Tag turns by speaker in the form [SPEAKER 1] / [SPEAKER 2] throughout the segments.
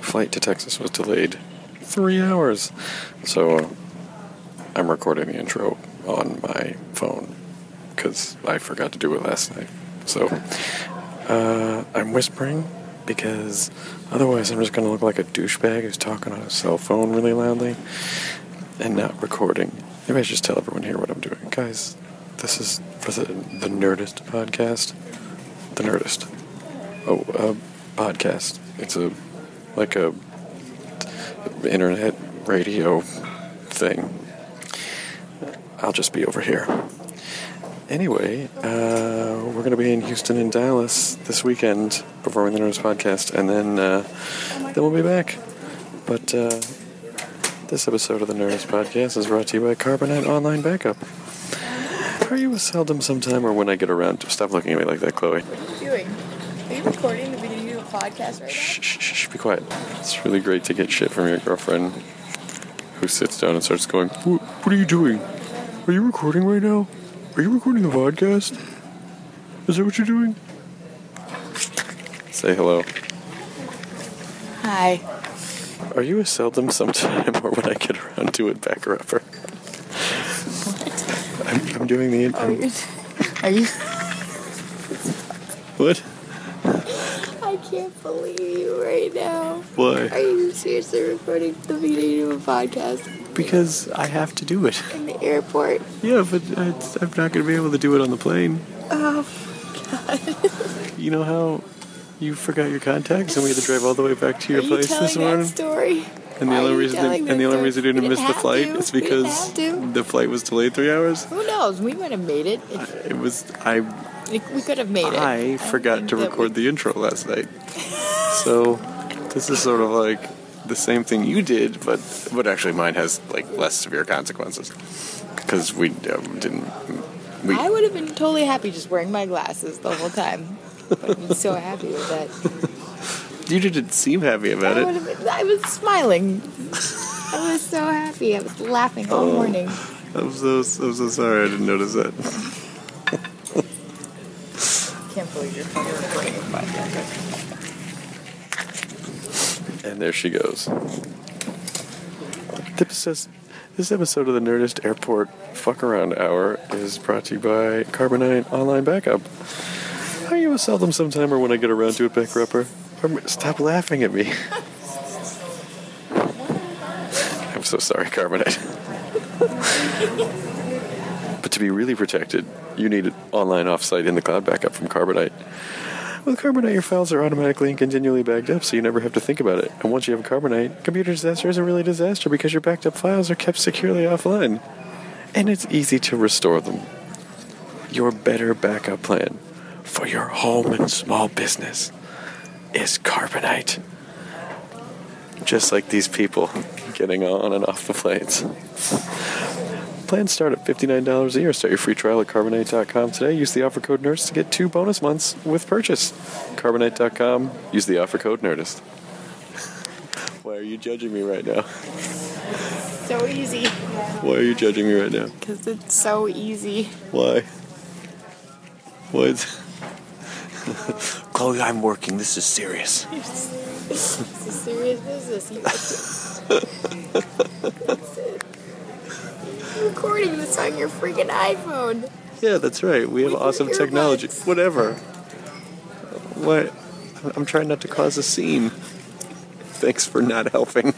[SPEAKER 1] flight to Texas was delayed three hours. So uh, I'm recording the intro on my phone because I forgot to do it last night. So uh, I'm whispering because otherwise I'm just going to look like a douchebag who's talking on his cell phone really loudly and not recording. Maybe I should just tell everyone here what I'm doing. Guys, this is for the, the Nerdist podcast. The Nerdist. Oh, uh, podcast. It's a like a internet radio thing. I'll just be over here. Anyway, uh, we're going to be in Houston and Dallas this weekend performing the Nerdist podcast, and then uh, then we'll be back. But uh, this episode of the Nerdist podcast is brought to you by Carbonite Online Backup. Are you a seldom, sometime, or when I get around to stop looking at me like that, Chloe?
[SPEAKER 2] doing? Are you recording the beginning of a podcast right
[SPEAKER 1] Shh, shh, shh, shh, be quiet. It's really great to get shit from your girlfriend who sits down and starts going, What, what are you doing? Are you recording right now? Are you recording the podcast? Is that what you're doing? Say hello.
[SPEAKER 2] now? Hi.
[SPEAKER 1] Are you a seldom sometime or when I get around to it backer upper? I'm, I'm doing the.
[SPEAKER 2] Oh, Are
[SPEAKER 1] I'm,
[SPEAKER 2] you?
[SPEAKER 1] what?
[SPEAKER 2] I can't believe you right now. Are
[SPEAKER 1] Why?
[SPEAKER 2] you seriously recording the beginning of a podcast
[SPEAKER 1] Because I have to do it.
[SPEAKER 2] in the airport?
[SPEAKER 1] Yeah, but I, I'm not going to be able to do it on the plane.
[SPEAKER 2] Oh,
[SPEAKER 1] You know how you forgot your contacts and we had to drive all the way back to
[SPEAKER 2] are
[SPEAKER 1] your
[SPEAKER 2] you
[SPEAKER 1] place
[SPEAKER 2] telling
[SPEAKER 1] this morning?
[SPEAKER 2] that story?
[SPEAKER 1] And the
[SPEAKER 2] Why are
[SPEAKER 1] only
[SPEAKER 2] you
[SPEAKER 1] reason,
[SPEAKER 2] telling
[SPEAKER 1] it, and
[SPEAKER 2] that
[SPEAKER 1] the only
[SPEAKER 2] story?
[SPEAKER 1] reason we didn't miss the
[SPEAKER 2] have
[SPEAKER 1] flight
[SPEAKER 2] to.
[SPEAKER 1] is
[SPEAKER 2] We didn't
[SPEAKER 1] because
[SPEAKER 2] have to.
[SPEAKER 1] the flight was delayed three hours.
[SPEAKER 2] Who knows? We might have made it. If,
[SPEAKER 1] It was I.
[SPEAKER 2] like, we could have made it.
[SPEAKER 1] I forgot
[SPEAKER 2] think
[SPEAKER 1] to
[SPEAKER 2] that
[SPEAKER 1] record the intro last night, so this is sort of like the same thing you did, but but actually mine has like less severe consequences because we um, didn't. We
[SPEAKER 2] I would have been totally happy just wearing my glasses the whole time. But I'm so happy with that.
[SPEAKER 1] you didn't seem happy about
[SPEAKER 2] I,
[SPEAKER 1] it.
[SPEAKER 2] would have been, I was smiling. I was so happy. I was laughing all morning.
[SPEAKER 1] I'm so I'm so sorry I didn't notice that.
[SPEAKER 2] can't believe you're fucking recording a podcast.
[SPEAKER 1] And there she goes. This, is, this episode of the Nerdist Airport Fuck Around Hour is brought to you by Carbonite Online Backup. Are you a seldom sometime or when I get around to it, back rupper? Or- Stop laughing at me. I'm so sorry, Carbonite. but to be really protected, you need an online offsite in the cloud backup from Carbonite. With Carbonite, your files are automatically and continually backed up, so you never have to think about it. And once you have Carbonite, computer disaster isn't really a disaster because your backed up files are kept securely offline. And it's easy to restore them. Your better backup plan for your home and small business is Carbonite. Just like these people getting on and off the planes. Plans start at $59 a year. Start your free trial at Carbonite.com today. Use the offer code NERDIST to get two bonus months with purchase. Carbonite.com. Use the offer code NERDIST. Why are you judging me right now?
[SPEAKER 2] So easy.
[SPEAKER 1] Why are you judging me right now?
[SPEAKER 2] Because it's so easy.
[SPEAKER 1] Why? What? Chloe, I'm working. This is serious.
[SPEAKER 2] It's It's a serious business. You That's it. You're recording this on your freaking iPhone.
[SPEAKER 3] Yeah, that's right. We have
[SPEAKER 2] With your
[SPEAKER 3] awesome technology.
[SPEAKER 2] earbuds.
[SPEAKER 3] Whatever. What? I'm trying not to cause a scene. Thanks for not helping.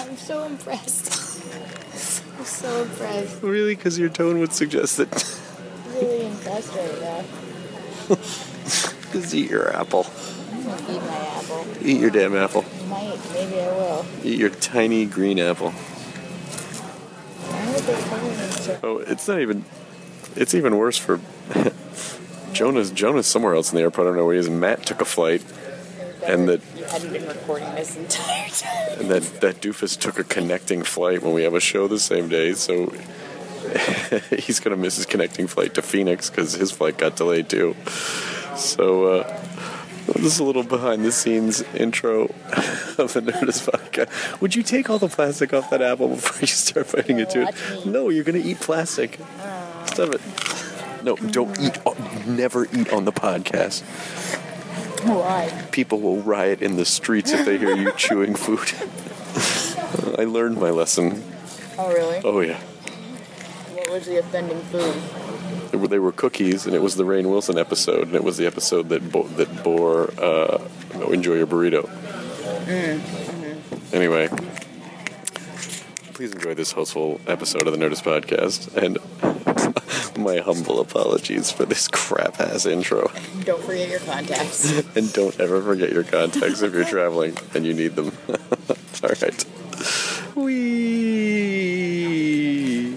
[SPEAKER 2] I'm so impressed. I'm so impressed.
[SPEAKER 3] Really? Because your tone would suggest that.
[SPEAKER 2] Really impressed right now.
[SPEAKER 3] Just eat your apple.
[SPEAKER 2] I'm gonna eat my apple.
[SPEAKER 3] Eat your damn apple.
[SPEAKER 2] Might, maybe I will.
[SPEAKER 3] Eat your tiny green apple.
[SPEAKER 2] Why would they call me so-
[SPEAKER 3] Oh, it's not even. It's even worse for. Jonah's Jonah's somewhere else in the airport. I don't know where he is. Matt took a flight, and that
[SPEAKER 2] You hadn't been recording this entire time.
[SPEAKER 3] and that that doofus took a connecting flight when we have a show the same day. So he's gonna miss his connecting flight to Phoenix because his flight got delayed too. So uh, this is a little behind the scenes intro of the Nerdist podcast. Would you take all the plastic off that apple before you start biting into it?
[SPEAKER 2] Watch me. Oh.
[SPEAKER 3] No, you're gonna eat plastic. Stop it. No, don't eat. on- Never eat on the podcast.
[SPEAKER 2] Why?
[SPEAKER 3] People will riot in the streets if they hear you chewing food. I learned my lesson.
[SPEAKER 2] Oh, really?
[SPEAKER 3] Oh yeah,
[SPEAKER 2] What was the offending food?
[SPEAKER 3] they were, they were cookies, and it was the Rain Wilson episode, and it was the episode that bo- that bore uh, oh, "Enjoy Your Burrito." Anyway, please enjoy this hostful episode of the Nerdist Podcast, and my humble apologies for this crap ass intro.
[SPEAKER 2] Don't forget your contacts.
[SPEAKER 3] And don't ever forget your contacts if you're traveling and you need them. All right. Whee!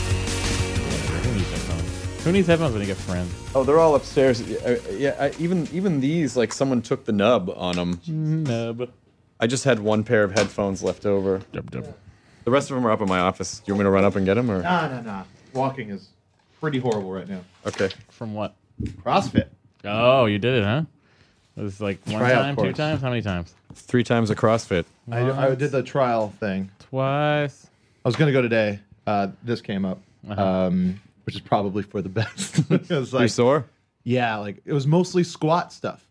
[SPEAKER 4] Who needs headphones? Who needs headphones when you get friends?
[SPEAKER 1] Oh, they're all upstairs. Uh, Yeah, I, even even these, like someone took the nub on them.
[SPEAKER 4] Nub.
[SPEAKER 1] I just had one pair of headphones left over.
[SPEAKER 4] Dub, dub.
[SPEAKER 1] The rest of them are up in my office. Do you want me to run up and get them, or
[SPEAKER 5] Nah, nah, nah. Walking is pretty horrible right now.
[SPEAKER 1] okay?
[SPEAKER 4] From what?
[SPEAKER 5] CrossFit.
[SPEAKER 4] Oh, you did it, huh? It was like one
[SPEAKER 5] Tryout
[SPEAKER 4] time, two
[SPEAKER 5] course.
[SPEAKER 4] times, how many times?
[SPEAKER 1] Three times a CrossFit.
[SPEAKER 5] I, I did the trial thing.
[SPEAKER 1] Oh,
[SPEAKER 4] Twice.
[SPEAKER 5] I was gonna go today. Uh, this came up, um, which is probably for the best. it was
[SPEAKER 1] You
[SPEAKER 5] like,
[SPEAKER 1] sore?
[SPEAKER 5] yeah, like it was mostly squat stuff.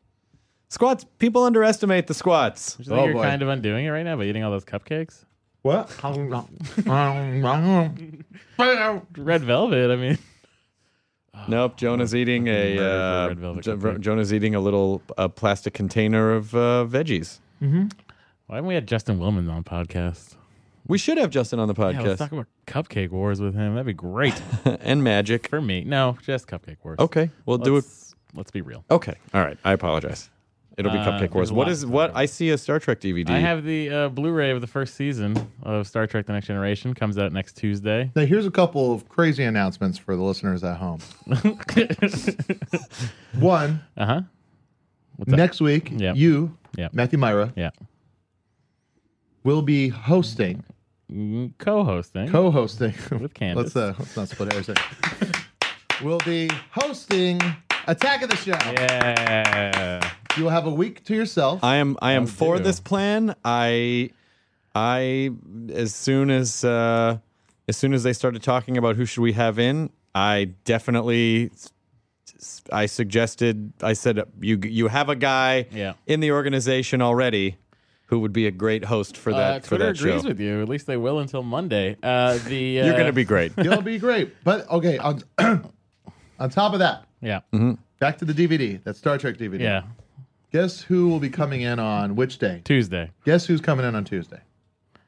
[SPEAKER 1] Squats. People underestimate the squats.
[SPEAKER 4] Don't you think
[SPEAKER 5] Oh,
[SPEAKER 4] you're
[SPEAKER 5] boy.
[SPEAKER 4] kind of undoing it right now by eating all those cupcakes?
[SPEAKER 5] What?
[SPEAKER 4] Red velvet, I mean.
[SPEAKER 1] Nope. Jonah's eating a
[SPEAKER 4] murdered for a
[SPEAKER 1] uh,
[SPEAKER 4] red velvet
[SPEAKER 1] Jo-
[SPEAKER 4] cupcake.
[SPEAKER 1] Jonah's eating a little uh, plastic container of uh, veggies.
[SPEAKER 4] Why haven't we had Justin Willman on podcast?
[SPEAKER 1] We should have Justin on the
[SPEAKER 4] Yeah, let's
[SPEAKER 1] podcast
[SPEAKER 4] talk about cupcake wars with him. That'd be great
[SPEAKER 1] and magic.
[SPEAKER 4] for me. No, just cupcake wars.
[SPEAKER 1] Okay, we'll do it.
[SPEAKER 4] Let's- Let's be real.
[SPEAKER 1] Okay. All right. I apologize. It'll be
[SPEAKER 4] Uh,
[SPEAKER 1] Cupcake Wars.
[SPEAKER 4] there's a
[SPEAKER 1] What
[SPEAKER 4] lot
[SPEAKER 1] is
[SPEAKER 4] to
[SPEAKER 1] what
[SPEAKER 4] talk
[SPEAKER 1] I see a Star Trek DVD.
[SPEAKER 4] I have the uh, Blu-ray of the first season of Star Trek: The Next Generation. Comes out next Tuesday.
[SPEAKER 5] now here's a couple of crazy announcements for the listeners at home.
[SPEAKER 4] Uh-huh.
[SPEAKER 5] One,
[SPEAKER 4] Uh huh.
[SPEAKER 5] next week,
[SPEAKER 4] Yep.
[SPEAKER 5] you,
[SPEAKER 4] Yep.
[SPEAKER 5] Matthew Myra,
[SPEAKER 4] Yeah.
[SPEAKER 5] will be hosting,
[SPEAKER 4] Mm, Co-hosting.
[SPEAKER 5] co-hosting
[SPEAKER 4] With Candace.
[SPEAKER 5] Let's, uh, let's not split hairs. There. will be hosting Attack of the Show.
[SPEAKER 4] yeah.
[SPEAKER 5] You will have a week to yourself.
[SPEAKER 1] I am I am for
[SPEAKER 4] do.
[SPEAKER 1] this plan. I I as soon as uh as soon as they started talking about who should we have in, I definitely I suggested I said you you have a guy
[SPEAKER 4] Yeah.
[SPEAKER 1] in the organization already who would be a great host for that
[SPEAKER 4] uh,
[SPEAKER 1] for
[SPEAKER 4] Twitter
[SPEAKER 1] that show.
[SPEAKER 4] agrees with you. At least they will until Monday. Uh, the uh,
[SPEAKER 1] You're going to be great.
[SPEAKER 5] It'll be great. But okay, on, on top of that,
[SPEAKER 4] yeah
[SPEAKER 5] back to the DVD. That's Star Trek DVD.
[SPEAKER 4] yeah
[SPEAKER 5] Guess who will be coming in on which day?
[SPEAKER 4] Tuesday.
[SPEAKER 5] Guess who's coming in on Tuesday?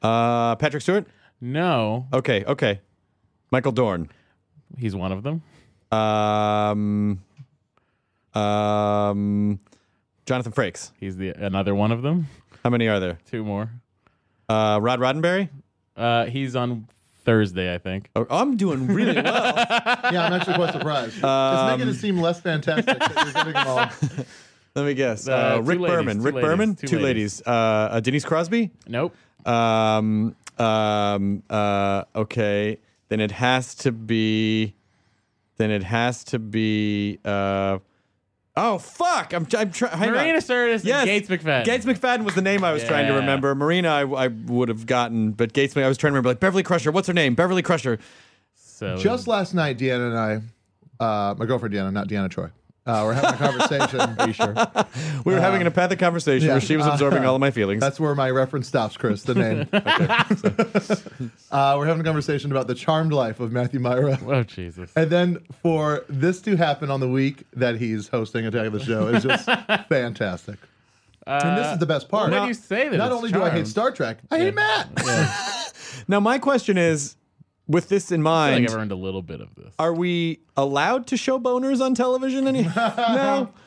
[SPEAKER 1] Uh Patrick Stewart?
[SPEAKER 4] No,
[SPEAKER 1] Okay, okay. Michael Dorn.
[SPEAKER 4] he's one of them.
[SPEAKER 1] Um um Jonathan Frakes.
[SPEAKER 4] He's the another one of them.
[SPEAKER 1] How many are there?
[SPEAKER 4] Two more.
[SPEAKER 1] Uh, Rod Roddenberry?
[SPEAKER 4] Uh, he's on Thursday, I think.
[SPEAKER 1] Oh, I'm doing really well.
[SPEAKER 5] Yeah, I'm actually quite surprised. it's making it seem less fantastic. that you're giving them all.
[SPEAKER 1] Let me guess.
[SPEAKER 4] Uh,
[SPEAKER 1] Uh,
[SPEAKER 4] two
[SPEAKER 1] Rick
[SPEAKER 4] ladies,
[SPEAKER 1] Berman.
[SPEAKER 4] two
[SPEAKER 1] Rick
[SPEAKER 4] ladies,
[SPEAKER 1] Berman.
[SPEAKER 4] two
[SPEAKER 1] Two,
[SPEAKER 4] ladies.
[SPEAKER 1] ladies. Uh, uh, Denise Crosby.
[SPEAKER 4] Nope.
[SPEAKER 1] Um, um, uh, okay. Then it has to be. Then it has to be. Uh, oh fuck! I'm I'm trying.
[SPEAKER 4] Marina Sirtis and Gates McFadden.
[SPEAKER 1] Gates McFadden was the name I was trying to
[SPEAKER 4] Yeah.
[SPEAKER 1] remember. Marina, I, I would have gotten, but Gates. I was trying to remember. Like Beverly Crusher. What's her name? Beverly Crusher.
[SPEAKER 4] So
[SPEAKER 5] Just last night, Deanna and I, uh, my girlfriend Deanna, not Deanna Troy, uh, we're having a conversation. Are you sure?
[SPEAKER 1] We were
[SPEAKER 4] Uh,
[SPEAKER 1] having an empathic conversation
[SPEAKER 5] yeah.
[SPEAKER 1] where she was absorbing all of my feelings.
[SPEAKER 5] That's where my reference stops, Chris. The name. uh, we're having a conversation about the charmed life of Matthew Myra.
[SPEAKER 4] oh Jesus.
[SPEAKER 5] And then for this to happen on the week that he's hosting Attack of the Show is just fantastic. and this is the best part.
[SPEAKER 4] why do Uh, you say that
[SPEAKER 5] Not
[SPEAKER 4] it's
[SPEAKER 5] only do I hate
[SPEAKER 4] charmed?
[SPEAKER 5] Star Trek, I hate Matt.
[SPEAKER 1] now my question is, with this in
[SPEAKER 4] I feel
[SPEAKER 1] mind,
[SPEAKER 4] like I've earned a little bit of this.
[SPEAKER 1] are we allowed to show boners on television? Any? no.
[SPEAKER 4] Ugh,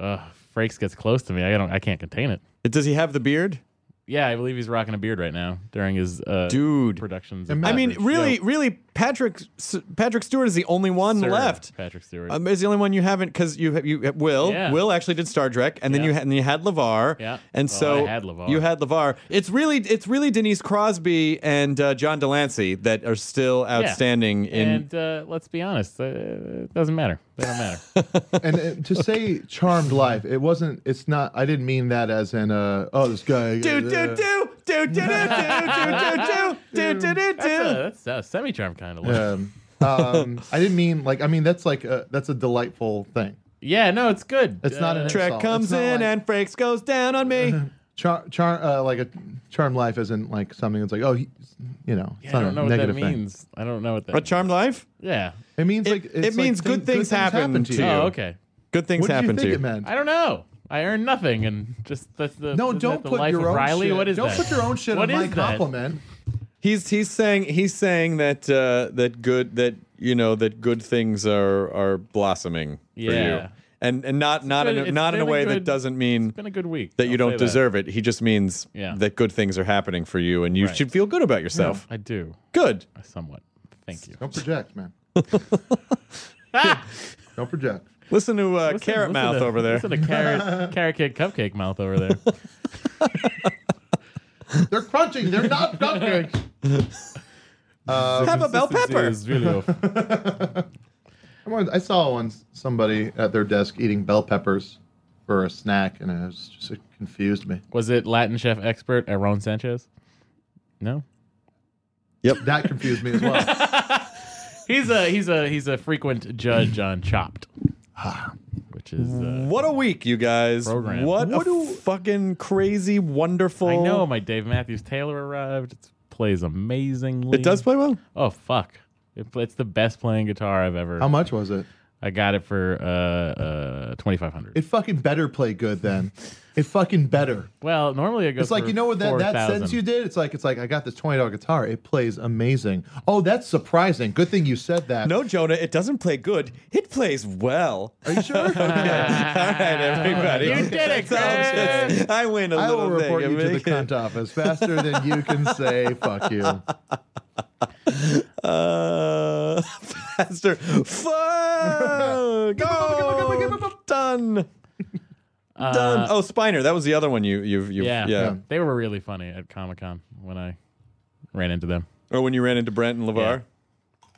[SPEAKER 4] Uh, Frakes gets close to me. I don't. I can't contain it.
[SPEAKER 1] Does he have the beard?
[SPEAKER 4] Yeah, I believe he's rocking a beard right now during his uh,
[SPEAKER 1] Dude.
[SPEAKER 4] productions.
[SPEAKER 5] And
[SPEAKER 4] of
[SPEAKER 5] Matt-
[SPEAKER 1] I mean,
[SPEAKER 5] Average,
[SPEAKER 1] really,
[SPEAKER 5] yeah.
[SPEAKER 1] really, Patrick S- Patrick Stewart is the only one
[SPEAKER 4] Sir
[SPEAKER 1] left.
[SPEAKER 4] Patrick Stewart.
[SPEAKER 1] Um, is the only one you haven't because you ha- you Will
[SPEAKER 4] Yeah.
[SPEAKER 1] Will actually did Star Trek and then
[SPEAKER 4] Yeah.
[SPEAKER 1] you had and you had Levar
[SPEAKER 4] Yeah.
[SPEAKER 1] and
[SPEAKER 4] Oh, I
[SPEAKER 1] so
[SPEAKER 4] had LeVar.
[SPEAKER 1] you had Levar. It's really it's really Denise Crosby and uh, John Delancey that are still
[SPEAKER 4] Yeah.
[SPEAKER 1] outstanding in
[SPEAKER 4] and uh, let's be honest, uh, it doesn't matter. They don't matter.
[SPEAKER 5] and uh, to say charmed life, it wasn't. It's not. I didn't mean that as in. Uh, oh, this guy.
[SPEAKER 1] do do do do do do do do do do do do
[SPEAKER 4] Uh,
[SPEAKER 1] do.
[SPEAKER 4] that's a semi charm kind of look. Yeah.
[SPEAKER 5] Um, um, I didn't mean like. I mean that's like a, that's a delightful thing.
[SPEAKER 4] no, it's good. Uh,
[SPEAKER 5] It's not an
[SPEAKER 1] Trek
[SPEAKER 5] insult.
[SPEAKER 1] comes
[SPEAKER 5] It's not
[SPEAKER 1] in
[SPEAKER 5] like-
[SPEAKER 1] and Frakes goes down on me.
[SPEAKER 5] Char, char, uh, like a charmed life isn't like something that's like oh, he, you know, it's
[SPEAKER 4] Yeah, I
[SPEAKER 5] not
[SPEAKER 4] don't know
[SPEAKER 5] a
[SPEAKER 4] what that
[SPEAKER 5] negative thing.
[SPEAKER 4] means. I don't know what that.
[SPEAKER 1] A charmed life.
[SPEAKER 4] yeah.
[SPEAKER 5] It means
[SPEAKER 1] It-
[SPEAKER 5] like
[SPEAKER 1] it
[SPEAKER 5] it's like
[SPEAKER 1] means good things happen to you.
[SPEAKER 4] Oh, okay.
[SPEAKER 1] Good things
[SPEAKER 5] What did you
[SPEAKER 1] happen
[SPEAKER 5] think
[SPEAKER 1] to
[SPEAKER 5] it meant?
[SPEAKER 4] I don't know. I earned nothing, and just that's the
[SPEAKER 5] No,
[SPEAKER 4] isn't
[SPEAKER 5] don't
[SPEAKER 4] that the
[SPEAKER 5] put
[SPEAKER 4] life
[SPEAKER 5] your
[SPEAKER 4] of
[SPEAKER 5] own
[SPEAKER 4] Riley.
[SPEAKER 5] shit.
[SPEAKER 4] What is
[SPEAKER 5] don't
[SPEAKER 4] that?
[SPEAKER 5] put your own shit
[SPEAKER 4] What
[SPEAKER 5] on my
[SPEAKER 4] is that?
[SPEAKER 5] compliment.
[SPEAKER 1] He's he's saying he's saying that uh, that good that you know that good things are are blossoming for
[SPEAKER 4] Yeah.
[SPEAKER 1] you, and and not not
[SPEAKER 4] been-
[SPEAKER 1] in a,
[SPEAKER 4] it's
[SPEAKER 1] not in a
[SPEAKER 4] been a
[SPEAKER 1] way that
[SPEAKER 4] good-
[SPEAKER 1] doesn't mean
[SPEAKER 4] It's been a good week.
[SPEAKER 1] that you
[SPEAKER 4] I'll
[SPEAKER 1] don't
[SPEAKER 4] say
[SPEAKER 1] deserve it. He just means
[SPEAKER 4] Yeah.
[SPEAKER 1] that good things are happening for you, and you
[SPEAKER 4] Right.
[SPEAKER 1] should feel good about yourself.
[SPEAKER 4] I do
[SPEAKER 1] Good.
[SPEAKER 4] somewhat. Thank you.
[SPEAKER 5] Don't project, man. don't project.
[SPEAKER 1] Listen to uh,
[SPEAKER 4] Listen-
[SPEAKER 1] Carrot
[SPEAKER 4] listen
[SPEAKER 1] Mouth
[SPEAKER 4] to-
[SPEAKER 1] over there.
[SPEAKER 4] Listen to carrot, carrot cake cupcake mouth over there.
[SPEAKER 5] They're crunching. They're not crunching.
[SPEAKER 1] Have a bell
[SPEAKER 4] Consistency
[SPEAKER 1] pepper.
[SPEAKER 4] is really off.
[SPEAKER 5] I wanted- I saw once somebody at their desk eating bell peppers for a snack, and it was just it confused me.
[SPEAKER 4] Was it Latin chef expert Aaron Sanchez? No.
[SPEAKER 5] That confused me as well.
[SPEAKER 4] He's a he's a he's a frequent judge on Chopped, which is uh,
[SPEAKER 1] What a week, you guys!
[SPEAKER 4] Program.
[SPEAKER 1] What, a fucking crazy, wonderful.
[SPEAKER 4] I know my Dave Matthews Taylor arrived. It plays amazingly.
[SPEAKER 1] It does play well.
[SPEAKER 4] Oh fuck! It, pl- it's the best playing guitar I've ever.
[SPEAKER 5] How much was it?
[SPEAKER 4] I got it for uh, uh twenty five hundred.
[SPEAKER 5] It fucking better play good then. It fucking better.
[SPEAKER 4] Well, normally it goes.
[SPEAKER 5] It's like
[SPEAKER 4] for
[SPEAKER 5] you know what that, that
[SPEAKER 4] 4,000.
[SPEAKER 5] sentence you did. It's like it's like I got this twenty dollar guitar. It plays amazing. Oh, that's surprising. Good thing you said that.
[SPEAKER 1] No, Jonah, it doesn't play good. It plays well.
[SPEAKER 5] Are you sure?
[SPEAKER 1] All right, everybody.
[SPEAKER 4] You did it,
[SPEAKER 1] That's all
[SPEAKER 4] Chris.
[SPEAKER 1] just- I win a
[SPEAKER 5] I
[SPEAKER 1] little
[SPEAKER 5] will
[SPEAKER 1] thing.
[SPEAKER 5] report you to the
[SPEAKER 1] Make it-
[SPEAKER 5] cunt office faster than you can say fuck you.
[SPEAKER 1] Uh, faster. Fuck. Go. Done. Done. Oh, Spiner. That was the other one you you've, you've
[SPEAKER 4] Uh, Yeah,
[SPEAKER 1] yeah.
[SPEAKER 4] They were really funny at Comic Con when I ran into them.
[SPEAKER 1] Or when you ran into Brent and Levar.
[SPEAKER 4] Yeah.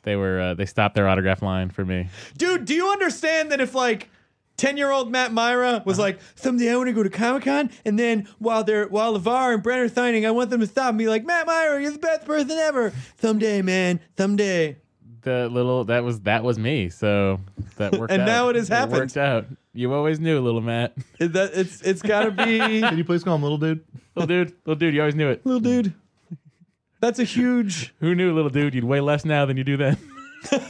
[SPEAKER 4] They were uh, they stopped their autograph line for me.
[SPEAKER 1] Dude, do you understand that if like 10 year old Matt Myra
[SPEAKER 4] Uh-huh.
[SPEAKER 1] was like, someday I want to go to Comic Con, and then while they're while LeVar and Brent are signing, I want them to stop and be like, Matt Myra, you're the best person ever. Someday, man, someday.
[SPEAKER 4] The little that was that was me. So that worked.
[SPEAKER 1] And
[SPEAKER 4] out.
[SPEAKER 1] now it has
[SPEAKER 4] It worked
[SPEAKER 1] happened.
[SPEAKER 4] out. You always knew, little Matt,
[SPEAKER 1] It- that- it's it's gotta be
[SPEAKER 5] Can you please call him little dude?
[SPEAKER 4] little dude, little dude. You always knew it.
[SPEAKER 1] little dude. That's a huge
[SPEAKER 4] Who knew, little dude? You'd weigh less now than you do then.
[SPEAKER 5] Wait,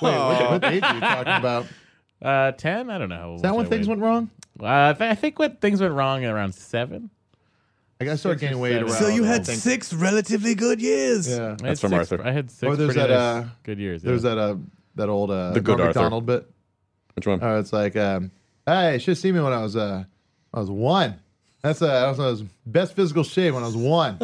[SPEAKER 5] what, what age are you talking about? Is
[SPEAKER 4] Uh, ten? I don't know. how old
[SPEAKER 5] that when
[SPEAKER 4] I
[SPEAKER 5] things
[SPEAKER 4] weighed.
[SPEAKER 5] went wrong?
[SPEAKER 4] Uh, I, th- I think what things went wrong at around seven.
[SPEAKER 5] I gotta start
[SPEAKER 4] Six or
[SPEAKER 5] gaining weight
[SPEAKER 4] seven.
[SPEAKER 5] around.
[SPEAKER 4] So you
[SPEAKER 5] I
[SPEAKER 4] had
[SPEAKER 5] think.
[SPEAKER 1] six relatively good years.
[SPEAKER 5] Yeah.
[SPEAKER 4] I had
[SPEAKER 1] from
[SPEAKER 4] six-
[SPEAKER 1] Arthur.
[SPEAKER 4] I had six.
[SPEAKER 5] Or there's
[SPEAKER 4] pretty
[SPEAKER 5] that,
[SPEAKER 4] nice
[SPEAKER 5] uh,
[SPEAKER 4] good years.
[SPEAKER 5] There's
[SPEAKER 4] yeah.
[SPEAKER 5] that uh that old uh
[SPEAKER 1] The good
[SPEAKER 5] Norm
[SPEAKER 1] Arthur.
[SPEAKER 5] McDonald bit.
[SPEAKER 1] Which one?
[SPEAKER 4] Uh,
[SPEAKER 5] Oh, it's like um hey, you should have seen me when I was uh I was one. That's uh that was, I was best physical shape when I was one.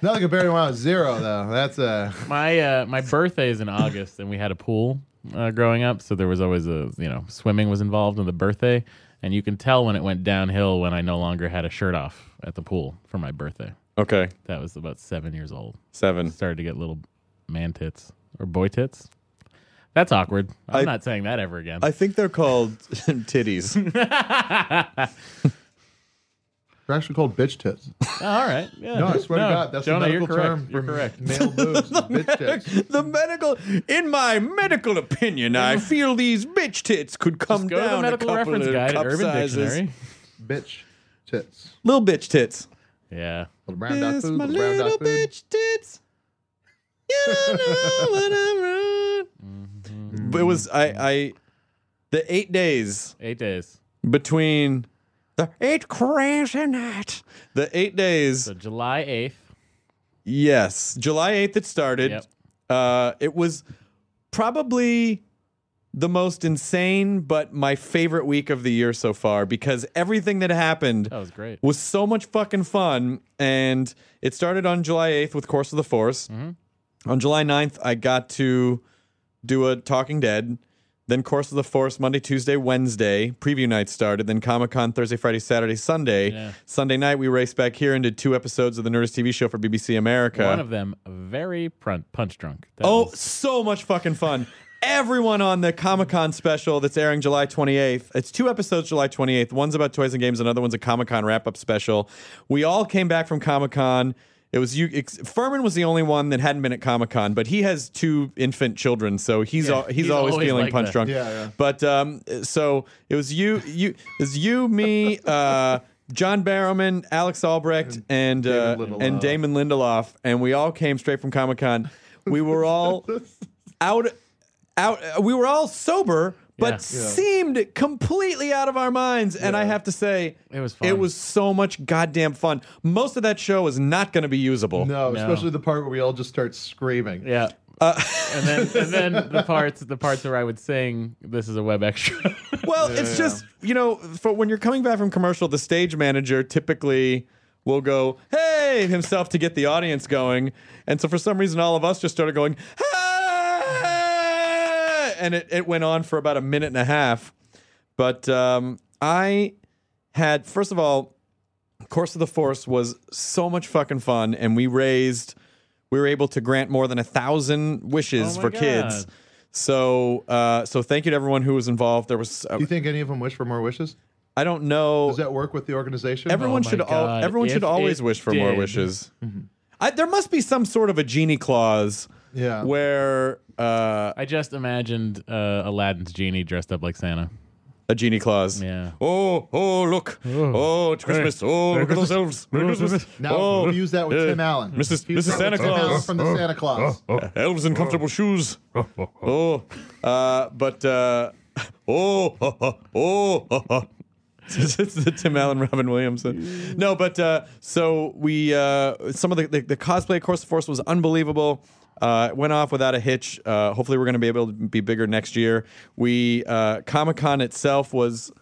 [SPEAKER 5] Nothing compared to when I was zero though. That's uh
[SPEAKER 4] my uh, my birthday is in August, and we had a pool uh, growing up, so there was always a you know swimming was involved in the birthday, and you can tell when it went downhill when I no longer had a shirt off at the pool for my birthday.
[SPEAKER 1] Okay,
[SPEAKER 4] That was about seven years old.
[SPEAKER 1] seven.
[SPEAKER 4] Started to get little man tits or boy tits. That's awkward. I'm
[SPEAKER 1] I-
[SPEAKER 4] not saying that ever again.
[SPEAKER 1] I think they're called titties.
[SPEAKER 5] They're actually called bitch tits.
[SPEAKER 4] Oh, All right. Yeah.
[SPEAKER 5] No, I swear
[SPEAKER 4] No,
[SPEAKER 5] to God, that's
[SPEAKER 4] Jonah,
[SPEAKER 5] the
[SPEAKER 4] you're
[SPEAKER 5] medical
[SPEAKER 4] correct.
[SPEAKER 5] term
[SPEAKER 4] You're
[SPEAKER 5] for
[SPEAKER 4] correct.
[SPEAKER 5] male boobs. is bitch tits.
[SPEAKER 1] the medical, in my medical opinion, I feel these bitch tits could come
[SPEAKER 4] Go to
[SPEAKER 1] down
[SPEAKER 4] the medical
[SPEAKER 1] a couple
[SPEAKER 4] reference
[SPEAKER 1] of
[SPEAKER 4] guide at
[SPEAKER 1] cup
[SPEAKER 4] Urban
[SPEAKER 1] sizes.
[SPEAKER 4] Dictionary.
[SPEAKER 5] Bitch tits.
[SPEAKER 1] Little bitch tits.
[SPEAKER 4] Yeah.
[SPEAKER 5] Little brown dot food.
[SPEAKER 1] my
[SPEAKER 5] Little brown dot
[SPEAKER 1] little
[SPEAKER 5] food.
[SPEAKER 1] bitch tits. You don't know what I'm wrong. But it was I I the eight days
[SPEAKER 4] Eight days.
[SPEAKER 1] between the eight crazy night. The eight days.
[SPEAKER 4] So July 8th.
[SPEAKER 1] Yes. July eighth it started.
[SPEAKER 4] Yep.
[SPEAKER 1] Uh it was probably the most insane but my favorite week of the year so far because everything that happened
[SPEAKER 4] That was great.
[SPEAKER 1] was so much fucking fun. And it started on July 8th with Course of the Force.
[SPEAKER 4] Mm-hmm.
[SPEAKER 1] On July 9th, I got to do a Talking Dead. Then Course of the Force Monday, Tuesday, Wednesday. Preview night started. Then Comic Con Thursday, Friday, Saturday, Sunday.
[SPEAKER 4] Yeah.
[SPEAKER 1] Sunday night, we raced back here and did two episodes of the Nerdist TV show for BBC America.
[SPEAKER 4] One of them very prun- punch drunk. That
[SPEAKER 1] Oh,
[SPEAKER 4] was-
[SPEAKER 1] so much fucking fun. Everyone on the Comic Con special that's airing July 28th. It's two episodes July 28th. One's about toys and games, another one's a Comic Con wrap up special. We all came back from Comic Con. It was you. Ex- Furman was the only one that hadn't been at Comic Con, but he has two infant children, so he's al- he's,
[SPEAKER 4] he's
[SPEAKER 1] always,
[SPEAKER 4] always
[SPEAKER 1] feeling
[SPEAKER 4] like
[SPEAKER 1] punch
[SPEAKER 4] that.
[SPEAKER 1] drunk.
[SPEAKER 5] Yeah, yeah.
[SPEAKER 1] But um, so it was you, you, is you, me, uh, John Barrowman, Alex Albrecht, and uh,
[SPEAKER 5] Damon Lindelof.
[SPEAKER 1] and Damon Lindelof, and we all came straight from Comic Con. We were all out, out. We were all sober, but
[SPEAKER 4] Yeah. Yeah.
[SPEAKER 1] seemed completely out of our minds. And I have to say,
[SPEAKER 4] It was
[SPEAKER 1] It
[SPEAKER 4] fun.
[SPEAKER 1] was so much goddamn fun. Most of that show is not going to be usable.
[SPEAKER 5] No, especially the part where we all just start screaming.
[SPEAKER 4] Yeah.
[SPEAKER 1] uh,
[SPEAKER 4] and then and then the parts the parts where I would sing this is a web extra.
[SPEAKER 1] Well, it's just you know, for when you're coming back from commercial, the stage manager typically will go "Hey" himself to get the audience going, and so for some reason, all of us just started going "Hey," and it it went on for about a minute and a half. But um, I had first of all, Course of the Force was so much fucking fun, and we raised. We were able to grant more than a thousand wishes
[SPEAKER 4] Oh my
[SPEAKER 1] for kids.
[SPEAKER 4] God.
[SPEAKER 1] So, uh, so thank you to everyone who was involved. There was
[SPEAKER 5] Do you think any of them wish for more wishes?
[SPEAKER 1] I don't know.
[SPEAKER 5] Does that work with the organization?
[SPEAKER 1] everyone
[SPEAKER 4] Oh my
[SPEAKER 1] should al-
[SPEAKER 4] God,
[SPEAKER 1] everyone
[SPEAKER 4] if
[SPEAKER 1] should always
[SPEAKER 4] it
[SPEAKER 1] wish for more
[SPEAKER 4] did. Mm-hmm.
[SPEAKER 1] wishes. I, there must be some sort of a genie clause
[SPEAKER 5] Yeah.
[SPEAKER 1] where uh,
[SPEAKER 4] I just imagined uh, Aladdin's genie dressed up like Santa.
[SPEAKER 1] a genie clause.
[SPEAKER 4] Yeah.
[SPEAKER 1] Oh, oh, look! Oh, it's Christmas! Oh, look at those elves! Merry Christmas!
[SPEAKER 5] Now
[SPEAKER 1] oh,
[SPEAKER 5] use that with
[SPEAKER 1] uh,
[SPEAKER 5] Tim Allen.
[SPEAKER 1] Mrs.
[SPEAKER 5] Use
[SPEAKER 1] Mrs.
[SPEAKER 5] that
[SPEAKER 1] Santa
[SPEAKER 5] with Tim Allen
[SPEAKER 1] Claus. Oh.
[SPEAKER 5] from the Santa Claus.
[SPEAKER 1] elves in comfortable shoes. Oh, uh, but uh, oh, ha, ha, oh, ha, ha. it's it's the Tim Allen, Robin Williamson. No, but uh, so we uh, some of the, the the cosplay course of force was unbelievable. Uh, it went off without a hitch. Uh, hopefully, we're going to be able to be bigger next year. We uh, Comic Con itself was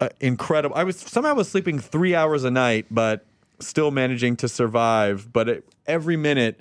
[SPEAKER 1] uh, incredible. I was somehow was sleeping three hours a night, but still managing to survive. But it, every minute,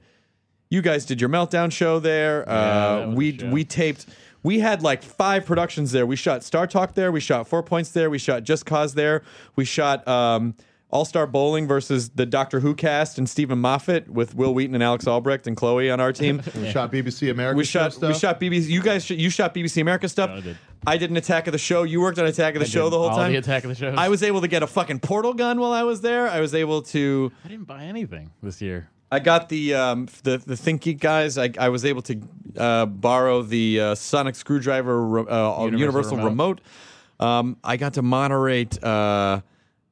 [SPEAKER 1] you guys did your meltdown show there.
[SPEAKER 4] that
[SPEAKER 1] uh,
[SPEAKER 4] was a
[SPEAKER 1] we
[SPEAKER 4] show.
[SPEAKER 1] we taped. We had like five productions there. We shot Star Talk there. We shot Four Points there. We shot Just Cause there. We shot um, All Star Bowling versus the Doctor Who cast and Stephen Moffat with Will Wheaton and Alex Albrecht and Chloe on our team.
[SPEAKER 5] We shot BBC America.
[SPEAKER 1] We shot
[SPEAKER 5] stuff.
[SPEAKER 1] we shot BBC. You guys sh- you shot BBC America stuff.
[SPEAKER 4] I did.
[SPEAKER 1] I did an Attack of the Show. You worked on Attack of the
[SPEAKER 4] I
[SPEAKER 1] Show
[SPEAKER 4] did
[SPEAKER 1] the whole
[SPEAKER 4] all
[SPEAKER 1] time.
[SPEAKER 4] the Attack of the Shows.
[SPEAKER 1] I was able to get a fucking portal gun while I was there. I was able to.
[SPEAKER 4] I didn't buy anything this year.
[SPEAKER 1] I got the um, the the Think Geek guys. I, I was able to uh, borrow the uh, sonic screwdriver re- uh, universal, remote.
[SPEAKER 4] remote.
[SPEAKER 1] Um, I got to moderate. Uh,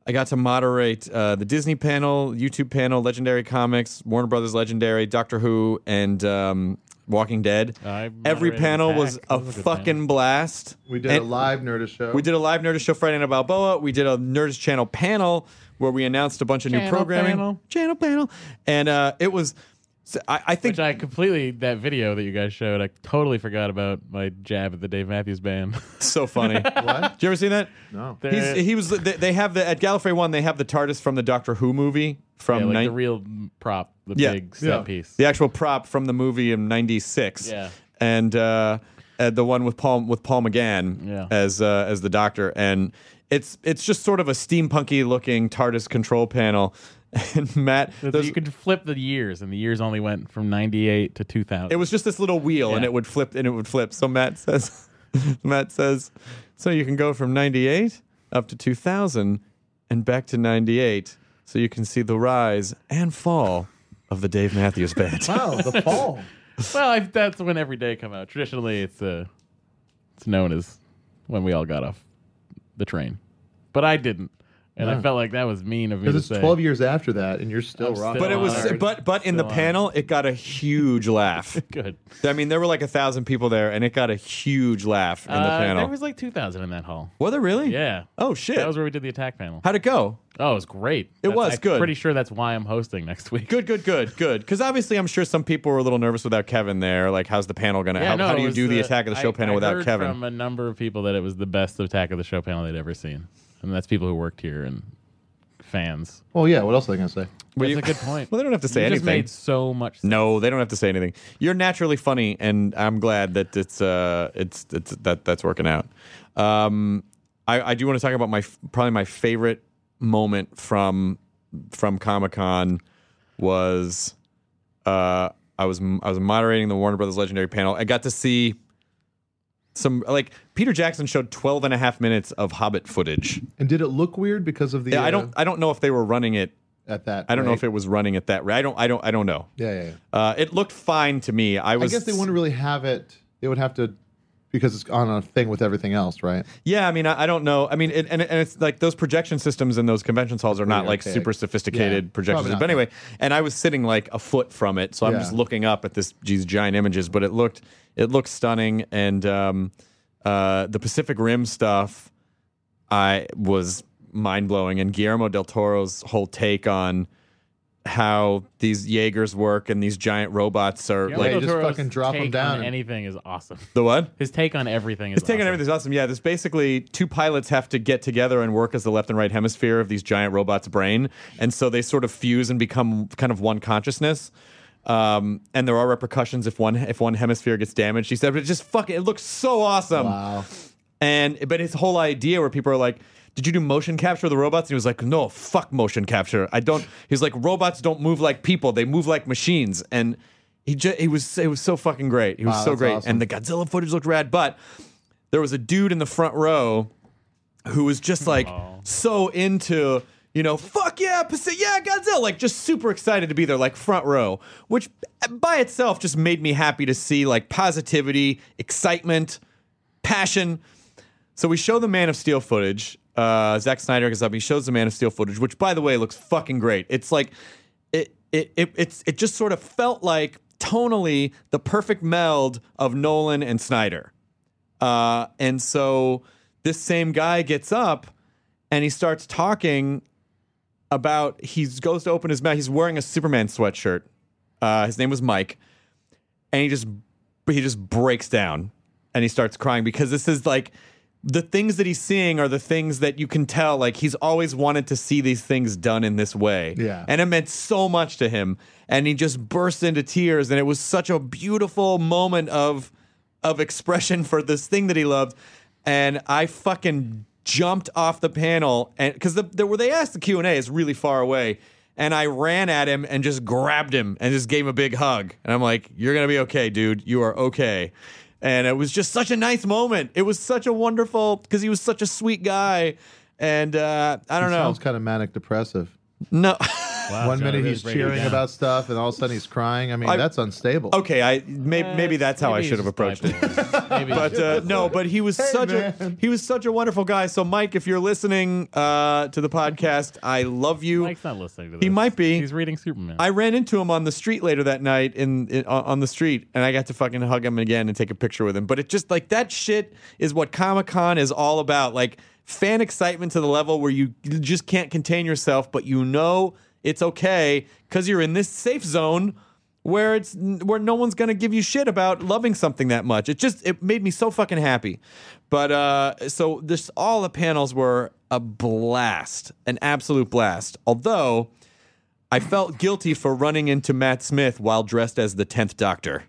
[SPEAKER 1] I got to moderate uh, the Disney panel, YouTube panel, Legendary Comics, Warner Brothers Legendary, Doctor Who, and um, Walking Dead.
[SPEAKER 4] I
[SPEAKER 1] Every
[SPEAKER 4] moderated
[SPEAKER 1] panel was
[SPEAKER 4] Attack.
[SPEAKER 1] a
[SPEAKER 4] That was a good
[SPEAKER 1] fucking
[SPEAKER 4] panel.
[SPEAKER 1] blast.
[SPEAKER 5] We did a
[SPEAKER 1] And-
[SPEAKER 5] live Nerdist show.
[SPEAKER 1] we did a live Nerdist show Friday Night Balboa. We did a Nerdist Channel panel where we announced a bunch of new
[SPEAKER 4] Channel
[SPEAKER 1] programming.
[SPEAKER 4] panel.
[SPEAKER 1] Channel panel. And uh, it was, so I, I think,
[SPEAKER 4] Which I completely that video that you guys showed, I totally forgot about my jab at the Dave Matthews band.
[SPEAKER 1] so funny. Did
[SPEAKER 5] What?
[SPEAKER 1] you ever see that?
[SPEAKER 5] No.
[SPEAKER 1] He's, he was. They, they have the at Gallifrey one. They have the TARDIS from the Doctor Who movie from
[SPEAKER 4] yeah, like
[SPEAKER 1] nine-
[SPEAKER 4] the real prop, the
[SPEAKER 1] Yeah.
[SPEAKER 4] big set
[SPEAKER 5] Yeah.
[SPEAKER 4] piece.
[SPEAKER 1] the actual prop from the movie in '96.
[SPEAKER 4] Yeah.
[SPEAKER 1] and uh, uh, the one with Paul with Paul McGann
[SPEAKER 4] Yeah.
[SPEAKER 1] as uh, as the Doctor, and it's it's just sort of a steampunky looking TARDIS control panel. And Matt,
[SPEAKER 4] So
[SPEAKER 1] there's-
[SPEAKER 4] you could flip the years, and the years only went from 98 to 2000.
[SPEAKER 1] it was just this little wheel, and
[SPEAKER 4] Yeah.
[SPEAKER 1] it would flip, and it would flip. So Matt says, Matt says, so you can go from '98 up to 2000 and back to '98, so you can see the rise and fall of the Dave Matthews Band.
[SPEAKER 5] Wow, the fall.
[SPEAKER 4] well, I, that's when every day come out. Traditionally, it's uh, it's known as when we all got off the train, but I didn't, and I felt like that was mean of me to
[SPEAKER 5] Because it's
[SPEAKER 4] say.
[SPEAKER 5] 12 years after that, and you're still
[SPEAKER 4] I'm
[SPEAKER 5] rocking.
[SPEAKER 4] still
[SPEAKER 1] But it was,
[SPEAKER 4] Hard.
[SPEAKER 1] but but in the panel, it got a huge laugh.
[SPEAKER 4] Good.
[SPEAKER 1] I mean, there were like a thousand people there, and it got a huge laugh in the
[SPEAKER 4] Uh,
[SPEAKER 1] panel.
[SPEAKER 4] There was like 2,000 in that hall.
[SPEAKER 1] were there really?
[SPEAKER 4] Yeah.
[SPEAKER 1] Oh shit!
[SPEAKER 4] That was where we did the attack panel.
[SPEAKER 1] How'd it go?
[SPEAKER 4] Oh, it was great. It
[SPEAKER 1] was
[SPEAKER 4] I'm
[SPEAKER 1] good.
[SPEAKER 4] Pretty sure that's why I'm hosting next week.
[SPEAKER 1] Good, good, good, good. Because obviously, I'm sure some people were a little nervous without Kevin there. Like, how's the panel gonna? how,
[SPEAKER 4] no,
[SPEAKER 1] how
[SPEAKER 4] it
[SPEAKER 1] do you
[SPEAKER 4] was
[SPEAKER 1] do the attack of the show
[SPEAKER 4] I-
[SPEAKER 1] panel
[SPEAKER 4] I
[SPEAKER 1] without
[SPEAKER 4] heard
[SPEAKER 1] Kevin?
[SPEAKER 4] From a number of people that it was the best attack of the show panel they'd ever seen, and that's people who worked here and fans.
[SPEAKER 5] Well, yeah, what else are they going to say?
[SPEAKER 1] Were
[SPEAKER 4] that's
[SPEAKER 1] you-
[SPEAKER 4] a good point.
[SPEAKER 1] Well, they don't have to say
[SPEAKER 4] you Just
[SPEAKER 1] anything.
[SPEAKER 4] made so much. Sense.
[SPEAKER 1] no, they don't have to say anything. You're naturally funny, and I'm glad that it's uh, it's it's that that's working out. Um, I, I do want to talk about my f- probably my favorite moment from from Comic Con was uh, I was I was moderating the Warner Brothers Legendary panel. I got to see some like Peter Jackson showed 12 and a half minutes of Hobbit footage.
[SPEAKER 5] And did it look weird because of the.
[SPEAKER 1] Yeah, I
[SPEAKER 5] uh,
[SPEAKER 1] don't I don't know if they were running it.
[SPEAKER 5] At that.
[SPEAKER 1] I don't know
[SPEAKER 5] rate?
[SPEAKER 1] if it was running at that. ra- I don't I don't I don't know.
[SPEAKER 5] Yeah, yeah, yeah.
[SPEAKER 1] Uh, it looked fine to me. I
[SPEAKER 5] I
[SPEAKER 1] was
[SPEAKER 5] guess they wouldn't really have it. They would have to. Because it's on a thing with everything else, right?
[SPEAKER 1] Yeah, I mean, I, I don't know. I mean, it, and, and it's like those projection systems in those convention halls are not
[SPEAKER 5] Pretty
[SPEAKER 1] like
[SPEAKER 5] archaic.
[SPEAKER 1] super sophisticated
[SPEAKER 5] Yeah,
[SPEAKER 1] projections.
[SPEAKER 5] probably not.
[SPEAKER 1] But anyway, and I was sitting like a foot from it, so I'm
[SPEAKER 5] Yeah.
[SPEAKER 1] just looking up at this these giant images. But it looked it looked stunning, and um, uh, the Pacific Rim stuff, I was mind blowing, and Guillermo del Toro's whole take on how these Jaegers work and these giant robots are
[SPEAKER 4] Guillermo
[SPEAKER 1] like
[SPEAKER 5] Yeah,
[SPEAKER 4] del
[SPEAKER 5] you just
[SPEAKER 4] Toro's
[SPEAKER 5] fucking drop 'em
[SPEAKER 4] take
[SPEAKER 5] down
[SPEAKER 4] on
[SPEAKER 5] and-
[SPEAKER 4] anything is awesome.
[SPEAKER 1] the what?
[SPEAKER 4] His take on everything is.
[SPEAKER 1] It's taking
[SPEAKER 4] awesome.
[SPEAKER 1] everything's awesome. Yeah, this basically two pilots have to get together and work as the left and right hemisphere of these giant robots' brain, and so they sort of fuse and become kind of one consciousness. Um, and there are repercussions if one if one hemisphere gets damaged. He said, but it just fucking it looks so awesome.
[SPEAKER 5] Wow.
[SPEAKER 1] And but his whole idea where people are like, "Did you do motion capture of the robots?" And he was like, "No, fuck motion capture. I don't." He's like, "Robots don't move like people. They move like machines." And he ju- he was it was so fucking great. He was
[SPEAKER 5] Wow,
[SPEAKER 1] so
[SPEAKER 5] that's
[SPEAKER 1] great.
[SPEAKER 5] awesome.
[SPEAKER 1] And the Godzilla footage looked rad, but there was a dude in the front row who was just like so into you know fuck yeah Pacific, yeah Godzilla like just super excited to be there like front row which by itself just made me happy to see like positivity excitement passion so we show the Man of Steel footage uh Zack Snyder goes up he shows the Man of Steel footage which by the way looks fucking great it's like it it it it's, it just sort of felt like tonally the perfect meld of Nolan and Snyder uh, and so this same guy gets up and he starts talking about he goes to open his mouth. He's wearing a Superman sweatshirt. Uh, his name was Mike, and he just he just breaks down and he starts crying because this is like the things that he's seeing are the things that you can tell like he's always wanted to see these things done in this way
[SPEAKER 5] Yeah.
[SPEAKER 1] and it meant so much to him and he just burst into tears and it was such a beautiful moment of of expression for this thing that he loved and i fucking jumped off the panel and because the, the where they asked the q&a is really far away and i ran at him and just grabbed him and just gave him a big hug and i'm like you're gonna be okay dude you are okay and it was just such a nice moment it was such a wonderful because he was such a sweet guy and uh, i don't
[SPEAKER 5] It
[SPEAKER 1] know
[SPEAKER 5] Sounds kind of manic depressive.
[SPEAKER 1] no
[SPEAKER 4] Wow,
[SPEAKER 5] One
[SPEAKER 4] John,
[SPEAKER 5] minute
[SPEAKER 4] really
[SPEAKER 5] he's
[SPEAKER 4] breaking it
[SPEAKER 5] cheering
[SPEAKER 4] down.
[SPEAKER 5] about stuff, and all of a sudden he's crying. I mean,
[SPEAKER 1] I-
[SPEAKER 5] that's unstable.
[SPEAKER 1] okay i may, maybe that's how i
[SPEAKER 4] Uh, Maybe
[SPEAKER 1] should have
[SPEAKER 4] he's
[SPEAKER 1] approached it
[SPEAKER 4] just bipolar. Maybe
[SPEAKER 1] but uh, no, but he was such a
[SPEAKER 5] man.
[SPEAKER 1] he was such a wonderful guy. So Mike, if you're listening uh, to the podcast, I love you.
[SPEAKER 4] Mike's not listening to this.
[SPEAKER 1] He might be.
[SPEAKER 4] He's reading Superman.
[SPEAKER 1] I ran into him on the street later that night in, in on on the street, and I got to fucking hug him again and take a picture with him. But it just like that shit is what Comic Con is all about. Like fan excitement to the level where you you just can't contain yourself, but you know it's okay because you're in this safe zone where it's where no one's gonna give you shit about loving something that much. It just it made me so fucking happy. But uh, so this all the panels were a blast, an absolute blast. Although. I felt guilty for running into Matt Smith while dressed as the 10th Doctor.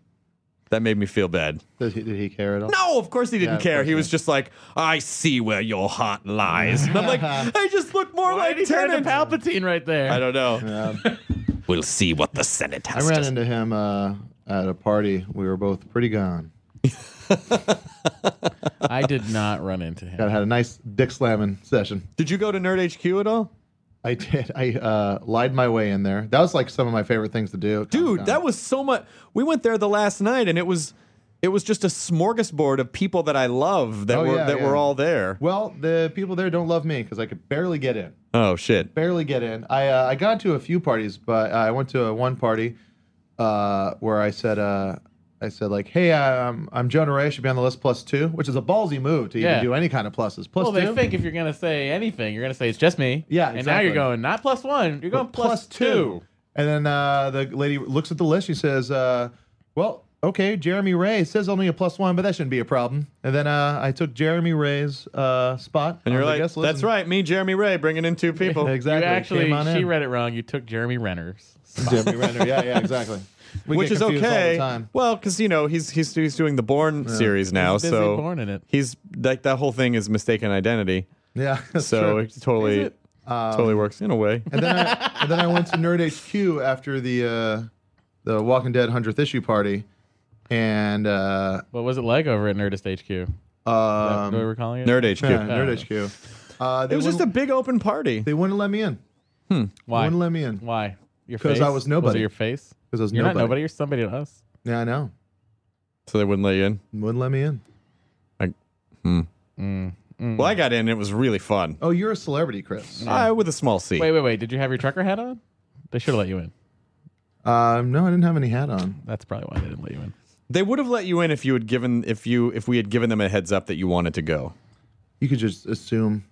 [SPEAKER 1] That made me feel bad.
[SPEAKER 5] Did he, did he care at all?
[SPEAKER 1] No, of course he didn't
[SPEAKER 5] Yeah, of
[SPEAKER 1] care.
[SPEAKER 5] course
[SPEAKER 1] He was just like, I see where your heart lies. And I'm like, I just look more
[SPEAKER 4] Why
[SPEAKER 1] like
[SPEAKER 4] did he turn
[SPEAKER 1] Tennant.
[SPEAKER 4] to Palpatine right there?
[SPEAKER 1] I don't know.
[SPEAKER 5] Um,
[SPEAKER 1] We'll see what the Senate
[SPEAKER 5] I
[SPEAKER 1] has
[SPEAKER 5] ran
[SPEAKER 1] to
[SPEAKER 5] into him uh, at a party. We were both pretty gone.
[SPEAKER 4] I did not run into him.
[SPEAKER 5] Got had a nice dick slamming session.
[SPEAKER 1] Did you go to Nerd HQ at
[SPEAKER 5] Oh,
[SPEAKER 1] all?
[SPEAKER 5] I did. I uh, lied my way in there. That was like some of my favorite things to do.
[SPEAKER 1] Dude, that was so much. We went there the last night, and it was it was just a smorgasbord of people that I love that
[SPEAKER 5] Oh,
[SPEAKER 1] were
[SPEAKER 5] yeah,
[SPEAKER 1] that
[SPEAKER 5] yeah.
[SPEAKER 1] were all there.
[SPEAKER 5] Well, the people there don't love me because I could barely get in.
[SPEAKER 1] Oh shit!
[SPEAKER 5] barely get in. I uh, I got to a few parties, but uh, I went to a one party uh, where I said uh, I said like, "Hey, I'm I'm Jonah Ray. Should be on the list plus two, which is a ballsy move to
[SPEAKER 4] Yeah.
[SPEAKER 5] even do any kind of pluses. Plus
[SPEAKER 4] Well, they
[SPEAKER 5] two,
[SPEAKER 4] think if you're gonna say anything, you're gonna say it's just me.
[SPEAKER 5] Yeah,
[SPEAKER 4] And now you're
[SPEAKER 5] exactly.
[SPEAKER 4] going not plus one. You're going
[SPEAKER 5] but plus two. And then uh, the lady looks at the list. She says, uh, "Well, okay, Jeremy Ray it says only a plus one, but that shouldn't be a problem." And then uh, I took Jeremy Ray's uh, spot.
[SPEAKER 1] And
[SPEAKER 5] on
[SPEAKER 1] you're
[SPEAKER 5] the
[SPEAKER 1] like,
[SPEAKER 5] guest
[SPEAKER 1] that's
[SPEAKER 5] list and-
[SPEAKER 1] right, me, Jeremy Ray, bringing in two people.
[SPEAKER 5] Exactly.
[SPEAKER 4] You actually,
[SPEAKER 5] Came on
[SPEAKER 4] she
[SPEAKER 5] in.
[SPEAKER 4] read it wrong. You took Jeremy Renner's.
[SPEAKER 5] Jeremy Renner. Yeah, yeah, exactly. We
[SPEAKER 1] which
[SPEAKER 5] get
[SPEAKER 1] is
[SPEAKER 5] confused all the
[SPEAKER 1] okay.
[SPEAKER 5] time.
[SPEAKER 1] Well, because you know he's he's he's doing the Born series now,
[SPEAKER 4] busy
[SPEAKER 1] so
[SPEAKER 4] Bourne in it.
[SPEAKER 1] He's like that whole thing is mistaken identity,
[SPEAKER 5] Yeah. that's
[SPEAKER 1] so
[SPEAKER 5] true. Um,
[SPEAKER 1] it totally totally works in a way.
[SPEAKER 5] and then I, and then I went to Nerd HQ after the uh, the Walking Dead hundredth issue party, and uh,
[SPEAKER 4] What was it like over at Nerdist HQ? Is that what
[SPEAKER 5] um,
[SPEAKER 4] we're calling it?
[SPEAKER 1] Nerd HQ.
[SPEAKER 5] yeah, Nerd HQ. Uh, they
[SPEAKER 1] It was just a
[SPEAKER 5] wouldn't-
[SPEAKER 1] big open party.
[SPEAKER 5] they wouldn't let me in
[SPEAKER 1] Hmm.
[SPEAKER 4] Why?
[SPEAKER 5] wouldn't let me in.
[SPEAKER 4] Why? Your
[SPEAKER 5] 'Cause
[SPEAKER 4] face?
[SPEAKER 5] I was nobody.
[SPEAKER 4] it your face?
[SPEAKER 5] because I was
[SPEAKER 4] You're
[SPEAKER 5] nobody.
[SPEAKER 4] not nobody. You're somebody to us.
[SPEAKER 5] Yeah, I know.
[SPEAKER 1] So they wouldn't let you in.
[SPEAKER 5] Wouldn't let me in. Hmm.
[SPEAKER 1] Well, I got in. It was really fun.
[SPEAKER 5] Oh, you're a celebrity, Chris.
[SPEAKER 1] I with a small C.
[SPEAKER 4] Wait, wait, wait. Did you have your trucker hat on? They should have let you in.
[SPEAKER 5] Um, no, I didn't have any hat on.
[SPEAKER 4] That's probably why they didn't let you in.
[SPEAKER 1] They would have let you in if you had given if you if we had given them a heads up that you wanted to go.
[SPEAKER 5] You could just assume.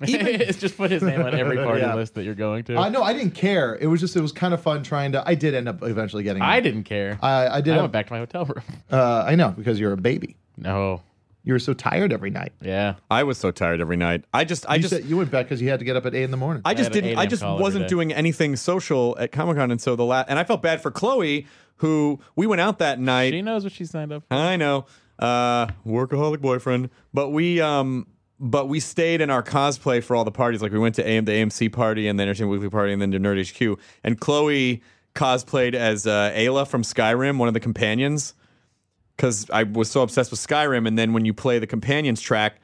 [SPEAKER 4] it's just put his name on every party
[SPEAKER 5] Yeah.
[SPEAKER 4] list that you're going to.
[SPEAKER 5] I no, I didn't care. It was just it was kind of fun trying to. I did end up eventually getting.
[SPEAKER 4] I
[SPEAKER 5] in.
[SPEAKER 4] didn't care. I,
[SPEAKER 5] I, I did.
[SPEAKER 4] went back to my hotel room.
[SPEAKER 5] Uh, I know because you're a baby.
[SPEAKER 4] No.
[SPEAKER 5] You were so tired every night.
[SPEAKER 4] Yeah.
[SPEAKER 1] I was so tired every night. I just I
[SPEAKER 5] You
[SPEAKER 1] just
[SPEAKER 5] said you went back because you had to get up at eight in the morning.
[SPEAKER 1] I just
[SPEAKER 4] had an
[SPEAKER 1] didn't.
[SPEAKER 4] 8
[SPEAKER 1] I
[SPEAKER 4] a.m.
[SPEAKER 1] just
[SPEAKER 4] call every
[SPEAKER 1] wasn't
[SPEAKER 4] day.
[SPEAKER 1] doing anything social at Comic Con, and so the last and I felt bad for Chloe, who we went out that night.
[SPEAKER 4] She knows what she signed up for.
[SPEAKER 1] I know, uh, workaholic boyfriend, but we um. But we stayed in our cosplay for all the parties. Like we went to AM, the AMC party and the Entertainment Weekly party and then to Nerd HQ. And Chloe cosplayed as uh, Ayla from Skyrim, one of the companions. because I was so obsessed with Skyrim. And then when you play the companions track,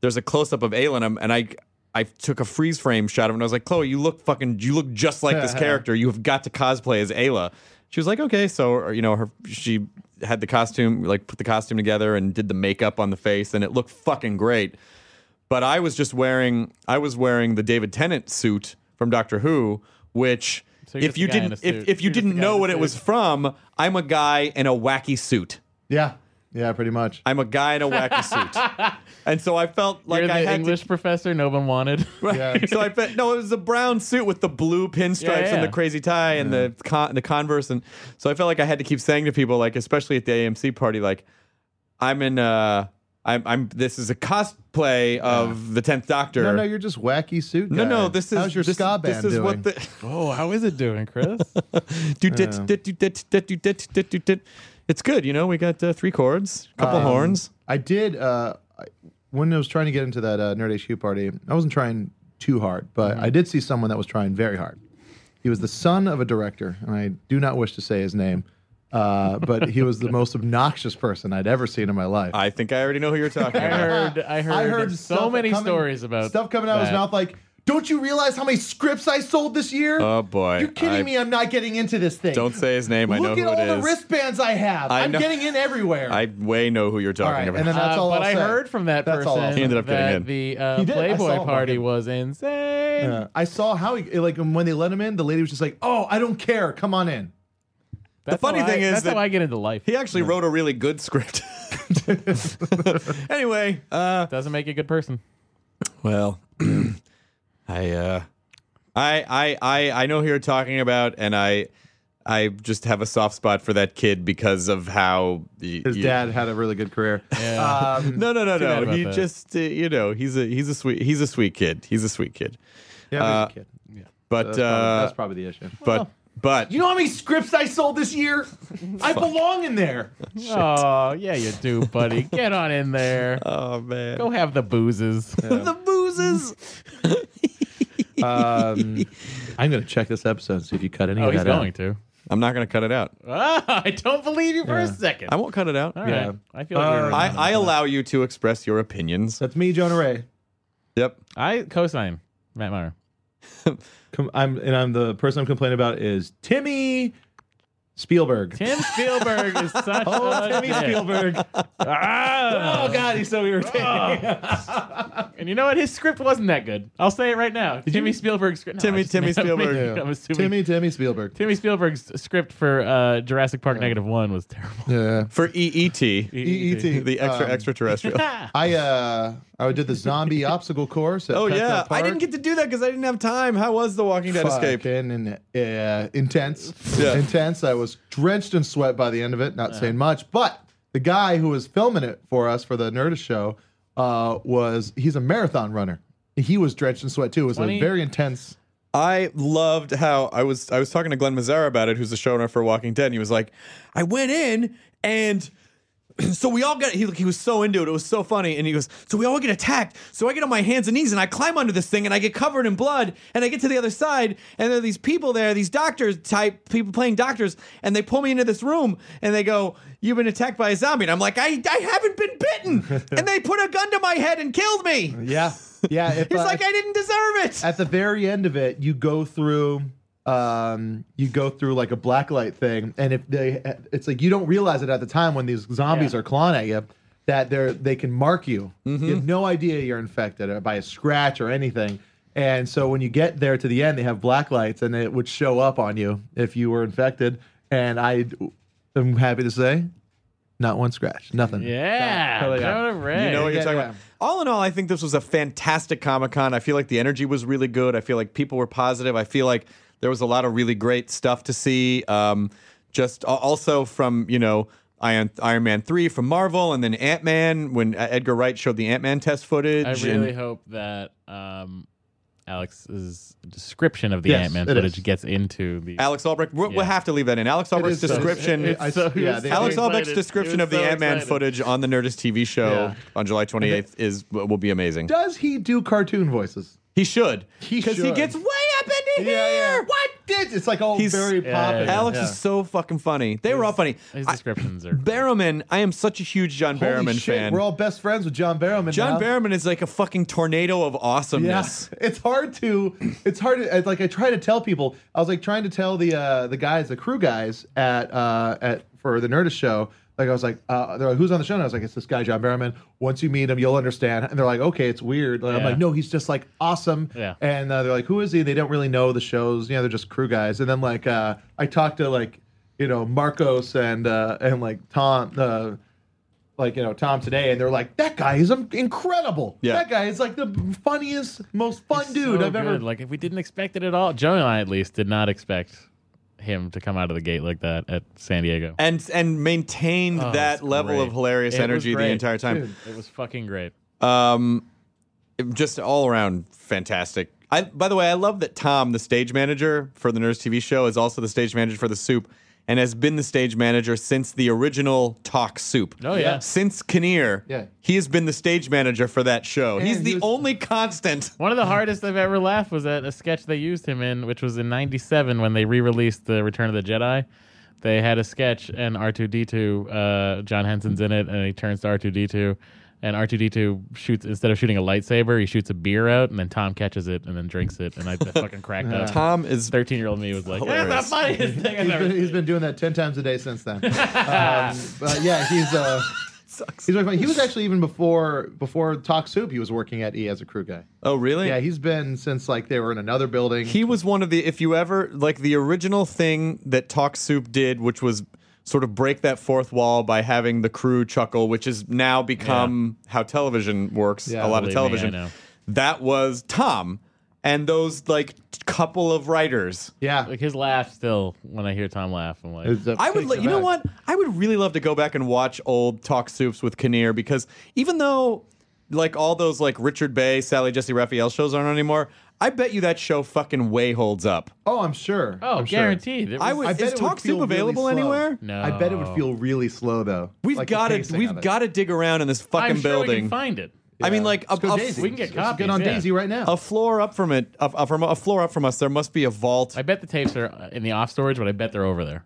[SPEAKER 1] there's a close up of Aelin, um, and I I took a freeze frame shot of him, and I was like, Chloe, you look fucking, you look just like this character. You have got to cosplay as Ayla. She was like, okay, so or, you know, her she had the costume, like put the costume together and did the makeup on the face, and it looked fucking great. But I was just wearing, I was wearing the David Tennant suit from Doctor Who, which.
[SPEAKER 4] So you're
[SPEAKER 1] if
[SPEAKER 4] just
[SPEAKER 1] you
[SPEAKER 4] the guy in
[SPEAKER 1] didn't,
[SPEAKER 4] a suit.
[SPEAKER 1] if, if you
[SPEAKER 4] You're just the
[SPEAKER 1] didn't
[SPEAKER 4] guy
[SPEAKER 1] know
[SPEAKER 4] in a
[SPEAKER 1] what it
[SPEAKER 4] suit.
[SPEAKER 1] was from, I'm a guy in a wacky suit.
[SPEAKER 5] yeah, yeah, pretty much.
[SPEAKER 1] I'm a guy in a wacky suit. And so I felt like
[SPEAKER 4] you're
[SPEAKER 1] I
[SPEAKER 4] the
[SPEAKER 1] had
[SPEAKER 4] English professor no one wanted.
[SPEAKER 1] to. Right.
[SPEAKER 5] Yeah.
[SPEAKER 1] So I felt no, it was a brown suit with the blue pinstripes
[SPEAKER 4] Yeah, yeah.
[SPEAKER 1] and the crazy tie and the con- the Converse, and so I felt like I had to keep saying to people, like especially at the AMC party, like I'm in. Uh, I'm, I'm. This is a cosplay of the Tenth Doctor.
[SPEAKER 5] No, no, you're just wacky suit.
[SPEAKER 1] no,
[SPEAKER 5] guy.
[SPEAKER 1] no, This is
[SPEAKER 5] how's your
[SPEAKER 1] this,
[SPEAKER 5] ska band
[SPEAKER 1] This is
[SPEAKER 5] doing?
[SPEAKER 1] what the.
[SPEAKER 4] oh, how is it doing, Chris?
[SPEAKER 1] do dit, dit, do dit, dit, do dit, dit, do dit. It's good, you know. We got uh, three chords, couple horns.
[SPEAKER 5] I did uh, I- when I was trying to get into that uh, nerd HQ party. I wasn't trying too hard, but
[SPEAKER 4] Mm-hmm.
[SPEAKER 5] I did see someone that was trying very hard. He was the son of a director, and I do not wish to say his name, uh, but he was the most obnoxious person I'd ever seen in my life.
[SPEAKER 1] I think I already know who you're talking
[SPEAKER 4] I
[SPEAKER 1] about.
[SPEAKER 4] heard. I heard. so
[SPEAKER 5] stuff
[SPEAKER 4] many
[SPEAKER 5] coming-
[SPEAKER 4] stories about
[SPEAKER 5] stuff coming out of his
[SPEAKER 4] that.
[SPEAKER 5] mouth like. Don't you realize how many scripts I sold this year?
[SPEAKER 1] Oh, boy.
[SPEAKER 5] You're kidding
[SPEAKER 1] I-
[SPEAKER 5] me! I'm not getting into this thing.
[SPEAKER 1] Don't say his name. I know
[SPEAKER 5] Look
[SPEAKER 1] who
[SPEAKER 5] at all
[SPEAKER 1] it
[SPEAKER 5] the
[SPEAKER 1] is.
[SPEAKER 5] wristbands I have.
[SPEAKER 1] I
[SPEAKER 5] I'm
[SPEAKER 1] know-
[SPEAKER 5] getting in everywhere.
[SPEAKER 1] I way know who you're
[SPEAKER 5] all
[SPEAKER 1] talking
[SPEAKER 5] right,
[SPEAKER 1] about.
[SPEAKER 5] and then that's
[SPEAKER 4] Uh,
[SPEAKER 5] all.
[SPEAKER 4] but
[SPEAKER 5] I'll
[SPEAKER 4] i
[SPEAKER 5] say.
[SPEAKER 4] heard from that
[SPEAKER 5] That's all I'll
[SPEAKER 4] person
[SPEAKER 5] say.
[SPEAKER 1] He ended up getting
[SPEAKER 4] that
[SPEAKER 1] in.
[SPEAKER 4] the uh,
[SPEAKER 5] He did. I saw
[SPEAKER 4] Playboy
[SPEAKER 5] him
[SPEAKER 4] party
[SPEAKER 5] walking.
[SPEAKER 4] was insane.
[SPEAKER 5] Yeah. I saw how he like when they let him in. The lady was just like, "Oh, I don't care. Come on in."
[SPEAKER 4] That's
[SPEAKER 1] funny
[SPEAKER 4] how I-
[SPEAKER 1] thing is
[SPEAKER 4] that's
[SPEAKER 1] that-
[SPEAKER 4] how I get into life.
[SPEAKER 1] he actually wrote a really good script. anyway, uh,
[SPEAKER 4] Doesn't make you a good person.
[SPEAKER 1] well, I, uh, I, I, I, I know who you're talking about, and I, I just have a soft spot for that kid because of how y-
[SPEAKER 5] His
[SPEAKER 1] you-
[SPEAKER 5] dad had a really good career. Um,
[SPEAKER 1] No, no, no,
[SPEAKER 4] bad
[SPEAKER 1] no.
[SPEAKER 4] about
[SPEAKER 1] He
[SPEAKER 4] that.
[SPEAKER 1] just, uh, you know, he's a, he's a sweet, he's a sweet kid. He's a sweet kid.
[SPEAKER 4] Uh,
[SPEAKER 5] yeah, but he's a kid.
[SPEAKER 1] But,
[SPEAKER 5] That's, probably,
[SPEAKER 1] uh,
[SPEAKER 5] that's probably the issue.
[SPEAKER 1] but But
[SPEAKER 6] You know how many scripts I sold this year? I belong in there.
[SPEAKER 4] Oh, yeah, you do, buddy. Get on in there.
[SPEAKER 1] oh man,
[SPEAKER 4] Go have the boozes.
[SPEAKER 1] the boozes.
[SPEAKER 6] Um, I'm going to check this episode and see if you cut any
[SPEAKER 4] oh,
[SPEAKER 6] of
[SPEAKER 4] he's
[SPEAKER 6] that
[SPEAKER 4] going
[SPEAKER 6] out.
[SPEAKER 4] to.
[SPEAKER 1] I'm not gonna cut it out.
[SPEAKER 4] Ah, I don't believe you for a second.
[SPEAKER 1] I Uh, won't cut it out.
[SPEAKER 4] All right.
[SPEAKER 6] Yeah.
[SPEAKER 4] I feel like we're
[SPEAKER 1] I, I allow you to express your opinions.
[SPEAKER 6] That's me, Jonah Ray.
[SPEAKER 1] Yep.
[SPEAKER 4] I cosign Matt Meyer.
[SPEAKER 6] Com- I'm and I'm the person I'm complaining about is Timmy Spielberg.
[SPEAKER 4] Tim Spielberg is such
[SPEAKER 6] Oh,
[SPEAKER 4] a
[SPEAKER 6] Timmy
[SPEAKER 4] dick.
[SPEAKER 6] Spielberg.
[SPEAKER 4] Ah.
[SPEAKER 6] Oh God, he's so irritating.
[SPEAKER 4] And you know what? His script wasn't that good. I'll say it right now. Timmy Spielberg's script.
[SPEAKER 1] Timmy-
[SPEAKER 4] I just-
[SPEAKER 1] Timmy Spielberg.
[SPEAKER 4] I'm assuming-
[SPEAKER 5] Timmy, Timmy Spielberg.
[SPEAKER 4] Timmy Spielberg's script for uh, Jurassic Park Negative One was terrible.
[SPEAKER 5] Yeah.
[SPEAKER 1] For EET, the
[SPEAKER 5] EET.
[SPEAKER 1] extra
[SPEAKER 5] Um,
[SPEAKER 1] extraterrestrial.
[SPEAKER 5] I uh I did the zombie obstacle course. At
[SPEAKER 1] oh
[SPEAKER 5] Petco
[SPEAKER 1] yeah, I
[SPEAKER 5] Park.
[SPEAKER 1] didn't get to do that because I didn't have time. How was the Walking Dead escape?
[SPEAKER 5] Fucking in, uh, intense,
[SPEAKER 1] Yeah.
[SPEAKER 5] intense. I was drenched in sweat by the end of it. Not saying much, but the guy who was filming it for us for the Nerdist show uh, was he's a marathon runner. He was drenched in sweat too. It was a
[SPEAKER 4] 20
[SPEAKER 5] very intense.
[SPEAKER 1] I loved how I was I was talking to Glenn Mazzara about it, who's the showrunner for Walking Dead, and he was like, I went in and so we all got he he was so into it, it was so funny, and he goes, So we all get attacked. So I get on my hands and knees and I climb under this thing and I get covered in blood and I get to the other side, and there are these people there, these doctors type people playing doctors, and they pull me into this room and they go, You've been attacked by a zombie. And I'm like, I, I haven't been bitten. and they put a gun to my head and killed me.
[SPEAKER 5] Yeah, yeah. If,
[SPEAKER 1] He's
[SPEAKER 5] uh,
[SPEAKER 1] like, I didn't deserve it.
[SPEAKER 5] at the very end of it, you go through um you go through like a blacklight thing and if they it's like you don't realize it at the time when these zombies
[SPEAKER 4] Yeah.
[SPEAKER 5] are clawing at you that they're they can mark you
[SPEAKER 1] Mm-hmm.
[SPEAKER 5] you have no idea you're infected or by a scratch or anything and so when you get there to the end they have black lights and it would show up on you if you were infected and i am happy to say not one scratch nothing
[SPEAKER 4] Yeah.
[SPEAKER 5] Totally.
[SPEAKER 4] Jonah Ray.
[SPEAKER 1] You know what you're
[SPEAKER 5] Yeah,
[SPEAKER 1] talking
[SPEAKER 5] yeah.
[SPEAKER 1] about. All in all, I think this was a fantastic Comic Con. I feel like the energy was really good. I feel like people were positive. I feel like there was a lot of really great stuff to see. Um, just al- also from you know Iron Iron Man three from Marvel, and then Ant Man when uh, Edgar Wright showed the Ant Man test footage.
[SPEAKER 4] I really
[SPEAKER 1] and-
[SPEAKER 4] hope that um, Alex's description of the
[SPEAKER 5] Yes,
[SPEAKER 4] Ant Man
[SPEAKER 5] it
[SPEAKER 4] footage
[SPEAKER 5] is.
[SPEAKER 4] gets into the.
[SPEAKER 1] Alex Albrecht, we-
[SPEAKER 4] Yeah.
[SPEAKER 1] we'll have to leave that in. Alex Albrecht's
[SPEAKER 5] is so-
[SPEAKER 1] description.
[SPEAKER 5] it- it- I-
[SPEAKER 4] so-
[SPEAKER 5] yeah, they-
[SPEAKER 1] Alex
[SPEAKER 4] so
[SPEAKER 1] Albrecht's
[SPEAKER 4] excited.
[SPEAKER 1] description
[SPEAKER 4] He was
[SPEAKER 1] of the
[SPEAKER 4] so
[SPEAKER 1] Ant Man
[SPEAKER 4] excited.
[SPEAKER 1] footage on the Nerdist TV show
[SPEAKER 5] Yeah.
[SPEAKER 1] on July 28th is will be amazing.
[SPEAKER 5] does he do cartoon voices
[SPEAKER 1] He should.
[SPEAKER 5] He
[SPEAKER 1] Because he
[SPEAKER 5] should.
[SPEAKER 1] gets way up into here. What?
[SPEAKER 5] it's like all
[SPEAKER 1] He's-
[SPEAKER 5] very
[SPEAKER 1] Yeah,
[SPEAKER 5] popping
[SPEAKER 1] Alex
[SPEAKER 5] Yeah.
[SPEAKER 1] is so fucking funny. They were all funny.
[SPEAKER 4] His
[SPEAKER 1] I-
[SPEAKER 4] descriptions are.
[SPEAKER 1] Barrowman, I am such a huge John
[SPEAKER 5] Holy
[SPEAKER 1] Barrowman
[SPEAKER 5] shit,
[SPEAKER 1] fan.
[SPEAKER 5] We're all best friends with John Barrowman.
[SPEAKER 1] John
[SPEAKER 5] now.
[SPEAKER 1] Barrowman is like a fucking tornado of awesomeness.
[SPEAKER 5] Yes, it's hard to. It's hard to. I- Like I try to tell people. I was like trying to tell the uh, the guys, the crew guys at uh, at for the Nerdist show. Like I was like, uh, they're like, who's on the show? And I was like, it's this guy John Barrowman. Once you meet him, you'll understand. And they're like, okay, it's weird. Like, I'm
[SPEAKER 4] Yeah.
[SPEAKER 5] like, no, he's just like awesome.
[SPEAKER 4] Yeah.
[SPEAKER 5] And uh, they're like, who is he? They don't really know the shows. You know, they're just crew guys. And then like uh, I talked to like you know Marcos and uh, and like Tom. Uh, like you know Tom today, and they're like, "That guy is um, incredible.
[SPEAKER 1] Yeah.
[SPEAKER 5] That guy is like the funniest, most fun dude
[SPEAKER 4] so
[SPEAKER 5] I've ever."
[SPEAKER 4] good. Like, if we didn't expect it at all, Joe and I at least did not expect him to come out of the gate like that at San Diego.
[SPEAKER 1] And and maintained
[SPEAKER 4] Oh,
[SPEAKER 1] that
[SPEAKER 4] it's
[SPEAKER 1] level
[SPEAKER 4] great.
[SPEAKER 1] of hilarious
[SPEAKER 4] It was
[SPEAKER 1] energy the
[SPEAKER 4] great.
[SPEAKER 1] entire time.
[SPEAKER 4] It was fucking great.
[SPEAKER 1] Um, just all around fantastic. I by the way, I love that Tom, the stage manager for the Nerds TV show, is also the stage manager for the Soup, and has been the stage manager since the original Talk Soup.
[SPEAKER 4] Oh, yeah.
[SPEAKER 1] since Kinnear.
[SPEAKER 5] Yeah.
[SPEAKER 1] he has been the stage manager for that show.
[SPEAKER 5] And
[SPEAKER 1] He's the
[SPEAKER 5] he was-
[SPEAKER 1] only constant.
[SPEAKER 4] One
[SPEAKER 5] Mm.
[SPEAKER 4] of the hardest I've ever laughed was at a sketch they used him in, which was in '97 when they re-released the Return of the Jedi. They had a sketch and R2D2, uh, John Henson's in it, and he turns to R2D2, and R2D2 shoots instead of shooting a lightsaber, he shoots a beer out, and then Tom catches it and then drinks it, and I fucking cracked up.
[SPEAKER 1] Tom is
[SPEAKER 4] Thirteen-year-old me was like, "That's
[SPEAKER 1] Hilarious.
[SPEAKER 4] the funniest thing I've
[SPEAKER 5] He's
[SPEAKER 4] ever."
[SPEAKER 5] been, he's been doing that ten times a day since then. um, but yeah, he's uh, he's really funny. He was actually even before before Talk Soup. He was working at E as a crew guy.
[SPEAKER 1] Oh, really?
[SPEAKER 5] Yeah, he's been since like they were in another building.
[SPEAKER 1] He was one of the, if you ever, like the original thing that Talk Soup did, which was sort of break that fourth wall by having the crew chuckle, which has now become how television works,
[SPEAKER 5] Yeah,
[SPEAKER 1] a lot of
[SPEAKER 4] believe me, I
[SPEAKER 1] television.
[SPEAKER 4] know.
[SPEAKER 1] that was Tom and those like couple of writers.
[SPEAKER 5] yeah,
[SPEAKER 4] Like his laugh still when I hear Tom laugh, I'm like,
[SPEAKER 5] It's uh, a-
[SPEAKER 1] I would, li- you know what? I would really love to go back and watch old talk soups with Kinnear because even though, like all those like Richard Bay, Sally Jesse Raphael shows aren't anymore, I bet you that show fucking way holds up.
[SPEAKER 5] Oh, I'm sure.
[SPEAKER 4] Oh,
[SPEAKER 5] I'm sure.
[SPEAKER 4] guaranteed. It
[SPEAKER 1] I
[SPEAKER 4] was-
[SPEAKER 1] would.
[SPEAKER 5] I bet
[SPEAKER 1] is
[SPEAKER 5] it would
[SPEAKER 1] Talk
[SPEAKER 5] feel
[SPEAKER 1] Soup
[SPEAKER 5] really
[SPEAKER 1] available
[SPEAKER 5] slow.
[SPEAKER 1] anywhere?
[SPEAKER 4] No.
[SPEAKER 5] I bet it would feel really slow though.
[SPEAKER 1] We've
[SPEAKER 5] Like the
[SPEAKER 1] got to.
[SPEAKER 5] pacing of
[SPEAKER 1] We've
[SPEAKER 5] it.
[SPEAKER 1] got to dig around in this
[SPEAKER 4] I'm
[SPEAKER 1] fucking
[SPEAKER 4] sure we
[SPEAKER 1] building.
[SPEAKER 4] can find it.
[SPEAKER 1] I mean, like a,
[SPEAKER 5] Let's go
[SPEAKER 1] a-
[SPEAKER 5] Daisy.
[SPEAKER 4] we can get
[SPEAKER 5] Let's
[SPEAKER 4] copies,
[SPEAKER 5] Get on
[SPEAKER 4] yeah.
[SPEAKER 5] Daisy right now.
[SPEAKER 1] a floor up from it. A, a- from a floor up from us, there must be a vault.
[SPEAKER 4] I bet the tapes are uh, in the off storage, but I bet they're over there.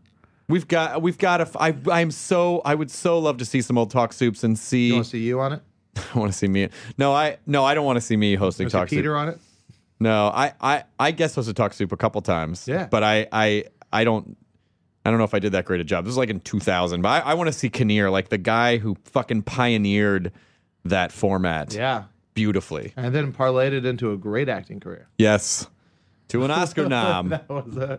[SPEAKER 1] We've got. We've got. A, I. I'm so. I would so love to see some old talk soups and see.
[SPEAKER 5] you want to see you on it?
[SPEAKER 1] I want to see me. No, I. No, I don't want to see me hosting
[SPEAKER 5] You wanna
[SPEAKER 1] talk
[SPEAKER 5] see Peter
[SPEAKER 1] soup.
[SPEAKER 5] on it?
[SPEAKER 1] No, I. I. I guess hosted talk soup a couple times.
[SPEAKER 5] Yeah.
[SPEAKER 1] But I. I. I don't. I don't know if I did that great a job. This was like in 2000, but I, I want to see Kinnear, like the guy who fucking pioneered that format
[SPEAKER 5] Yeah.
[SPEAKER 1] beautifully.
[SPEAKER 5] And then parlayed it into a great acting career.
[SPEAKER 1] Yes. To an Oscar nom.
[SPEAKER 5] That was uh,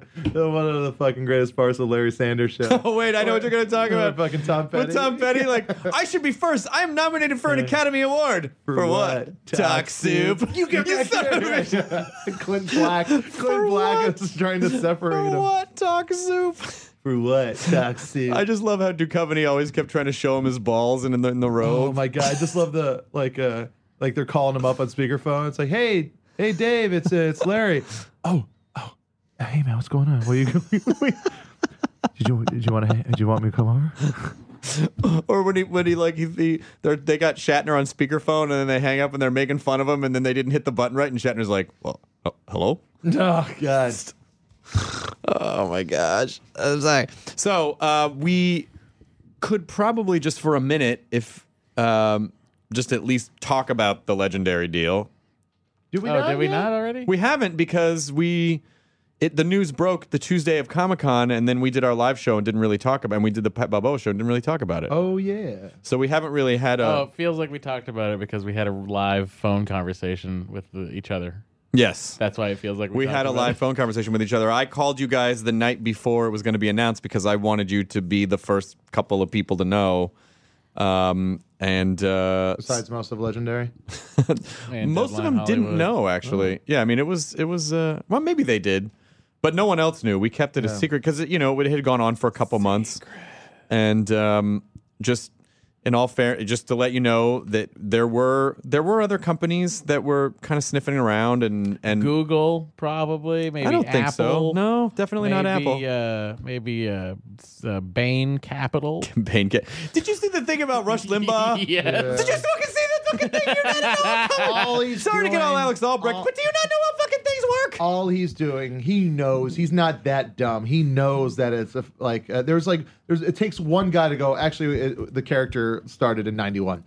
[SPEAKER 5] one of the fucking greatest parts of Larry Sanders show.
[SPEAKER 1] Oh wait, I know what you're gonna talk
[SPEAKER 5] Or
[SPEAKER 1] about.
[SPEAKER 5] fucking Tom
[SPEAKER 1] But
[SPEAKER 5] Petty.
[SPEAKER 1] Tom Petty, like, I should be first. I'm nominated for an Academy Award for, what? Talk soup.
[SPEAKER 5] You get
[SPEAKER 1] You
[SPEAKER 5] back
[SPEAKER 1] son
[SPEAKER 5] there,
[SPEAKER 1] of a bitch.
[SPEAKER 5] right. Clint Black. Clint Black
[SPEAKER 1] what?
[SPEAKER 5] is trying to separate
[SPEAKER 1] For
[SPEAKER 5] him.
[SPEAKER 1] what? Talk soup.
[SPEAKER 5] For what? Talk soup.
[SPEAKER 1] I just love how Duchovny always kept trying to show him his balls and in the, in the
[SPEAKER 5] oh
[SPEAKER 1] robe.
[SPEAKER 5] my god! I just love the like uh like they're calling him up on speakerphone. It's like, hey, hey, Dave, it's uh, it's Larry. oh, oh, hey man, what's going on? Where you going? Did you did you want to did you want me to come over?
[SPEAKER 1] or when he when he like he, he they're- they got Shatner on speakerphone and then they hang up and they're making fun of him and then they didn't hit the button right and Shatner's like, well, oh, hello.
[SPEAKER 5] No, god.
[SPEAKER 1] Oh my gosh. I'm sorry. So uh, we could probably just for a minute, if um, just at least talk about the legendary deal.
[SPEAKER 5] Did we
[SPEAKER 4] oh,
[SPEAKER 5] not?
[SPEAKER 4] did we
[SPEAKER 5] yet?
[SPEAKER 4] not already?
[SPEAKER 1] We haven't because we it the news broke the Tuesday of Comic Con and then we did our live show and didn't really talk about and we did the Pet Bobo show and didn't really talk about it.
[SPEAKER 5] Oh yeah.
[SPEAKER 1] So we haven't really had a
[SPEAKER 4] oh, it feels like we talked about it because we had a live phone conversation with the, each other.
[SPEAKER 1] yes.
[SPEAKER 4] That's why it feels like we,
[SPEAKER 1] We
[SPEAKER 4] talked
[SPEAKER 1] had a
[SPEAKER 4] about
[SPEAKER 1] live
[SPEAKER 4] it.
[SPEAKER 1] phone conversation with each other. I called you guys the night before it was going to be announced because I wanted you to be the first couple of people to know. Um, and uh,
[SPEAKER 5] Besides most of legendary.
[SPEAKER 4] And
[SPEAKER 1] most of them
[SPEAKER 4] Deadline
[SPEAKER 1] didn't
[SPEAKER 4] Hollywood. Oh.
[SPEAKER 1] know actually. Yeah, I mean it was it was uh, well maybe they did, but no one else knew. We kept it a secret because you know it had gone on for a couple months, and um, just in all fair, just to let you know that there were there were other companies that were kind of sniffing around and and
[SPEAKER 4] Google probably maybe
[SPEAKER 1] I don't think so.
[SPEAKER 4] Apple.
[SPEAKER 1] No, definitely not Apple.
[SPEAKER 4] Maybe, Uh, maybe uh, s- uh, Bain Capital.
[SPEAKER 1] Pain ca- uh, Did you see the thing about Rush Limbaugh?
[SPEAKER 4] yeah.
[SPEAKER 1] Did you
[SPEAKER 5] Uh,
[SPEAKER 1] fucking see that fucking thing? You did
[SPEAKER 5] All he's
[SPEAKER 1] Sorry to get all
[SPEAKER 5] doing-
[SPEAKER 1] Alex Albrecht,
[SPEAKER 5] all-
[SPEAKER 1] but do you not know how fucking things work?
[SPEAKER 5] all he's doing he knows he's not that dumb he knows that it's a, like uh, there's like there's it takes one guy to go actually it, the character started in 91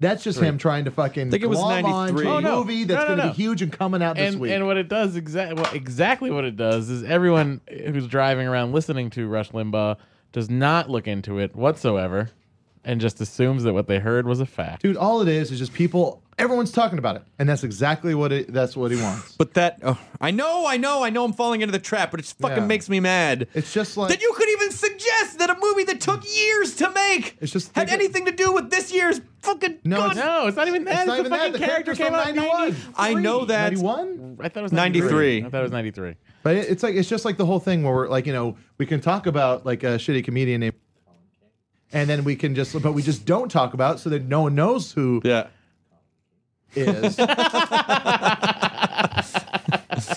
[SPEAKER 5] that's just him trying to fucking
[SPEAKER 1] Think it was
[SPEAKER 5] glom on to
[SPEAKER 1] 93.
[SPEAKER 5] a
[SPEAKER 1] Oh,
[SPEAKER 4] no.
[SPEAKER 5] movie
[SPEAKER 4] No,
[SPEAKER 5] that's
[SPEAKER 4] no,
[SPEAKER 5] going to
[SPEAKER 4] no.
[SPEAKER 5] be huge and coming out this
[SPEAKER 4] and,
[SPEAKER 5] week
[SPEAKER 4] and what it does exactly well, exactly what it does is everyone who's driving around listening to Rush Limbaugh does not look into it whatsoever, and just assumes that what they heard was a fact.
[SPEAKER 5] dude all it is is just people everyone's talking about it and that's exactly what it that's what he wants
[SPEAKER 1] But that, oh, I know, I know, I know I'm falling into the trap, but it just fucking
[SPEAKER 5] Yeah.
[SPEAKER 1] makes me mad.
[SPEAKER 5] it's just like
[SPEAKER 1] that you could even suggest that a movie that took years to make
[SPEAKER 5] It's just
[SPEAKER 1] had
[SPEAKER 5] think-
[SPEAKER 1] anything to do with this year's fucking
[SPEAKER 5] No,
[SPEAKER 1] good-
[SPEAKER 5] it's-
[SPEAKER 4] no, it's not even that.
[SPEAKER 5] It's
[SPEAKER 4] It's,
[SPEAKER 5] not
[SPEAKER 4] the
[SPEAKER 5] even that.
[SPEAKER 4] fucking
[SPEAKER 5] The
[SPEAKER 4] character
[SPEAKER 5] character's from
[SPEAKER 4] came out in
[SPEAKER 5] 91.
[SPEAKER 4] 93.
[SPEAKER 1] I know that
[SPEAKER 5] 91
[SPEAKER 4] I thought it was
[SPEAKER 1] 93.
[SPEAKER 4] 93. I thought it was 93.
[SPEAKER 5] But it- it's like it's just like the whole thing where we're like, you know, we can talk about like a shitty comedian named and then we can just but we just don't talk about it so that no one knows who
[SPEAKER 1] yeah.
[SPEAKER 5] is.
[SPEAKER 4] I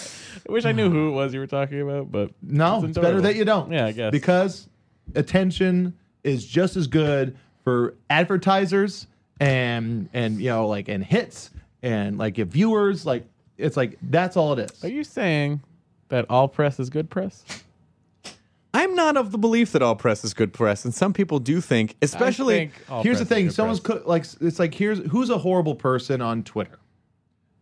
[SPEAKER 4] wish I knew who it was you were talking about, but
[SPEAKER 5] No, it's better
[SPEAKER 4] enjoyable.
[SPEAKER 5] that you don't.
[SPEAKER 4] Yeah, I guess.
[SPEAKER 5] Because attention is just as good for advertisers and and you know like and hits and like if viewers like it's like that's all it
[SPEAKER 4] Are
[SPEAKER 5] is.
[SPEAKER 4] you saying that all press is good press?
[SPEAKER 1] I'm not of the belief that all press is good press, and some people do think, especially.
[SPEAKER 4] I think all
[SPEAKER 5] here's the
[SPEAKER 4] press is
[SPEAKER 5] thing
[SPEAKER 4] good
[SPEAKER 5] someone's
[SPEAKER 4] press.
[SPEAKER 5] co- like it's like here's who's a horrible person on Twitter.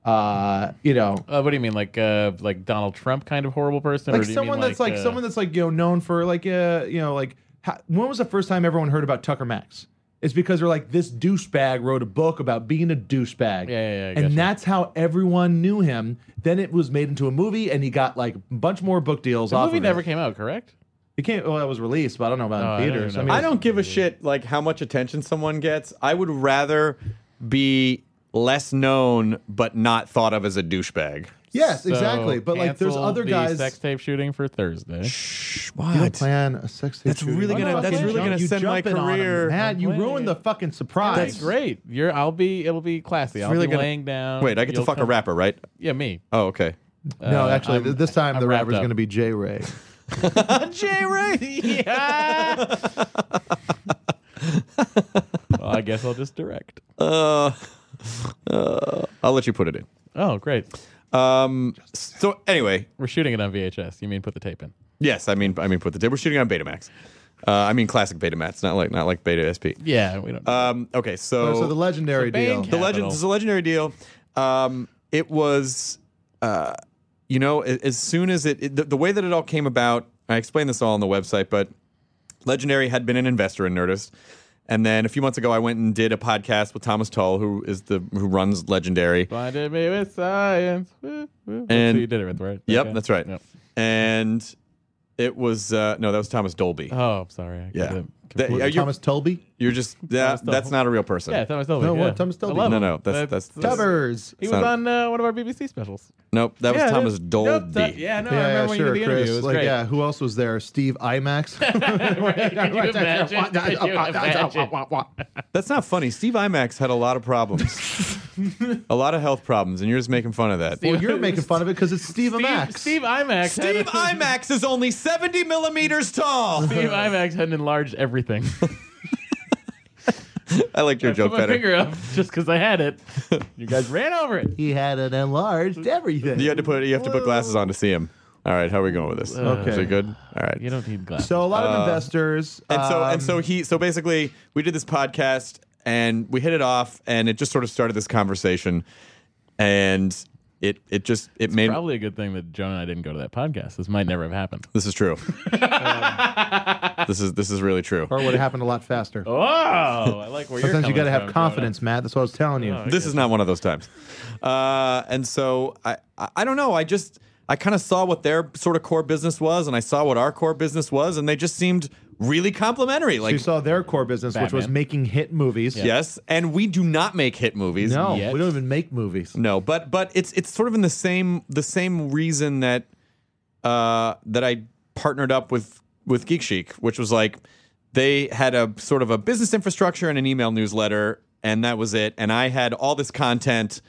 [SPEAKER 5] Uh, you know,
[SPEAKER 4] Uh, what do you mean, like uh, like Donald Trump kind of horrible person, or
[SPEAKER 5] like
[SPEAKER 4] do you
[SPEAKER 5] someone
[SPEAKER 4] mean
[SPEAKER 5] that's like,
[SPEAKER 4] uh,
[SPEAKER 5] someone that's like you know known for like uh you know like how, when was the first time everyone heard about Tucker Max? It's because they're like this douchebag wrote a book about being a douchebag,
[SPEAKER 4] Yeah, yeah, yeah, I
[SPEAKER 5] and
[SPEAKER 4] gotcha.
[SPEAKER 5] that's how everyone knew him. Then it was made into a movie, and he got like a bunch more book deals.
[SPEAKER 4] the
[SPEAKER 5] off
[SPEAKER 4] movie
[SPEAKER 5] of
[SPEAKER 4] never
[SPEAKER 5] it.
[SPEAKER 4] came out, correct?
[SPEAKER 5] It came. Well, it was released, but I don't know about
[SPEAKER 4] Oh, I
[SPEAKER 5] in
[SPEAKER 4] don't
[SPEAKER 5] theaters.
[SPEAKER 4] even know.
[SPEAKER 1] I don't give a shit like how much attention someone gets. I would rather be less known but not thought of as a douchebag.
[SPEAKER 5] Yes,
[SPEAKER 4] So
[SPEAKER 5] exactly. But like, there's
[SPEAKER 4] cancel
[SPEAKER 5] other
[SPEAKER 4] the
[SPEAKER 5] guys.
[SPEAKER 4] Sex tape shooting for Thursday.
[SPEAKER 5] You don't plan a sex tape
[SPEAKER 1] That's
[SPEAKER 5] shooting.
[SPEAKER 1] really
[SPEAKER 5] Why
[SPEAKER 1] gonna-
[SPEAKER 5] not?
[SPEAKER 1] that's
[SPEAKER 5] You
[SPEAKER 1] really
[SPEAKER 5] jump-
[SPEAKER 1] gonna
[SPEAKER 5] you
[SPEAKER 1] send my
[SPEAKER 5] jump in on 'em.
[SPEAKER 1] career-
[SPEAKER 5] Matt, you ruined the fucking surprise.
[SPEAKER 4] That's great. You're. I'll be. It'll be classy. I'll
[SPEAKER 1] really
[SPEAKER 4] be
[SPEAKER 1] gonna-
[SPEAKER 4] laying down.
[SPEAKER 1] Wait, I get to
[SPEAKER 4] You'll
[SPEAKER 1] fuck a
[SPEAKER 4] come-
[SPEAKER 1] rapper, right?
[SPEAKER 4] Yeah, me.
[SPEAKER 1] Oh, okay.
[SPEAKER 5] No,
[SPEAKER 4] Uh,
[SPEAKER 5] actually,
[SPEAKER 4] I'm-
[SPEAKER 5] th- this time
[SPEAKER 4] I'm
[SPEAKER 5] the
[SPEAKER 4] wrapped
[SPEAKER 5] rapper's
[SPEAKER 4] up.
[SPEAKER 5] going to be J Ray.
[SPEAKER 1] J Ray.
[SPEAKER 4] Yeah. well, I guess I'll just direct.
[SPEAKER 1] Uh, uh, I'll let you put it in.
[SPEAKER 4] Oh, great.
[SPEAKER 1] Um, so anyway,
[SPEAKER 4] We're shooting it on VHS. You mean put the tape in?
[SPEAKER 1] yes, I mean, I mean, put the We're shooting on Betamax. Uh, I mean, classic Betamax, not like not like Beta SP.
[SPEAKER 4] Yeah, we don't.
[SPEAKER 1] Um, okay,
[SPEAKER 4] Oh,
[SPEAKER 1] so,
[SPEAKER 5] Oh, so the legendary
[SPEAKER 4] Bang
[SPEAKER 5] deal.
[SPEAKER 1] the legend
[SPEAKER 4] Capital.
[SPEAKER 1] is a legendary deal. Um, it was, uh, you know, a- as soon as it, it- the, the way that it all came about, I explained this all on the website, but Legendary had been an investor in Nerdist, and then a few months ago, I went and did a podcast with Thomas Tull, who is the who runs Legendary.
[SPEAKER 4] Blinded me with science. Woo, woo. That's
[SPEAKER 1] And-
[SPEAKER 4] who you did it with, right?
[SPEAKER 1] Yep,
[SPEAKER 4] Okay.
[SPEAKER 1] that's right.
[SPEAKER 4] Yep.
[SPEAKER 1] And it was uh, no, that was Thomas Dolby.
[SPEAKER 4] Oh, I'm sorry. I
[SPEAKER 1] yeah,
[SPEAKER 4] got it
[SPEAKER 1] That-
[SPEAKER 4] confused.
[SPEAKER 1] are you-
[SPEAKER 5] Thomas Tolby.
[SPEAKER 1] you're just that,
[SPEAKER 4] Dolby.
[SPEAKER 1] that's not a real person.
[SPEAKER 4] yeah, Thomas Dolby.
[SPEAKER 5] No,
[SPEAKER 4] yeah.
[SPEAKER 5] what? Thomas
[SPEAKER 4] I
[SPEAKER 5] Dolby.
[SPEAKER 4] love
[SPEAKER 1] No,
[SPEAKER 4] him.
[SPEAKER 1] no, that's- that's- that's-
[SPEAKER 5] Tubbers.
[SPEAKER 4] He was
[SPEAKER 1] Sound-
[SPEAKER 4] on uh, one of our BBC specials.
[SPEAKER 1] nope, that was
[SPEAKER 4] Yeah,
[SPEAKER 1] Thomas
[SPEAKER 4] dude.
[SPEAKER 1] Dolby.
[SPEAKER 4] Nope, that- yeah, no, I
[SPEAKER 5] yeah,
[SPEAKER 4] remember
[SPEAKER 5] sure,
[SPEAKER 4] when you did the
[SPEAKER 5] Chris.
[SPEAKER 4] interview. It was
[SPEAKER 5] like,
[SPEAKER 4] great.
[SPEAKER 5] yeah, who else was there? Steve IMAX.
[SPEAKER 4] Could you imagine? Could you imagine?
[SPEAKER 1] That's not funny. Steve IMAX had a lot of problems, a lot of health problems, and you're just making fun of that.
[SPEAKER 5] well, you're making fun of it because it's Steve, IMAX.
[SPEAKER 4] Steve, Steve IMAX. had a-
[SPEAKER 1] Steve IMAX is only 70 millimeters tall.
[SPEAKER 4] Steve IMAX had enlarged everything.
[SPEAKER 1] I liked your
[SPEAKER 4] I
[SPEAKER 1] joke
[SPEAKER 4] put my
[SPEAKER 1] better.
[SPEAKER 4] finger up just because I had it. You guys ran over it.
[SPEAKER 5] He had an enlarged everything.
[SPEAKER 1] You had to put you have to put glasses on to see him. All right, how are we going with this?
[SPEAKER 5] Okay.
[SPEAKER 1] Is it good? All right.
[SPEAKER 4] You don't need glasses.
[SPEAKER 5] So a lot
[SPEAKER 4] Uh,
[SPEAKER 5] of investors.
[SPEAKER 1] and so and so
[SPEAKER 5] um,
[SPEAKER 1] he so basically we did this podcast and we hit it off and it just sort of started this conversation and it it just it made
[SPEAKER 4] Probably a good thing that Joan and I didn't go to that podcast. This might never have happened.
[SPEAKER 1] this is true. this is this is really true.
[SPEAKER 5] or would have happened a lot faster.
[SPEAKER 4] Oh, I like where
[SPEAKER 5] Sometimes you
[SPEAKER 4] you're
[SPEAKER 5] got
[SPEAKER 4] coming
[SPEAKER 5] to have
[SPEAKER 4] from, Oh,
[SPEAKER 5] confidence, Matt. That's what I was telling you.
[SPEAKER 1] this is not one of those times. Uh, and so I, I, I don't know. I just, I kind of saw what their sort of core business was, and I saw what our core business was, and they just seemed really complimentary.
[SPEAKER 5] So you
[SPEAKER 1] Like,
[SPEAKER 5] saw their core business, which was
[SPEAKER 4] Batman.
[SPEAKER 5] making hit movies.
[SPEAKER 1] yes, and we do not make hit movies.
[SPEAKER 5] No,
[SPEAKER 4] Yet.
[SPEAKER 5] we don't even make movies.
[SPEAKER 1] No, but but it's it's sort of in the same the same reason that uh that I partnered up with with Geek Chic, which was like they had a sort of a business infrastructure and an email newsletter, and that was it. And I had all this content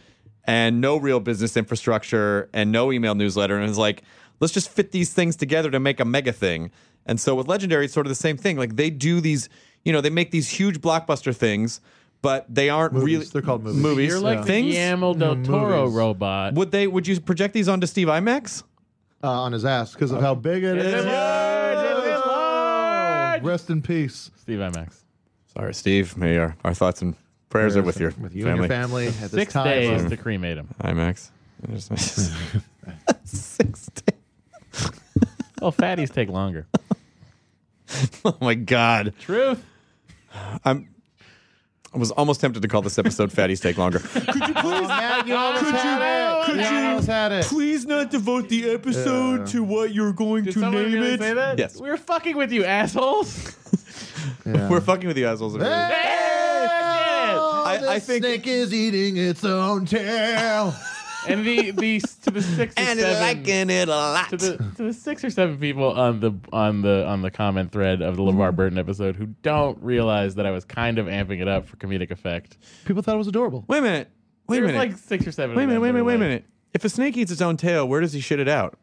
[SPEAKER 1] and no real business infrastructure and no email newsletter, and it was like, let's just fit these things together to make a mega thing. And so with Legendary, it's sort of the same thing. Like they do these, you know, they make these huge blockbuster things, but they aren't
[SPEAKER 5] Movies.
[SPEAKER 1] really
[SPEAKER 5] They're called movies.
[SPEAKER 1] Movies,
[SPEAKER 5] You're
[SPEAKER 4] Like
[SPEAKER 5] Yeah.
[SPEAKER 4] the
[SPEAKER 1] things.
[SPEAKER 4] Guillermo del Toro
[SPEAKER 5] movies.
[SPEAKER 4] robot.
[SPEAKER 1] Would they? Would you project these onto Steve IMAX?
[SPEAKER 5] Uh, on his ass because of how big it is.
[SPEAKER 4] enlarged, it's enlarged.
[SPEAKER 5] Rest in peace.
[SPEAKER 4] Steve IMAX.
[SPEAKER 1] Sorry, Steve. May our, our thoughts and prayers are with your
[SPEAKER 5] With you
[SPEAKER 1] family.
[SPEAKER 5] and your family at this
[SPEAKER 4] Six
[SPEAKER 5] time.
[SPEAKER 4] days to cremate him.
[SPEAKER 1] IMAX. Six days.
[SPEAKER 4] Well, fatties take longer.
[SPEAKER 1] Oh my God!
[SPEAKER 4] Truth.
[SPEAKER 1] I'm. I was almost tempted to call this episode "Fatties Take Longer." Could you please,
[SPEAKER 5] Matt, you almost
[SPEAKER 1] Could
[SPEAKER 5] had
[SPEAKER 1] you-
[SPEAKER 5] it.
[SPEAKER 1] could
[SPEAKER 5] You
[SPEAKER 1] you-
[SPEAKER 5] almost had it.
[SPEAKER 1] please not devote the episode
[SPEAKER 5] Yeah.
[SPEAKER 1] to what you're going
[SPEAKER 4] Did
[SPEAKER 1] to
[SPEAKER 4] someone
[SPEAKER 1] name
[SPEAKER 4] really
[SPEAKER 1] it?
[SPEAKER 4] say that?
[SPEAKER 1] Yes,
[SPEAKER 4] We were fucking with you, assholes.
[SPEAKER 5] Yeah.
[SPEAKER 1] we're fucking with you assholes.
[SPEAKER 5] Hey!
[SPEAKER 4] Shit.
[SPEAKER 1] I- I
[SPEAKER 5] this
[SPEAKER 1] think-
[SPEAKER 5] snake is eating its own tail.
[SPEAKER 4] And the the to the six or seven.
[SPEAKER 1] it a lot.
[SPEAKER 4] to the to the six or seven people on the on the on the comment thread of the LeVar Burton episode who don't realize that I was kind of amping it up for comedic effect.
[SPEAKER 5] People thought it was adorable.
[SPEAKER 1] Wait a minute. Wait a
[SPEAKER 4] There's
[SPEAKER 1] minute.
[SPEAKER 4] like six or seven.
[SPEAKER 1] Wait a
[SPEAKER 4] of
[SPEAKER 1] minute,
[SPEAKER 4] them
[SPEAKER 1] wait a
[SPEAKER 4] that
[SPEAKER 1] minute,
[SPEAKER 4] were
[SPEAKER 1] wait a
[SPEAKER 4] like-
[SPEAKER 1] minute. If a snake eats its own tail, where does he shit it out?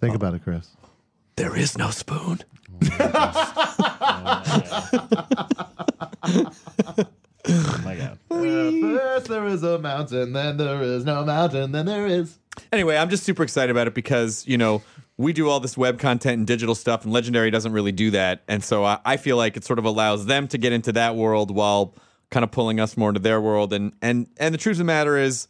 [SPEAKER 5] Think about it, Chris.
[SPEAKER 1] There is no spoon.
[SPEAKER 4] Oh my god.
[SPEAKER 5] First there is a mountain, then there is no mountain, then there is.
[SPEAKER 1] Anyway, I'm just super excited about it because, you know, we do all this web content and digital stuff, and Legendary doesn't really do that. And so I, I feel like it sort of allows them to get into that world while kind of pulling us more into their world. And and and the truth of the matter is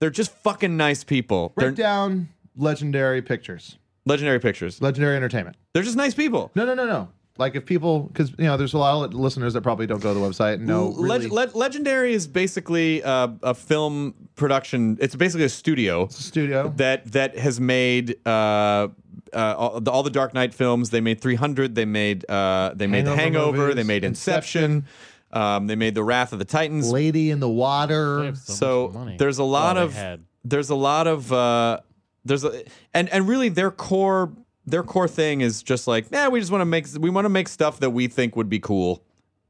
[SPEAKER 1] they're just fucking nice people.
[SPEAKER 5] Break
[SPEAKER 1] they're
[SPEAKER 5] down legendary pictures,
[SPEAKER 1] legendary pictures.
[SPEAKER 5] legendary entertainment.
[SPEAKER 1] They're just nice people.
[SPEAKER 5] No, no, no, no. Like if people, because you know, there's a lot of listeners that probably don't go to the website and know.
[SPEAKER 1] Leg-
[SPEAKER 5] really-
[SPEAKER 1] Leg- Legendary is basically uh, a film production. It's basically a studio.
[SPEAKER 5] studio.
[SPEAKER 1] that that has made uh, uh, all, the, all the Dark Knight films. They made 300. They made uh, they made The
[SPEAKER 5] Hangover
[SPEAKER 1] Hangover.
[SPEAKER 5] movies,
[SPEAKER 1] they made Inception. Um, they made The Wrath of the Titans.
[SPEAKER 5] Lady in the
[SPEAKER 4] They
[SPEAKER 5] Water.
[SPEAKER 4] have so,
[SPEAKER 1] So
[SPEAKER 4] much money.
[SPEAKER 1] there's a lot
[SPEAKER 4] Well, they
[SPEAKER 1] of
[SPEAKER 4] had.
[SPEAKER 1] there's a lot of uh, there's a, and and really their core their core thing is just like nah we just want to make we want to make stuff that we think would be cool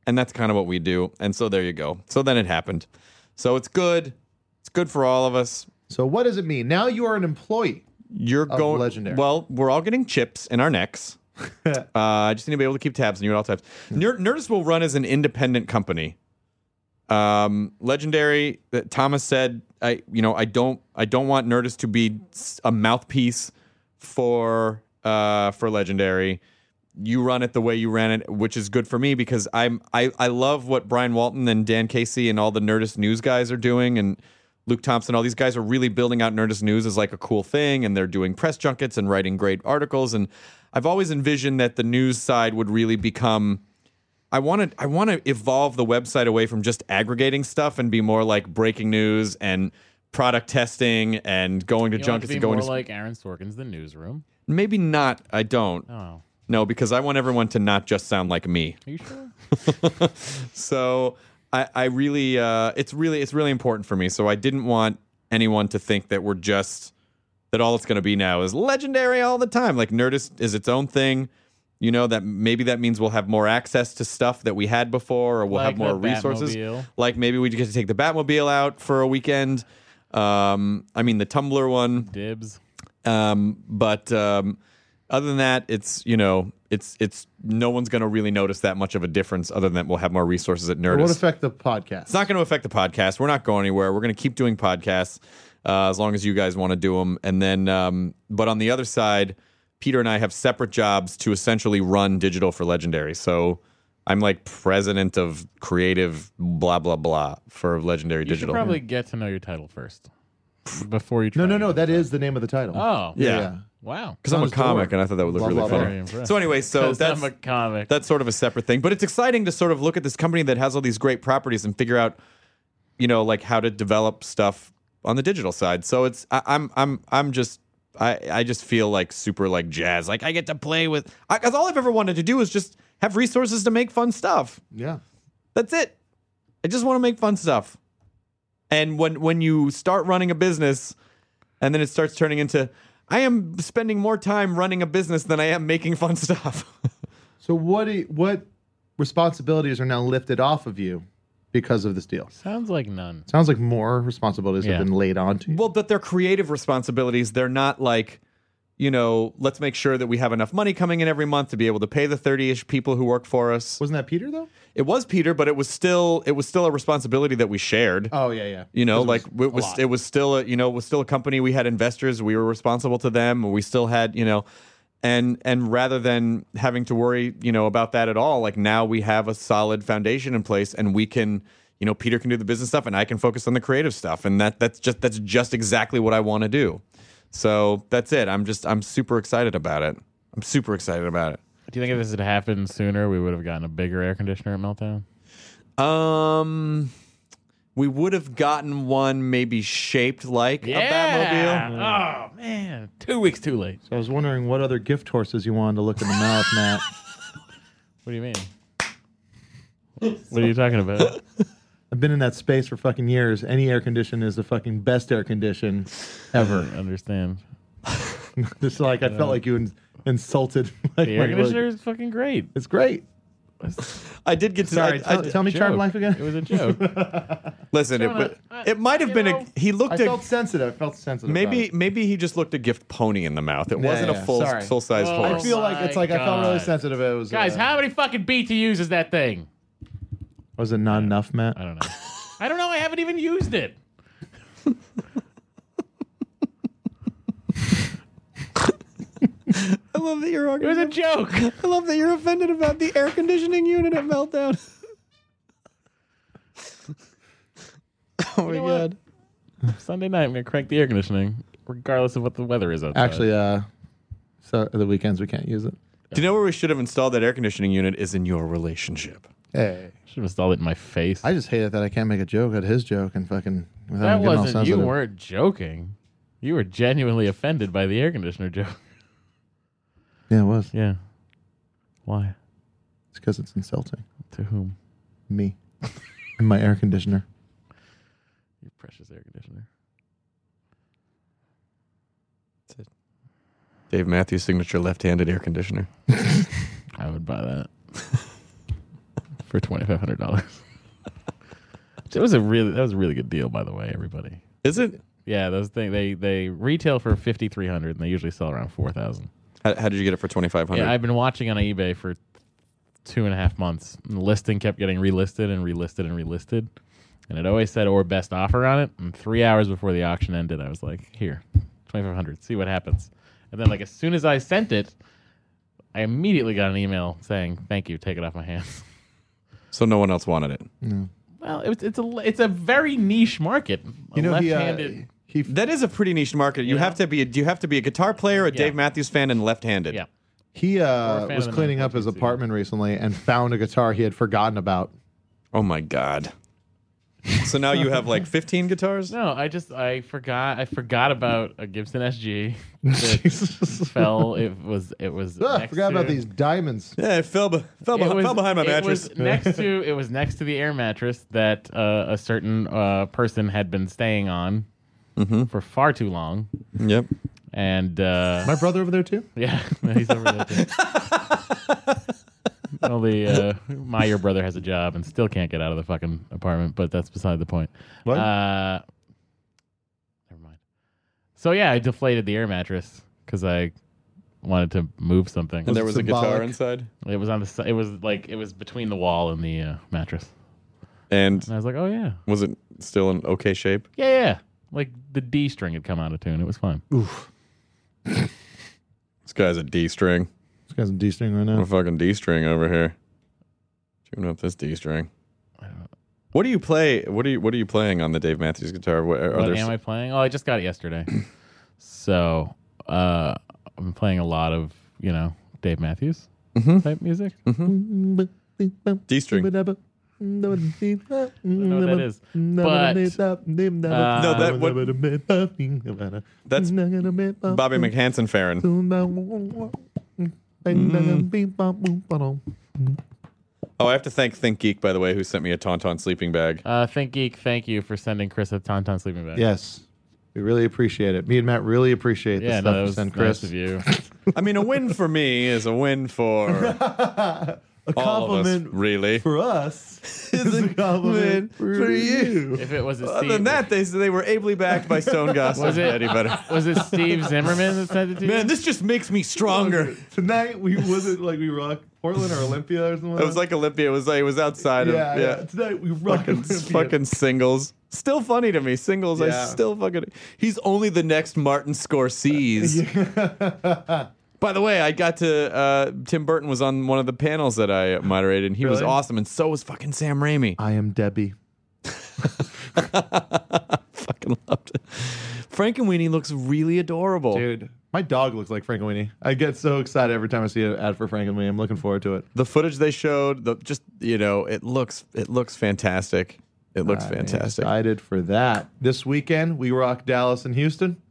[SPEAKER 1] and that's kind of what we do and so there you go so then it happened so it's good it's good for all of us
[SPEAKER 5] so what does it mean now you are an employee
[SPEAKER 1] you're
[SPEAKER 5] of
[SPEAKER 1] going
[SPEAKER 5] Legendary.
[SPEAKER 1] well we're all getting chips in our necks uh, I just need to be able to keep tabs on you at all times. Nerd, Nerdist will run as an independent company. Um, legendary. That Thomas said, I you know I don't I don't want Nerdist to be s- a mouthpiece for uh for Legendary. You run it the way you ran it, which is good for me because I'm I I love what Brian Walton and Dan Casey and all the Nerdist news guys are doing and. Luke Thompson, all these guys are really building out Nerdist News as like a cool thing, and they're doing press junkets and writing great articles. And I've always envisioned that the news side would really become. I want to I want to evolve the website away from just aggregating stuff and be more like breaking news and product testing and going to
[SPEAKER 4] You want it
[SPEAKER 1] junkets
[SPEAKER 4] to be
[SPEAKER 1] and going
[SPEAKER 4] more
[SPEAKER 1] to
[SPEAKER 4] like Aaron Sorkin's The Newsroom.
[SPEAKER 1] maybe not. I don't.
[SPEAKER 4] Oh.
[SPEAKER 1] No, because I want everyone to not just sound like me.
[SPEAKER 4] Are you sure?
[SPEAKER 1] so I, I really uh, it's really it's really important for me. So I didn't want anyone to think that we're just that all it's going to be now is legendary all the time. Like Nerdist is its own thing. You know that maybe that means we'll have more access to stuff that we had before, or we'll have
[SPEAKER 4] Like
[SPEAKER 1] more
[SPEAKER 4] the
[SPEAKER 1] resources.
[SPEAKER 4] Batmobile.
[SPEAKER 1] Like maybe we get to take the Batmobile out for a weekend. Um, I mean the Tumblr one.
[SPEAKER 4] Dibs.
[SPEAKER 1] Um, but um, other than that, it's you know, it's it's no one's going to really notice that much of a difference. Other than that, we'll have more resources at
[SPEAKER 5] It
[SPEAKER 1] Nerdist.
[SPEAKER 5] won't affect the podcast.
[SPEAKER 1] it's not going to affect the podcast. We're not going anywhere. We're going to keep doing podcasts uh, as long as you guys want to do them. And then, um, but on the other side, Peter and I have separate jobs to essentially run digital for Legendary. So. I'm like president of creative blah blah blah for Legendary
[SPEAKER 4] You should
[SPEAKER 1] Digital.
[SPEAKER 4] probably get to know your title first before you. Try
[SPEAKER 5] No, no,
[SPEAKER 4] to-
[SPEAKER 5] no. That is the name of the title.
[SPEAKER 4] Oh.
[SPEAKER 1] Yeah.
[SPEAKER 4] Wow.
[SPEAKER 1] because I'm a
[SPEAKER 5] Sounds dope.
[SPEAKER 1] comic and I thought that would look
[SPEAKER 5] Blah,
[SPEAKER 1] really
[SPEAKER 5] blah,
[SPEAKER 1] funny.
[SPEAKER 5] blah.
[SPEAKER 4] Very impressed.
[SPEAKER 1] So anyway, so
[SPEAKER 4] 'Cause
[SPEAKER 1] that's
[SPEAKER 4] I'm a comic.
[SPEAKER 1] that's sort of a separate thing. But it's exciting to sort of look at this company that has all these great properties and figure out, you know, like how to develop stuff on the digital side. So it's I, I'm I'm I'm just I I just feel like super like jazz. Like I get to play with because all I've ever wanted to do is just have resources to make fun stuff.
[SPEAKER 5] Yeah.
[SPEAKER 1] That's it. I just want to make fun stuff. And when when you start running a business, and then it starts turning into I am spending more time running a business than I am making fun stuff.
[SPEAKER 5] So what do you, what responsibilities are now lifted off of you because of this deal?
[SPEAKER 4] Sounds like none.
[SPEAKER 5] Sounds like more responsibilities
[SPEAKER 4] Yeah.
[SPEAKER 5] have been laid onto you.
[SPEAKER 1] Well, but they're creative responsibilities. They're not like, you know, let's make sure that we have enough money coming in every month to be able to pay the 30-ish people who work for us.
[SPEAKER 5] Wasn't that Peter though?
[SPEAKER 1] It was Peter, but it was still it was still a responsibility that we shared.
[SPEAKER 5] Oh yeah, yeah.
[SPEAKER 1] You know,
[SPEAKER 5] 'Cause
[SPEAKER 1] like it was
[SPEAKER 5] lot.
[SPEAKER 1] it was still a you know it was still a company. We had investors. We were responsible to them. We still had you know, and and rather than having to worry you know about that at all, like now we have a solid foundation in place, and we can you know Peter can do the business stuff, and I can focus on the creative stuff, and that that's just that's just exactly what I want to do. So that's it. I'm just I'm super excited about it. I'm super excited about it.
[SPEAKER 4] Do you think if this had happened sooner, we would have gotten a bigger air conditioner at Meltdown?
[SPEAKER 1] Um, we would have gotten one maybe shaped like a Batmobile.
[SPEAKER 4] Oh man, two weeks too late.
[SPEAKER 5] So I was wondering what other gift horses you wanted to look in the mouth, Matt.
[SPEAKER 4] What do you mean? what are you talking about?
[SPEAKER 5] I've been in that space for fucking years. Any air condition is the fucking best air condition
[SPEAKER 4] Ever understand?
[SPEAKER 5] Just like I felt like you ins- insulted. Like,
[SPEAKER 4] The air
[SPEAKER 5] like,
[SPEAKER 4] conditioner is fucking great.
[SPEAKER 5] It's great.
[SPEAKER 1] I did get to.
[SPEAKER 5] Sorry,
[SPEAKER 1] I, I,
[SPEAKER 5] tell, tell me Charmed
[SPEAKER 4] joke.
[SPEAKER 5] Life again.
[SPEAKER 4] It was a joke.
[SPEAKER 1] listen, it, wa- it might have
[SPEAKER 4] you
[SPEAKER 1] been
[SPEAKER 4] know,
[SPEAKER 1] a. He
[SPEAKER 5] I
[SPEAKER 1] looked
[SPEAKER 5] felt
[SPEAKER 1] a.
[SPEAKER 5] sensitive. I felt sensitive. about
[SPEAKER 1] Maybe
[SPEAKER 5] it.
[SPEAKER 1] maybe he just looked a gift pony in the mouth. It
[SPEAKER 5] Yeah,
[SPEAKER 1] wasn't
[SPEAKER 5] yeah,
[SPEAKER 1] a full
[SPEAKER 5] sorry.
[SPEAKER 1] full size
[SPEAKER 4] Oh,
[SPEAKER 1] horse.
[SPEAKER 5] I feel like
[SPEAKER 4] my
[SPEAKER 5] it's like I felt really
[SPEAKER 4] God.
[SPEAKER 5] sensitive. It was
[SPEAKER 4] Guys,
[SPEAKER 5] uh,
[SPEAKER 4] how many fucking BTUs is that thing?
[SPEAKER 5] was it not enough, Matt?
[SPEAKER 4] I don't know. I don't know. I haven't even used it.
[SPEAKER 1] I love that you're.
[SPEAKER 4] It was a joke.
[SPEAKER 1] I love that you're offended about the air conditioning unit at meltdown. oh my
[SPEAKER 4] know what?
[SPEAKER 1] god.
[SPEAKER 4] Sunday night, I'm gonna crank the air conditioning, regardless of what the weather is outside.
[SPEAKER 5] Actually, uh, so the weekends we can't use it.
[SPEAKER 1] Do you know where we should have installed that air conditioning unit? Is in your relationship.
[SPEAKER 5] Hey,
[SPEAKER 4] should have installed it in my face.
[SPEAKER 5] I just hate it that I can't make a joke at his joke and fucking. without
[SPEAKER 4] that
[SPEAKER 5] him getting all
[SPEAKER 4] wasn't. You
[SPEAKER 5] sensitive.
[SPEAKER 4] weren't joking. You were genuinely offended by the air conditioner joke.
[SPEAKER 5] Yeah, it was.
[SPEAKER 4] Yeah. Why?
[SPEAKER 5] It's because it's insulting.
[SPEAKER 4] To whom?
[SPEAKER 5] Me and my air conditioner.
[SPEAKER 4] Your precious air conditioner.
[SPEAKER 1] Dave Matthews signature left-handed air conditioner.
[SPEAKER 4] I would buy that for twenty five hundred dollars. That was a really that was a really good deal, by the way, everybody.
[SPEAKER 1] Is it?
[SPEAKER 4] Yeah, those things they they retail for fifty three hundred, and they usually sell around four thousand.
[SPEAKER 1] How, how did you get it for twenty five hundred?
[SPEAKER 4] Yeah, I've been watching on eBay for two and a half months. And the listing kept getting relisted and relisted and relisted, and it always said "or best offer" on it. And three hours before the auction ended, I was like, "Here, twenty five hundred. See what happens." And then, like as soon as I sent it, I immediately got an email saying, "Thank you. Take it off my hands."
[SPEAKER 1] so no one else wanted it.
[SPEAKER 4] Well, it's it's a it's a very niche market.
[SPEAKER 1] You know, he, uh,
[SPEAKER 4] left-handed.
[SPEAKER 1] that is a pretty niche market. You have to be. You have to be a guitar player, a Dave Matthews fan, and left-handed. Yeah.
[SPEAKER 5] He
[SPEAKER 1] Or
[SPEAKER 5] uh,
[SPEAKER 1] a fan
[SPEAKER 5] was
[SPEAKER 1] of the
[SPEAKER 5] cleaning up his apartment recently and found a guitar he had forgotten about.
[SPEAKER 1] Oh my god! So now you have like 15 guitars?
[SPEAKER 4] No, I just I forgot I forgot about a Gibson SG. That fell. It was it was.
[SPEAKER 1] Ah,
[SPEAKER 5] Ugh,
[SPEAKER 4] next
[SPEAKER 5] forgot about
[SPEAKER 4] to-
[SPEAKER 5] these diamonds.
[SPEAKER 1] Yeah, it fell, fell,
[SPEAKER 4] It was- it was next to it was next to the air mattress that uh, a certain uh, person had been staying on
[SPEAKER 1] Mm-hmm.
[SPEAKER 4] for far too long.
[SPEAKER 1] Yep.
[SPEAKER 4] And uh, my
[SPEAKER 5] brother over there too.
[SPEAKER 4] Yeah, he's over there too. Only uh, my your brother has a job and still can't get out of the fucking apartment, but that's beside the point.
[SPEAKER 6] What?
[SPEAKER 4] Uh, So yeah, I deflated the air mattress because I wanted to move something.
[SPEAKER 1] And there Was it was a guitar symbolic? inside?
[SPEAKER 4] It was on the. si- It was like it was between the wall and the uh, mattress.
[SPEAKER 1] And
[SPEAKER 4] I was like, oh yeah.
[SPEAKER 1] Was it still in okay shape?
[SPEAKER 4] Yeah, yeah. Like the D string had come out of tune. It was fine.
[SPEAKER 5] Oof.
[SPEAKER 1] This guy's a D string.
[SPEAKER 5] This guy's a D string right
[SPEAKER 1] I'm
[SPEAKER 5] now.
[SPEAKER 1] a fucking D string over here. Tune up this D string. What do you play? What are you What are you playing on the Dave Matthews guitar? What, are
[SPEAKER 4] what
[SPEAKER 1] there
[SPEAKER 4] am
[SPEAKER 1] s-
[SPEAKER 4] I playing? Oh, I just got it yesterday. so uh, I'm playing a lot of you know Dave Matthews
[SPEAKER 1] Mm-hmm.
[SPEAKER 4] type music.
[SPEAKER 1] D string.
[SPEAKER 5] No,
[SPEAKER 4] know what that is, but, uh,
[SPEAKER 1] no, that what? That's Bobby McHanson Farron. Oh, I have to thank Think Geek by the way, who sent me a Tauntaun sleeping bag.
[SPEAKER 4] Uh, Think Geek, thank you for sending Chris a Tauntaun sleeping bag.
[SPEAKER 5] Yes, we really appreciate it. Me and Matt really appreciate
[SPEAKER 4] Yeah,
[SPEAKER 5] the
[SPEAKER 4] no,
[SPEAKER 5] stuff
[SPEAKER 4] that
[SPEAKER 5] you
[SPEAKER 4] was
[SPEAKER 5] send,
[SPEAKER 4] nice
[SPEAKER 5] Chris.
[SPEAKER 4] of you.
[SPEAKER 1] I mean, a win for me is a win for all of us,
[SPEAKER 6] compliment
[SPEAKER 1] really.
[SPEAKER 6] For us, is a compliment for you.
[SPEAKER 4] If it was a
[SPEAKER 1] Other than
[SPEAKER 4] Steve-
[SPEAKER 1] that, they they were ably backed by Stone Gossip.
[SPEAKER 4] Was it-
[SPEAKER 1] Eddie Vedder.
[SPEAKER 4] was it Steve Zimmerman that sent it to you?
[SPEAKER 1] Man, this just makes me stronger.
[SPEAKER 6] Tonight we wasn't like we rock Portland or Olympia or something.
[SPEAKER 1] It was like Olympia. It was like it was outside
[SPEAKER 6] yeah,
[SPEAKER 1] of
[SPEAKER 6] yeah. Tonight we rock
[SPEAKER 1] fucking,
[SPEAKER 6] Olympia.
[SPEAKER 1] fucking singles. Still funny to me. Singles. I
[SPEAKER 6] Yeah.
[SPEAKER 1] still fucking. He's only the next Martin Scorsese. By the way, I got to uh, Tim Burton was on one of the panels that I moderated, and he was
[SPEAKER 5] Really?
[SPEAKER 1] awesome, and so was fucking Sam Raimi.
[SPEAKER 5] I am Debbie.
[SPEAKER 1] fucking loved it. Frankenweenie looks really adorable,
[SPEAKER 5] dude. My dog looks like Frankenweenie. I get so excited every time I see an ad for Frankenweenie. I'm looking forward to it.
[SPEAKER 1] The footage they showed, the just you know, it looks it looks fantastic. It looks
[SPEAKER 5] I'm
[SPEAKER 1] fantastic.
[SPEAKER 5] Excited for that. This weekend we rock Dallas and Houston.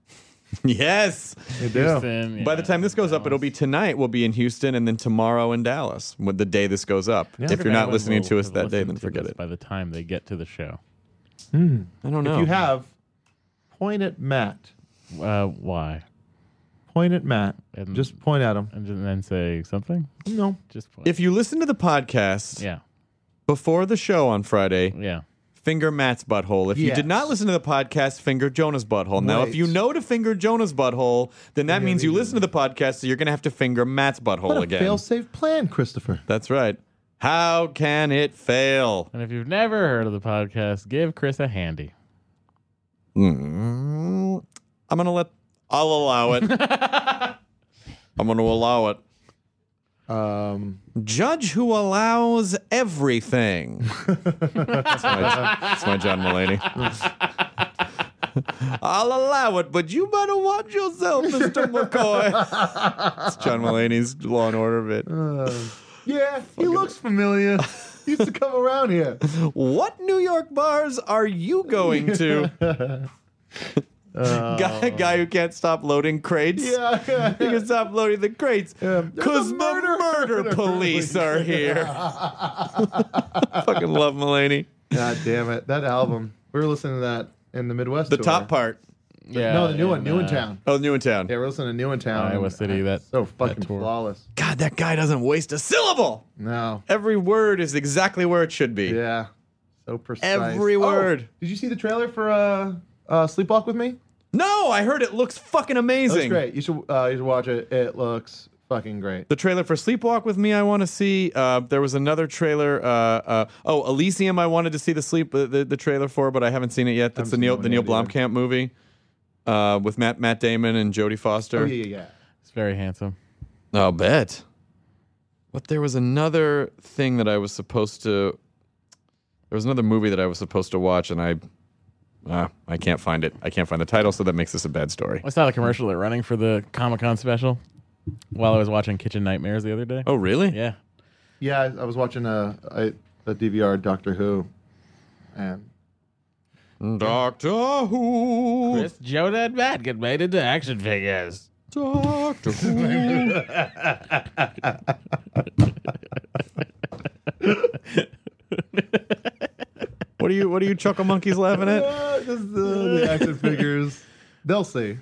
[SPEAKER 1] yes.
[SPEAKER 5] We do.
[SPEAKER 1] By the time this goes up, it'll be tonight. We'll be in Houston, and then tomorrow in Dallas. When the day this goes up, if you're not
[SPEAKER 4] Everyone
[SPEAKER 1] listening
[SPEAKER 4] will
[SPEAKER 1] to us
[SPEAKER 4] have
[SPEAKER 1] that day,
[SPEAKER 4] listened
[SPEAKER 1] then
[SPEAKER 4] to
[SPEAKER 1] forget
[SPEAKER 4] this
[SPEAKER 1] it.
[SPEAKER 4] By the time they get to the show,
[SPEAKER 1] I don't
[SPEAKER 5] If you have, point at Matt.
[SPEAKER 4] uh, why?
[SPEAKER 5] Point at Matt. just point at him.
[SPEAKER 4] And ju- then say something.
[SPEAKER 5] No.
[SPEAKER 4] Just point.
[SPEAKER 1] If you listen to the podcast,
[SPEAKER 4] yeah,
[SPEAKER 1] before the show on Friday,
[SPEAKER 4] yeah.
[SPEAKER 1] finger Matt's butthole. If you
[SPEAKER 4] Yes.
[SPEAKER 1] did not listen to the podcast, finger Jonah's butthole. Now, if
[SPEAKER 4] Right.
[SPEAKER 1] you know to finger Jonah's butthole, then that means you listen to the podcast, so you're going to have to finger Matt's butthole
[SPEAKER 5] What a
[SPEAKER 1] again.
[SPEAKER 5] fail-safe plan, Christopher.
[SPEAKER 1] That's right. How can it fail?
[SPEAKER 4] And if you've never heard of the podcast, give Chris a handy.
[SPEAKER 1] Mm, I'm gonna let. I'll allow it. I'm gonna allow it.
[SPEAKER 5] Um,
[SPEAKER 1] Judge who allows everything. that's, my, that's my John Mulaney. I'll allow it, but you better watch yourself, Mr. McCoy. it's John Mulaney's Law and Order bit.
[SPEAKER 5] yeah, he looks familiar. he used to come around here.
[SPEAKER 1] What New York bars are you going to? guy, guy who can't stop loading crates.
[SPEAKER 5] Oh. Yeah, yeah,
[SPEAKER 1] he can stop loading the crates because the murder, police are here. Fucking love Mulaney.
[SPEAKER 5] God damn it! That album. We were listening to that in the Midwest.
[SPEAKER 1] The
[SPEAKER 5] tour.
[SPEAKER 1] top part.
[SPEAKER 4] Yeah,
[SPEAKER 5] no, the new one,
[SPEAKER 4] in,
[SPEAKER 5] New in
[SPEAKER 4] uh,
[SPEAKER 5] Town.
[SPEAKER 1] Oh, New in Town.
[SPEAKER 5] Yeah, we're listening to New in
[SPEAKER 1] Um,
[SPEAKER 5] Town.
[SPEAKER 4] Iowa City. That
[SPEAKER 5] So fucking
[SPEAKER 4] tour.
[SPEAKER 5] flawless.
[SPEAKER 1] God, that guy doesn't waste a syllable.
[SPEAKER 5] No.
[SPEAKER 1] Every word is exactly where it should be.
[SPEAKER 5] Yeah. So precise.
[SPEAKER 1] Every
[SPEAKER 5] Oh,
[SPEAKER 1] word.
[SPEAKER 5] did you see the trailer for uh, uh, Sleepwalk with Me?
[SPEAKER 1] No, I heard it looks fucking
[SPEAKER 5] It looks
[SPEAKER 1] amazing.
[SPEAKER 5] great. You should uh, you should watch it. It looks fucking great.
[SPEAKER 1] The trailer for Sleepwalk with Me, I want to see. Uh, there was another trailer. Uh, uh, oh, Elysium, I wanted to see the sleep uh, the, the trailer for, but I haven't seen it yet. That's the
[SPEAKER 5] seen
[SPEAKER 1] Neil
[SPEAKER 5] that
[SPEAKER 1] the
[SPEAKER 5] one
[SPEAKER 1] Neil
[SPEAKER 5] yet either.
[SPEAKER 1] Blomkamp movie uh, with Matt Matt Damon and Jodie Foster.
[SPEAKER 5] Oh yeah, yeah, yeah.
[SPEAKER 4] It's very handsome.
[SPEAKER 1] I'll bet. But there was another thing that I was supposed to. There was another movie that I was supposed to watch, and I, ah, I can't find it. I can't find the title, so that makes this a bad story.
[SPEAKER 5] Oh,
[SPEAKER 4] I saw the commercial they're running for the Comic Con special while I was watching Kitchen Nightmares the other day.
[SPEAKER 1] Oh, really?
[SPEAKER 4] Yeah.
[SPEAKER 5] Yeah, I, I was watching uh, a, a a DVR Doctor Who, and
[SPEAKER 1] Doctor Who.
[SPEAKER 4] Chris Jodan Batkin made into action figures.
[SPEAKER 1] Doctor Who. what are you? What are you chuckle monkeys laughing at?
[SPEAKER 5] Uh, just the, the action figures. They'll see.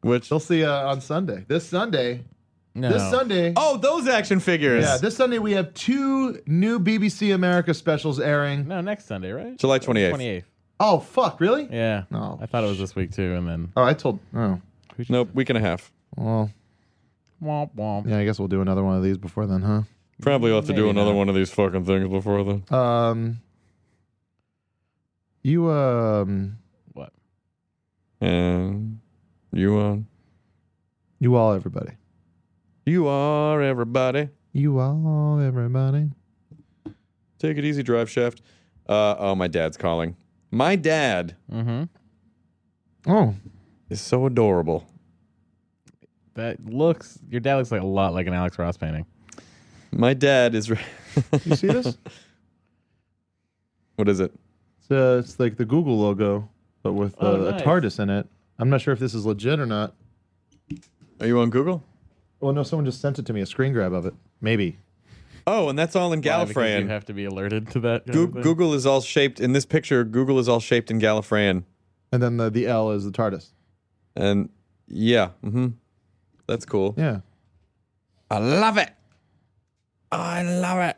[SPEAKER 1] Which?
[SPEAKER 5] They'll see uh, on Sunday. This Sunday.
[SPEAKER 4] No.
[SPEAKER 5] This Sunday.
[SPEAKER 1] Oh, those action figures.
[SPEAKER 5] Yeah, this Sunday we have two new BBC America specials airing.
[SPEAKER 4] no, next Sunday, right?
[SPEAKER 1] July Oh. 28th.
[SPEAKER 4] 28th.
[SPEAKER 5] Oh fuck, really?
[SPEAKER 4] Yeah.
[SPEAKER 5] No.
[SPEAKER 4] I thought it was this week too, and then
[SPEAKER 5] Oh, I told. Oh,
[SPEAKER 1] Nope, week and a half.
[SPEAKER 5] well,
[SPEAKER 4] womp womp.
[SPEAKER 5] yeah. I guess we'll do another one of these before then, huh?
[SPEAKER 1] Probably will have to do
[SPEAKER 4] Maybe
[SPEAKER 1] another
[SPEAKER 4] not.
[SPEAKER 1] one of these fucking things before then.
[SPEAKER 5] Um, you um,
[SPEAKER 4] What?
[SPEAKER 1] And you on.
[SPEAKER 5] you all everybody.
[SPEAKER 1] You are everybody.
[SPEAKER 5] You all everybody.
[SPEAKER 1] Take it easy, drive shaft. Uh, oh, my dad's calling. My dad
[SPEAKER 4] Mm-hmm.
[SPEAKER 5] Oh,
[SPEAKER 1] is so adorable.
[SPEAKER 4] That looks. Your dad looks like a lot like an Alex Ross painting.
[SPEAKER 1] My dad is. Re-
[SPEAKER 5] you see this?
[SPEAKER 1] what is it?
[SPEAKER 5] it's, uh, it's like the Google logo, but with uh,
[SPEAKER 4] Oh, nice.
[SPEAKER 5] a TARDIS in it. I'm not sure if this is legit or not.
[SPEAKER 1] Are you on Google?
[SPEAKER 5] Well, no, someone just sent it to me. A screen grab of it, maybe.
[SPEAKER 1] Oh, and that's all in
[SPEAKER 4] Why? Because You
[SPEAKER 1] Gallifreyan.
[SPEAKER 4] have to be alerted to that. kind
[SPEAKER 1] Goo
[SPEAKER 4] of thing.
[SPEAKER 1] Google is all shaped in this picture. Google is all shaped in Gallifreyan,
[SPEAKER 5] And then the the L is the TARDIS.
[SPEAKER 1] and yeah, hmm that's cool.
[SPEAKER 5] Yeah.
[SPEAKER 1] I love it. I love it.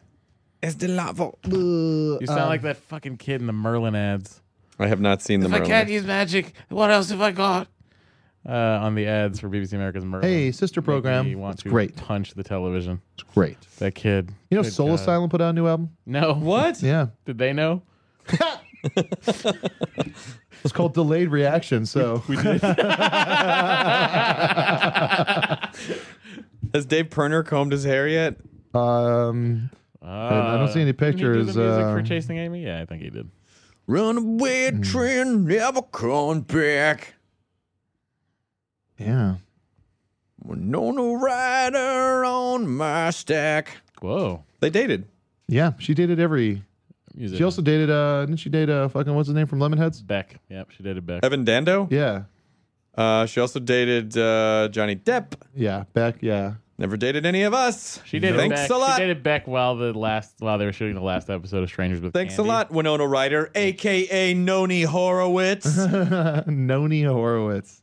[SPEAKER 1] It's delightful.
[SPEAKER 4] You
[SPEAKER 1] Uh.
[SPEAKER 4] sound
[SPEAKER 5] Um,
[SPEAKER 4] like that fucking kid in the Merlin ads.
[SPEAKER 1] I have not seen the Merlin.
[SPEAKER 4] use magic, what else have I got? Uh, on the ads for BBC America's Merlin.
[SPEAKER 5] Hey, sister program.
[SPEAKER 4] You want
[SPEAKER 5] It's
[SPEAKER 4] to
[SPEAKER 5] great.
[SPEAKER 4] punch the television.
[SPEAKER 5] It's great.
[SPEAKER 4] That kid.
[SPEAKER 5] You know,
[SPEAKER 4] Good
[SPEAKER 5] Soul
[SPEAKER 4] God.
[SPEAKER 5] Asylum put out a new album.
[SPEAKER 4] No. What?
[SPEAKER 5] Yeah,
[SPEAKER 4] Did they know?
[SPEAKER 5] it's called Delayed Reaction. So
[SPEAKER 1] Has Dave Perner combed his hair yet?
[SPEAKER 5] um, I don't see any
[SPEAKER 4] Did he Uh, do
[SPEAKER 5] pictures.
[SPEAKER 4] the music for
[SPEAKER 5] uh,
[SPEAKER 4] Chasing Amy? Yeah, I think he did.
[SPEAKER 1] Runaway train never come back.
[SPEAKER 5] yeah.
[SPEAKER 1] Winona Ryder on my stack.
[SPEAKER 4] Whoa.
[SPEAKER 1] They dated.
[SPEAKER 5] Yeah, she dated every.
[SPEAKER 4] Music.
[SPEAKER 5] She also dated. uh Didn't she date uh fucking what's his name from Lemonheads?
[SPEAKER 4] Beck. Yep, she dated Beck.
[SPEAKER 1] Evan Dando.
[SPEAKER 5] Yeah,
[SPEAKER 1] Uh, she also dated uh, Johnny Depp.
[SPEAKER 5] yeah. Beck. Yeah.
[SPEAKER 1] Never dated any of us.
[SPEAKER 4] She dated
[SPEAKER 1] Thanks
[SPEAKER 4] Beck.
[SPEAKER 1] a lot.
[SPEAKER 4] She dated Beck while the last while they were shooting the last episode of Strangers with
[SPEAKER 1] Thanks
[SPEAKER 4] Candy.
[SPEAKER 1] a lot, Winona Ryder, aka Noni Horowitz.
[SPEAKER 4] Uh-huh.
[SPEAKER 5] Noni Horowitz.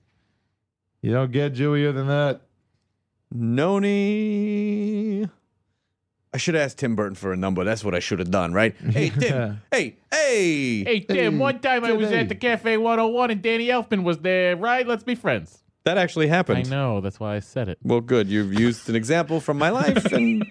[SPEAKER 5] You don't get Jewier than that.
[SPEAKER 1] Noni. I should ask Tim Burton for a number. That's what I should have done, right? Hey, Tim. hey, hey.
[SPEAKER 4] Hey Tim, one time I was
[SPEAKER 5] today.
[SPEAKER 4] at the Cafe 101 and Danny Elfman was there, right? Let's be friends.
[SPEAKER 1] That actually
[SPEAKER 4] I
[SPEAKER 1] happened.
[SPEAKER 4] know, that's why I said it.
[SPEAKER 1] Well, good. You've used an example from my life, and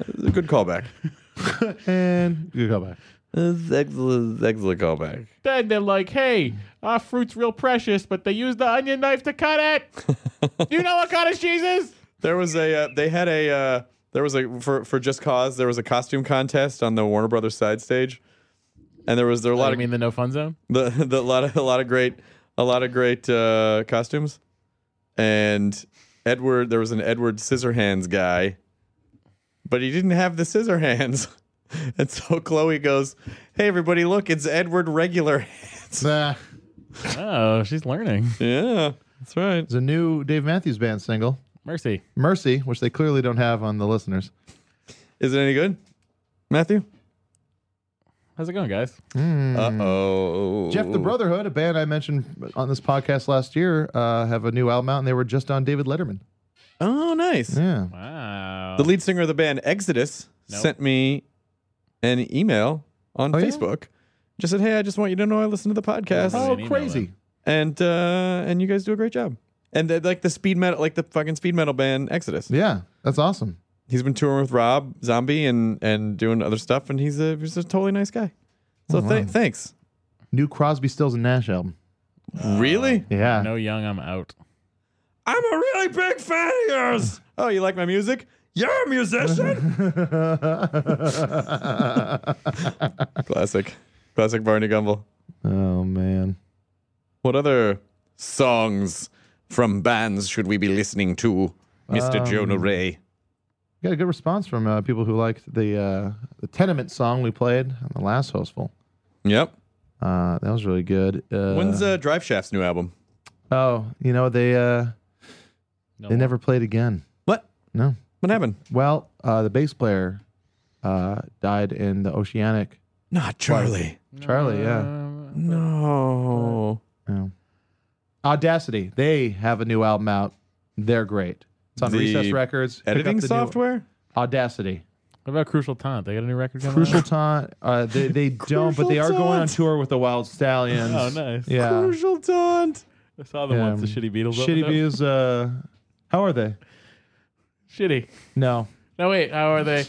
[SPEAKER 1] a good callback.
[SPEAKER 5] And you go back.
[SPEAKER 1] Excellent, excellent callback.
[SPEAKER 4] Then they're like, hey, our fruit's real precious, but they use the onion knife to cut it. Do you know what kind of cheese is?
[SPEAKER 1] There was a. Uh, they had a. Uh, there was a for for just cause. There was a costume contest on the Warner Brothers side stage, and there was there were a lot
[SPEAKER 4] I
[SPEAKER 1] of
[SPEAKER 4] mean the no fun zone?
[SPEAKER 1] the, the lot of a lot of great a lot of great uh, costumes, and Edward. There was an Edward Scissorhands guy, but he didn't have the scissor hands, and so Chloe goes, "Hey everybody, look, it's Edward regular hands."
[SPEAKER 5] Nah.
[SPEAKER 4] Oh, she's learning.
[SPEAKER 1] yeah, that's right.
[SPEAKER 5] There's a new Dave Matthews Band single,
[SPEAKER 4] Mercy.
[SPEAKER 5] "Mercy," which they clearly don't have on the listeners.
[SPEAKER 1] Is it any good, Matthew?
[SPEAKER 4] How's it going, guys?
[SPEAKER 1] Uh oh.
[SPEAKER 5] Hmm. Jeff the Brotherhood, a band I mentioned on this podcast last year, uh, have a new album out, and they were just on David Letterman.
[SPEAKER 1] Oh, nice.
[SPEAKER 5] Yeah.
[SPEAKER 4] Wow.
[SPEAKER 1] The lead singer of the band Exodus
[SPEAKER 4] Nope.
[SPEAKER 1] sent me an email on
[SPEAKER 5] Oh, yeah?
[SPEAKER 1] Facebook. Just said, "Hey, I just want you to know I listen to the podcast,
[SPEAKER 4] Oh,
[SPEAKER 5] Oh,
[SPEAKER 4] an email
[SPEAKER 5] crazy.
[SPEAKER 1] and uh, and you guys do a great job." And they like the speed metal, like the fucking speed metal band Exodus.
[SPEAKER 5] Yeah, that's awesome.
[SPEAKER 1] He's been touring with Rob Zombie and and doing other stuff, and he's a he's a totally nice guy. So th- thanks.
[SPEAKER 5] New Crosby, Stills, and Nash album.
[SPEAKER 1] really,
[SPEAKER 5] Yeah.
[SPEAKER 4] No young, I'm out.
[SPEAKER 1] Uh, I'm a really big fan of yours. oh, you like my music? You're a musician. Classic, classic Barney Gumble.
[SPEAKER 5] Oh man.
[SPEAKER 1] What other songs from bands should we be listening to, Mr. Jonah Ray?
[SPEAKER 5] Got a good response from uh, people who liked the uh, the Tenement song we played on the last hostful.
[SPEAKER 1] Yep.
[SPEAKER 5] Uh, that was really good. Uh,
[SPEAKER 1] When's uh, Drive Shaft's new album?
[SPEAKER 5] oh, you know they uh,
[SPEAKER 4] No
[SPEAKER 5] they
[SPEAKER 4] more.
[SPEAKER 5] never played again.
[SPEAKER 1] What?
[SPEAKER 5] No.
[SPEAKER 1] What happened?
[SPEAKER 5] Well, uh, the bass player uh, died in the Oceanic.
[SPEAKER 1] Not Charlie.
[SPEAKER 5] Charlie, yeah.
[SPEAKER 4] Um,
[SPEAKER 1] No.
[SPEAKER 5] Yeah. Audacity. They have a new album out. They're great. It's on
[SPEAKER 1] The
[SPEAKER 5] Recess Records. Pick up
[SPEAKER 1] Editing
[SPEAKER 5] the new-
[SPEAKER 1] software?
[SPEAKER 5] Audacity.
[SPEAKER 4] What about Crucial Taunt? They got a new record coming
[SPEAKER 5] Crucial
[SPEAKER 4] out?
[SPEAKER 5] Taunt. Uh, they they don't, but they are
[SPEAKER 1] Crucial
[SPEAKER 5] going on
[SPEAKER 1] Taunt.
[SPEAKER 5] tour with the Wild Stallions.
[SPEAKER 4] Oh, nice.
[SPEAKER 5] Yeah.
[SPEAKER 1] Crucial Taunt.
[SPEAKER 4] I saw the ones the
[SPEAKER 5] Um,
[SPEAKER 4] Shitty Beatles.
[SPEAKER 5] Shitty
[SPEAKER 4] opened
[SPEAKER 5] Beatles. Uh, how are they?
[SPEAKER 4] up. Shitty.
[SPEAKER 5] No.
[SPEAKER 4] No, wait. How are they?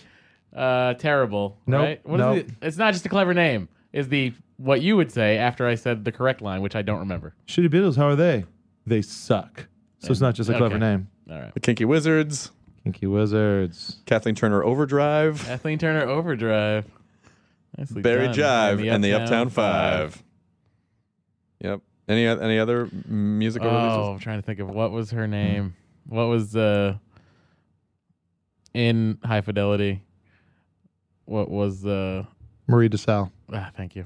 [SPEAKER 4] Uh, terrible.
[SPEAKER 5] Nope,
[SPEAKER 4] Right? What is
[SPEAKER 5] nope.
[SPEAKER 4] it? It's not just a clever name. Is the what you would say after I said the correct line, which I don't remember.
[SPEAKER 5] Shitty Beatles. How are they? They suck. So it's not just a clever
[SPEAKER 4] Okay.
[SPEAKER 5] name.
[SPEAKER 4] All right.
[SPEAKER 1] The Kinky Wizards.
[SPEAKER 5] Kinky Wizards.
[SPEAKER 1] Kathleen Turner Overdrive.
[SPEAKER 4] Kathleen Turner Overdrive. Nicely
[SPEAKER 1] Barry
[SPEAKER 4] done.
[SPEAKER 1] Jive and the, Uptown Five. Yep. Any o- any other musical
[SPEAKER 4] Oh,
[SPEAKER 1] releases?
[SPEAKER 4] I'm trying to think of what was
[SPEAKER 1] Hmm.
[SPEAKER 4] her name. What was uh in High Fidelity? What was uh
[SPEAKER 5] Marie DeSalle.
[SPEAKER 4] ah, thank you.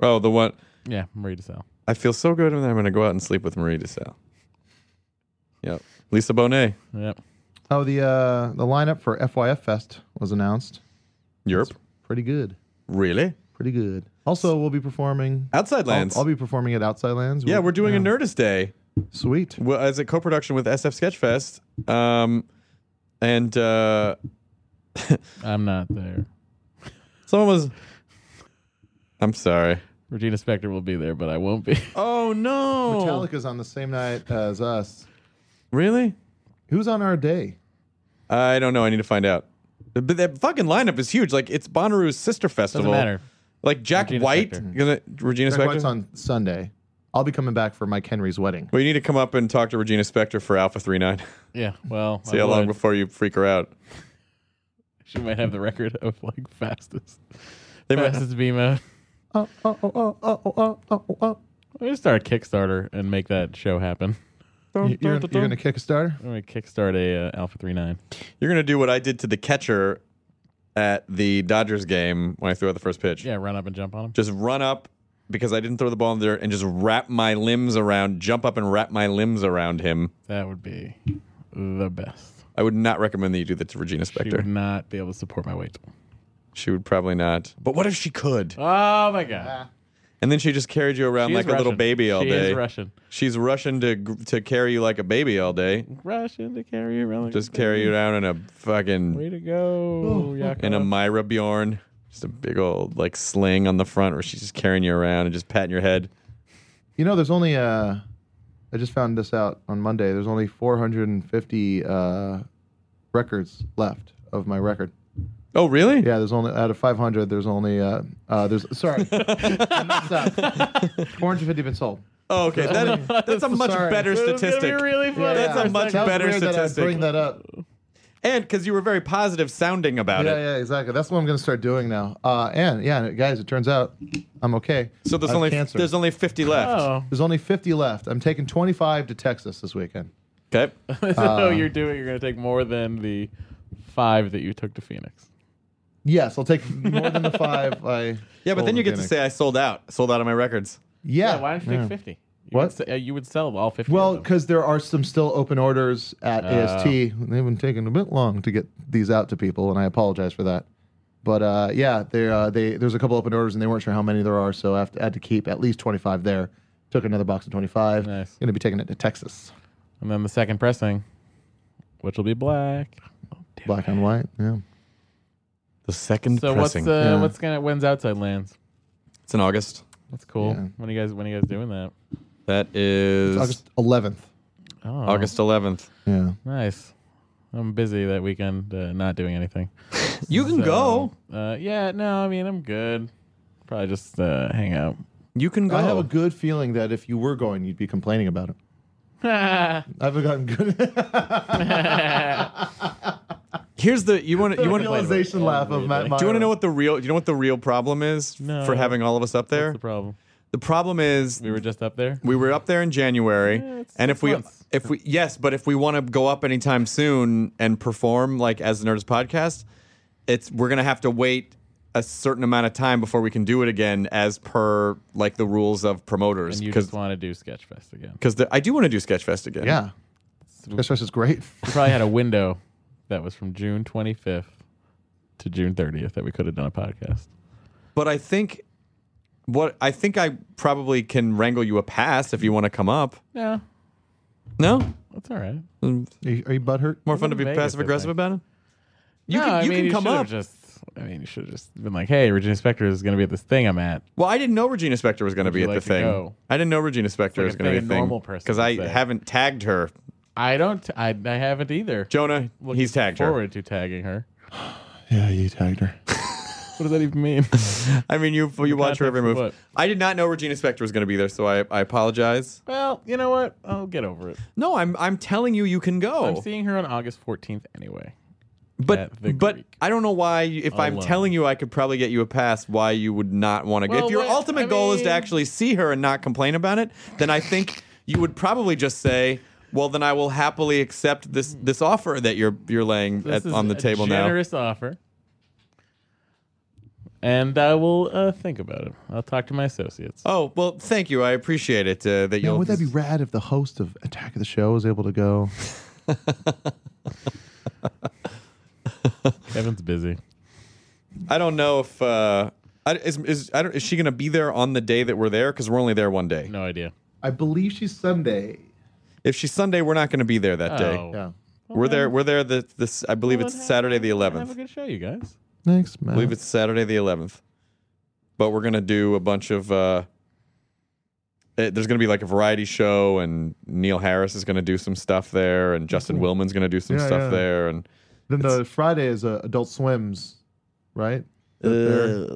[SPEAKER 1] Oh, the one.
[SPEAKER 4] Yeah, Marie DeSalle.
[SPEAKER 1] I feel so good, and I'm going to go out and sleep with Marie DeSalle. Yep. Lisa Bonet.
[SPEAKER 4] Yep.
[SPEAKER 5] Oh, the uh, the lineup for FYF Fest was announced.
[SPEAKER 1] Europe.
[SPEAKER 5] Pretty good.
[SPEAKER 1] Really?
[SPEAKER 5] Pretty good. Also, we'll be performing.
[SPEAKER 1] Outside Lands.
[SPEAKER 5] I'll, I'll be performing at Outside Lands.
[SPEAKER 1] yeah,
[SPEAKER 5] We'll-
[SPEAKER 1] we're doing a Nerdist Day
[SPEAKER 5] Sweet.
[SPEAKER 1] well, as a co-production with SF Sketchfest, um, and uh,
[SPEAKER 4] I'm not there.
[SPEAKER 1] someone was. I'm sorry.
[SPEAKER 4] Regina Spector will be there, but I won't be.
[SPEAKER 1] Oh no!
[SPEAKER 5] Metallica's on the same night as us.
[SPEAKER 1] Really?
[SPEAKER 5] Who's on our day?
[SPEAKER 1] I don't know. I need to find out. But that fucking lineup is huge. Like it's Bonnaroo's sister festival.
[SPEAKER 4] Doesn't matter.
[SPEAKER 1] Like Jack
[SPEAKER 4] Regina
[SPEAKER 1] White,
[SPEAKER 4] Spektor.
[SPEAKER 1] gonna, Regina
[SPEAKER 5] Jack White's
[SPEAKER 1] Spector.
[SPEAKER 5] on Sunday. I'll be coming back for Mike Henry's wedding.
[SPEAKER 1] Well, you need to come up and talk to Regina Spector for Alpha 39.
[SPEAKER 4] Yeah, well,
[SPEAKER 1] See
[SPEAKER 4] I
[SPEAKER 1] how long
[SPEAKER 4] would.
[SPEAKER 1] before you freak her out.
[SPEAKER 4] she might have the record of like fastest,
[SPEAKER 1] They might-
[SPEAKER 4] fastest BMO.
[SPEAKER 5] Oh, oh, oh, oh, oh, oh, oh, oh, oh, oh.
[SPEAKER 4] I'm gonna start a Kickstarter and make that show happen.
[SPEAKER 5] You- You're, you're going to kick a starter?
[SPEAKER 4] I'm gonna kickstart a uh, Alpha 39.
[SPEAKER 1] You're gonna do what I did to the catcher at the Dodgers game when I threw out the first pitch.
[SPEAKER 4] Yeah, run up and jump on him.
[SPEAKER 1] Just run up because I didn't throw the ball in the dirt and just wrap my limbs around, jump up and wrap my limbs around him.
[SPEAKER 4] That would be the best.
[SPEAKER 1] I would not recommend that you do that to Regina
[SPEAKER 4] She would
[SPEAKER 1] Spector.
[SPEAKER 4] not be able to support my weight.
[SPEAKER 1] She would probably not. But what if she could?
[SPEAKER 4] Oh my god!
[SPEAKER 1] And then she just carried you around
[SPEAKER 4] She
[SPEAKER 1] like
[SPEAKER 4] is
[SPEAKER 1] a little
[SPEAKER 4] Russian.
[SPEAKER 1] baby all
[SPEAKER 4] she
[SPEAKER 1] day.
[SPEAKER 4] is Russian.
[SPEAKER 1] She's Russian to gr- to carry you like a baby all day.
[SPEAKER 4] Russian to carry around. like
[SPEAKER 1] Just
[SPEAKER 4] a
[SPEAKER 1] carry you
[SPEAKER 4] baby.
[SPEAKER 1] down in a
[SPEAKER 4] Way
[SPEAKER 1] fucking
[SPEAKER 4] to go, Yakov.
[SPEAKER 1] in a Myra Bjorn, just a big old like sling on the front where she's just carrying you around and just patting your head.
[SPEAKER 5] You know, there's only, uh, I just found this out on Monday. There's only 450 uh, records left of my record.
[SPEAKER 1] Oh really?
[SPEAKER 5] Yeah, there's only, out of 500, there's only, uh, uh, there's, sorry. I messed up. 450 been sold.
[SPEAKER 1] Oh okay. That, that's a much
[SPEAKER 5] Sorry.
[SPEAKER 1] better
[SPEAKER 4] It was gonna be
[SPEAKER 1] statistic.
[SPEAKER 4] really funny
[SPEAKER 1] Oh, That's
[SPEAKER 4] for
[SPEAKER 1] a
[SPEAKER 4] a
[SPEAKER 1] much
[SPEAKER 5] That was
[SPEAKER 1] better
[SPEAKER 5] weird that I'd
[SPEAKER 1] statistic.
[SPEAKER 5] bring that up.
[SPEAKER 1] And because you were very positive sounding about
[SPEAKER 5] yeah,
[SPEAKER 1] it.
[SPEAKER 5] yeah, exactly. That's what I'm going to start doing now. Uh, and yeah, guys, it turns out I'm okay.
[SPEAKER 1] So there's
[SPEAKER 5] I have
[SPEAKER 1] only
[SPEAKER 5] cancer.
[SPEAKER 1] there's only 50 left.
[SPEAKER 4] Oh,
[SPEAKER 5] There's only 50 left. I'm taking 25 to Texas this weekend.
[SPEAKER 1] Okay. Ah.
[SPEAKER 4] so you're doing. You're gonna take more than the five that you took to Phoenix.
[SPEAKER 5] Yes, I'll take more than the five. I
[SPEAKER 1] Yeah, but then you get to
[SPEAKER 5] Phoenix.
[SPEAKER 1] say I sold out. Sold out of my records.
[SPEAKER 5] yeah.
[SPEAKER 4] why don't you
[SPEAKER 5] yeah.
[SPEAKER 4] take fifty? You
[SPEAKER 5] What?
[SPEAKER 4] Would se- uh, you would sell all fifty.
[SPEAKER 5] Well,
[SPEAKER 4] of them.
[SPEAKER 5] because there are some still open orders
[SPEAKER 1] Oh.
[SPEAKER 5] at AST. They've been taking a bit long to get these out to people, and I apologize for that. But uh, yeah, they, uh, they there's a couple open orders and they weren't sure how many there are, so I have to, had to keep at least 25 there. Took another box of 25. Nice. Going to be taking it to Texas.
[SPEAKER 4] And then the second pressing, which will be black.
[SPEAKER 5] Black on white. Yeah.
[SPEAKER 1] The second
[SPEAKER 4] So
[SPEAKER 1] pressing.
[SPEAKER 4] what's uh,
[SPEAKER 5] Yeah.
[SPEAKER 4] what's gonna when's outside lands?
[SPEAKER 1] it's in August.
[SPEAKER 4] That's cool.
[SPEAKER 5] Yeah.
[SPEAKER 4] When are you guys when are you guys doing that?
[SPEAKER 1] That is
[SPEAKER 5] It's August 11th.
[SPEAKER 4] Oh,
[SPEAKER 1] August 11th.
[SPEAKER 5] Yeah.
[SPEAKER 4] Nice. I'm busy that weekend, uh, not doing anything.
[SPEAKER 1] You can
[SPEAKER 4] So,
[SPEAKER 1] go.
[SPEAKER 4] Uh, yeah, no, I mean I'm good. Probably just uh, hang out.
[SPEAKER 1] You can go.
[SPEAKER 5] I have a good feeling that if you were going, you'd be complaining about it. I've gotten good
[SPEAKER 1] Here's the you want you want
[SPEAKER 5] realization laugh of Matt
[SPEAKER 1] Do you want to know what the real? Do you know what the real problem is
[SPEAKER 4] No.
[SPEAKER 1] for having all of us up there?
[SPEAKER 4] What's the problem?
[SPEAKER 1] the problem is
[SPEAKER 4] We were just up there.
[SPEAKER 1] we were up there in January,
[SPEAKER 4] it's
[SPEAKER 1] and
[SPEAKER 4] six
[SPEAKER 1] if we
[SPEAKER 4] months.
[SPEAKER 1] if we yes, but if we want to go up anytime soon and perform like as the Nerdist podcast, it's we're gonna have to wait a certain amount of time before we can do it again, as per like the rules of promoters.
[SPEAKER 4] And you just want to do Sketchfest again.
[SPEAKER 1] because I do want to do Sketchfest again.
[SPEAKER 5] Yeah. This is great.
[SPEAKER 4] We probably had a window that was from June 25th to June 30th that we could have done a podcast.
[SPEAKER 1] but I think what I think I probably can wrangle you a pass if you want to come up.
[SPEAKER 4] Yeah,
[SPEAKER 1] No,
[SPEAKER 4] that's all right.
[SPEAKER 5] Are you, are you butthurt?
[SPEAKER 1] more fun to be
[SPEAKER 4] Vegas, I
[SPEAKER 1] passive aggressive
[SPEAKER 4] think.
[SPEAKER 1] about it. You
[SPEAKER 4] No,
[SPEAKER 1] can
[SPEAKER 4] I
[SPEAKER 1] you
[SPEAKER 4] mean,
[SPEAKER 1] can come
[SPEAKER 4] should've
[SPEAKER 1] up.
[SPEAKER 4] Just, I mean, you should have just been like, "Hey, Regina Spector is going to be at this thing I'm at."
[SPEAKER 1] Well, I didn't know Regina Spector was going to be
[SPEAKER 4] you
[SPEAKER 1] at
[SPEAKER 4] like
[SPEAKER 1] the
[SPEAKER 4] to
[SPEAKER 1] thing.
[SPEAKER 4] go?
[SPEAKER 1] I didn't know Regina Spector
[SPEAKER 4] like
[SPEAKER 1] was
[SPEAKER 4] a
[SPEAKER 1] going to
[SPEAKER 4] thing
[SPEAKER 1] be
[SPEAKER 4] a
[SPEAKER 1] a thing
[SPEAKER 4] normal person
[SPEAKER 1] because
[SPEAKER 4] would
[SPEAKER 1] I
[SPEAKER 4] say.
[SPEAKER 1] haven't tagged her.
[SPEAKER 4] I don't. I, I haven't either.
[SPEAKER 1] Jonah,
[SPEAKER 4] Looking
[SPEAKER 1] he's tagged her.
[SPEAKER 4] forward to tagging her.
[SPEAKER 5] Yeah, you tagged her.
[SPEAKER 4] What does that even mean?
[SPEAKER 1] I mean, you you watch her every
[SPEAKER 4] context
[SPEAKER 1] move.
[SPEAKER 4] of what?
[SPEAKER 1] I did not know Regina Spector was going to be there, so I, I apologize.
[SPEAKER 4] well, you know what? I'll get over it.
[SPEAKER 1] No, I'm I'm telling you, you can go.
[SPEAKER 4] I'm seeing her on August 14th anyway.
[SPEAKER 1] but
[SPEAKER 4] at the
[SPEAKER 1] but
[SPEAKER 4] Greek.
[SPEAKER 1] I don't know why. If I'm
[SPEAKER 4] Alone.
[SPEAKER 1] telling you, I could probably get you a pass. Why you would not want to? go.
[SPEAKER 4] Well,
[SPEAKER 1] if your
[SPEAKER 4] wait,
[SPEAKER 1] ultimate
[SPEAKER 4] I
[SPEAKER 1] goal is to
[SPEAKER 4] mean-
[SPEAKER 1] actually see her and not complain about it, then I think you would probably just say. Well then, I will happily accept this this offer that you're you're laying at,
[SPEAKER 4] This is
[SPEAKER 1] on the
[SPEAKER 4] a
[SPEAKER 1] table now.
[SPEAKER 4] generous offer. And I will uh, think about it. I'll talk to my associates.
[SPEAKER 1] Oh well, thank you. I appreciate it uh, that
[SPEAKER 5] Yeah,
[SPEAKER 1] you'll.
[SPEAKER 5] would that be rad if the host of Attack of the Show was able to go?
[SPEAKER 1] Oh.
[SPEAKER 4] Kevin's busy.
[SPEAKER 1] I don't know if uh, I, is is I don't, is she going to be there on the day that we're there? Because we're only there one day.
[SPEAKER 4] No idea.
[SPEAKER 5] I believe she's Sunday.
[SPEAKER 1] If she's Sunday, we're not going to be there that day.
[SPEAKER 4] Oh.
[SPEAKER 5] Yeah.
[SPEAKER 1] We're there. We're there. The this I believe it's Saturday the
[SPEAKER 4] Have a
[SPEAKER 1] 11th.
[SPEAKER 4] good show, you guys.
[SPEAKER 5] Thanks,
[SPEAKER 1] I
[SPEAKER 5] man.
[SPEAKER 1] believe it's Saturday the 11th. But we're going to do a bunch of. Uh, eh, there's going to be like a variety show, and Neil Harris is going to do some stuff there, and Justin Willman's going to do some
[SPEAKER 5] Yeah,
[SPEAKER 1] stuff
[SPEAKER 5] yeah.
[SPEAKER 1] there, and
[SPEAKER 5] Then the Friday is uh, Adult Swims, right?
[SPEAKER 1] Uh,
[SPEAKER 5] Their-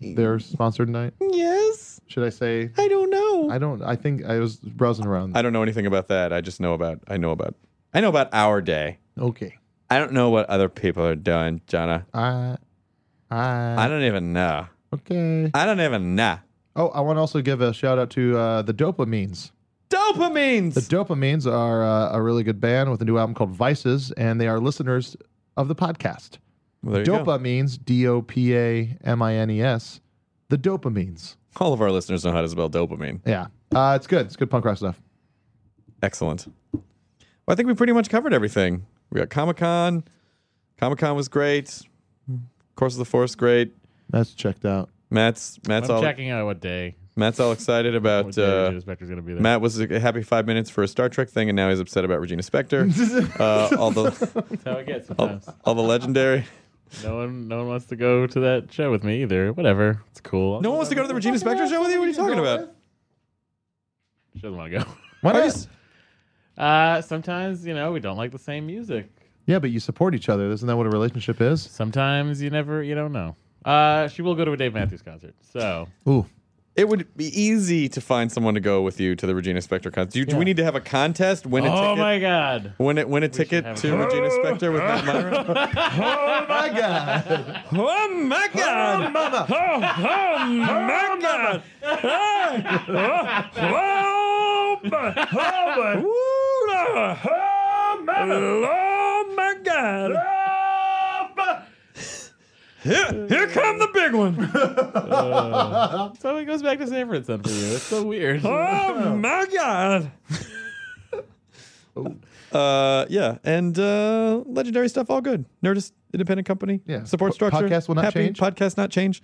[SPEAKER 5] their sponsored night.
[SPEAKER 1] yes,
[SPEAKER 5] Should I say?
[SPEAKER 1] I don't know.
[SPEAKER 5] I don't. I think I was browsing around.
[SPEAKER 1] I don't know anything about that. I just know about I know about I know about our day.
[SPEAKER 5] okay.
[SPEAKER 1] I don't know what other people are doing, Jonna.
[SPEAKER 5] I.
[SPEAKER 1] I
[SPEAKER 5] I.
[SPEAKER 1] don't even know.
[SPEAKER 5] Okay.
[SPEAKER 1] I don't even know.
[SPEAKER 5] Oh, I want to also give a shout out to uh, the Dopamines.
[SPEAKER 1] Dopamines.
[SPEAKER 5] The Dopamines are uh, a really good band with a new album called Vices, and they are listeners of the podcast.
[SPEAKER 1] Well, there you go.
[SPEAKER 5] Dopamines, D O P A M I N E S. The Dopamines.
[SPEAKER 1] All of our listeners know how to spell dopamine.
[SPEAKER 5] Yeah. Uh, it's good. It's good punk rock stuff.
[SPEAKER 1] Excellent. Well, I think we pretty much covered everything. We got Comic Con. Comic Con was great. Course of the Force, great.
[SPEAKER 5] That's checked out.
[SPEAKER 1] Matt's Matt's
[SPEAKER 4] I'm
[SPEAKER 1] all
[SPEAKER 4] checking out what day.
[SPEAKER 1] Matt's all excited
[SPEAKER 4] What
[SPEAKER 1] about.
[SPEAKER 4] day
[SPEAKER 1] Uh,
[SPEAKER 4] Regina Spector's gonna be there.
[SPEAKER 1] Matt was a happy five minutes for a Star Trek thing, and now he's upset about Regina Spector. uh, all the
[SPEAKER 4] That's how it gets
[SPEAKER 1] Oh.
[SPEAKER 4] sometimes.
[SPEAKER 1] all the legendary.
[SPEAKER 4] no one, no one wants to go to that show with me either. Whatever. It's cool.
[SPEAKER 1] No one wants to go to the Regina Spector show with you. What are you talking about?
[SPEAKER 4] She doesn't want to go.
[SPEAKER 5] Why
[SPEAKER 1] Are you
[SPEAKER 5] not?
[SPEAKER 1] s-
[SPEAKER 4] Uh, sometimes you know we don't like the same music.
[SPEAKER 5] Yeah, but you support each other. Isn't that what a relationship is?
[SPEAKER 4] Sometimes you never, you don't know. Uh, she will go to a Dave Matthews concert. So
[SPEAKER 5] Ooh.
[SPEAKER 1] It would be easy to find someone to go with you to the Regina Spector concert. Do, you- do we need to have a contest? Win a
[SPEAKER 4] Oh
[SPEAKER 1] ticket?
[SPEAKER 4] my god.
[SPEAKER 1] Win it. Win a ticket
[SPEAKER 4] have a
[SPEAKER 1] to Regina Spector with Matt Myra.
[SPEAKER 5] Oh my God.
[SPEAKER 1] oh my god!
[SPEAKER 5] Mama.
[SPEAKER 1] Oh, my god! Oh, my, oh, god! Here, here come the big one!
[SPEAKER 4] So it goes back to Sanford then for you. It's so weird.
[SPEAKER 1] Oh my god! Uh, yeah, and uh, legendary stuff, all good. Nerdist, independent company.
[SPEAKER 5] Yeah.
[SPEAKER 1] Support
[SPEAKER 5] Po-
[SPEAKER 1] structure.
[SPEAKER 5] podcast will not
[SPEAKER 1] happy,
[SPEAKER 5] change?
[SPEAKER 1] Podcast not change.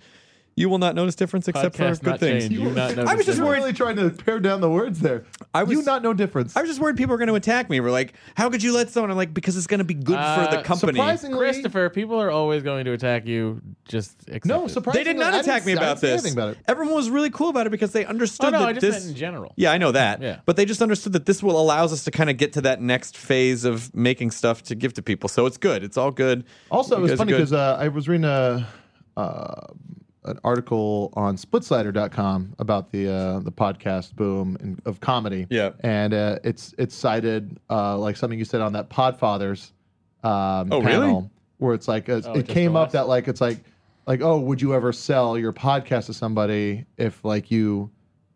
[SPEAKER 1] You will not notice difference except
[SPEAKER 4] Podcast
[SPEAKER 1] for good
[SPEAKER 4] not
[SPEAKER 1] things.
[SPEAKER 4] change. You will not
[SPEAKER 1] I was
[SPEAKER 4] notice
[SPEAKER 1] just
[SPEAKER 5] You're
[SPEAKER 1] worried.
[SPEAKER 5] really trying to pare down the words there.
[SPEAKER 1] I was-
[SPEAKER 5] you not know difference.
[SPEAKER 1] I was just worried people were going to attack me. We're like, how could you let someone? I'm like, because it's going to be good for the
[SPEAKER 4] Uh,
[SPEAKER 1] company.
[SPEAKER 5] surprisingly,
[SPEAKER 4] Christopher, people are always going to attack you. Just accept
[SPEAKER 5] no,
[SPEAKER 4] it.
[SPEAKER 5] surprisingly,
[SPEAKER 1] They did
[SPEAKER 5] I
[SPEAKER 1] not
[SPEAKER 5] didn't
[SPEAKER 1] attack me
[SPEAKER 5] see- I
[SPEAKER 1] about
[SPEAKER 5] didn't see
[SPEAKER 1] this.
[SPEAKER 5] anything about it.
[SPEAKER 1] Everyone was really cool about it because they
[SPEAKER 4] Oh
[SPEAKER 1] understood
[SPEAKER 4] no,
[SPEAKER 1] that
[SPEAKER 4] I just
[SPEAKER 1] this.
[SPEAKER 4] meant in general.
[SPEAKER 1] Yeah, I know that.
[SPEAKER 4] Yeah.
[SPEAKER 1] But they just understood that this will allows us to kind of get to that next phase of making stuff to give to people. So it's good. It's all good.
[SPEAKER 5] Also, it
[SPEAKER 1] You
[SPEAKER 5] was
[SPEAKER 1] guys are
[SPEAKER 5] funny
[SPEAKER 1] good.
[SPEAKER 5] because uh, I was reading a, uh, an article on splitslider.com about the uh, the podcast boom in, of comedy.
[SPEAKER 1] Yeah.
[SPEAKER 5] And uh, it's it's cited uh, like something you said on that Podfathers um,
[SPEAKER 1] Oh, really?
[SPEAKER 5] panel where it's like uh, it
[SPEAKER 4] Oh, just
[SPEAKER 5] came
[SPEAKER 4] the
[SPEAKER 5] up
[SPEAKER 4] last-
[SPEAKER 5] that like it's like like oh would you ever sell your podcast to somebody if like you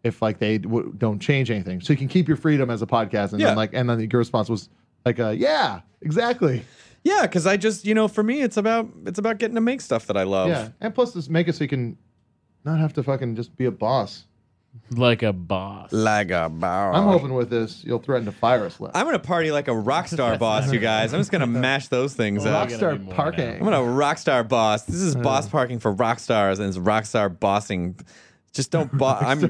[SPEAKER 5] if like they w- don't change anything so you can keep your freedom as a podcast and
[SPEAKER 1] Yeah.
[SPEAKER 5] then like and then your response was like uh, yeah exactly
[SPEAKER 1] Yeah, because I just you know for me it's about it's about getting to make stuff that I love.
[SPEAKER 5] Yeah, and plus, just make it so you can not have to fucking just be a boss.
[SPEAKER 4] Like a boss.
[SPEAKER 1] Like a bow.
[SPEAKER 4] Uh,
[SPEAKER 5] I'm hoping with this, you'll threaten to fire us. Left.
[SPEAKER 1] I'm gonna party like a rock star boss, you guys. I'm just gonna mash those things up.
[SPEAKER 4] gonna be
[SPEAKER 5] Rockstar
[SPEAKER 4] more
[SPEAKER 5] parking.
[SPEAKER 1] I'm gonna rock star boss. This is boss parking for rock stars, and it's rock star bossing. Just don't boss. I'm.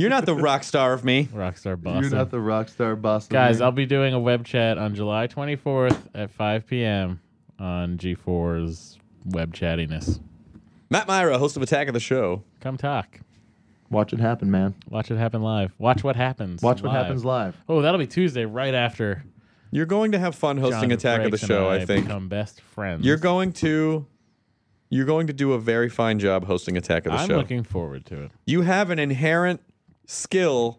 [SPEAKER 1] You're not the rock star of me.
[SPEAKER 4] Rockstar boss.
[SPEAKER 5] You're not the rockstar boss, of
[SPEAKER 4] Guys,
[SPEAKER 5] me.
[SPEAKER 4] I'll be doing a web chat on July 24th at 5 p.m. on G4's web chattiness.
[SPEAKER 1] Matt Myra, host of Attack of the Show.
[SPEAKER 4] Come talk.
[SPEAKER 5] watch it happen, man.
[SPEAKER 4] Watch it happen live. Watch what happens.
[SPEAKER 5] Watch what happens live.
[SPEAKER 4] Oh, that'll be Tuesday right after
[SPEAKER 1] You're going to have fun hosting
[SPEAKER 4] John
[SPEAKER 1] Attack of the
[SPEAKER 4] Frakes and
[SPEAKER 1] Show. I, think
[SPEAKER 4] become best friends.
[SPEAKER 1] you're going to. You're going to do a very fine job hosting Attack of the
[SPEAKER 4] I'm
[SPEAKER 1] Show.
[SPEAKER 4] looking forward to it.
[SPEAKER 1] you have an inherent skill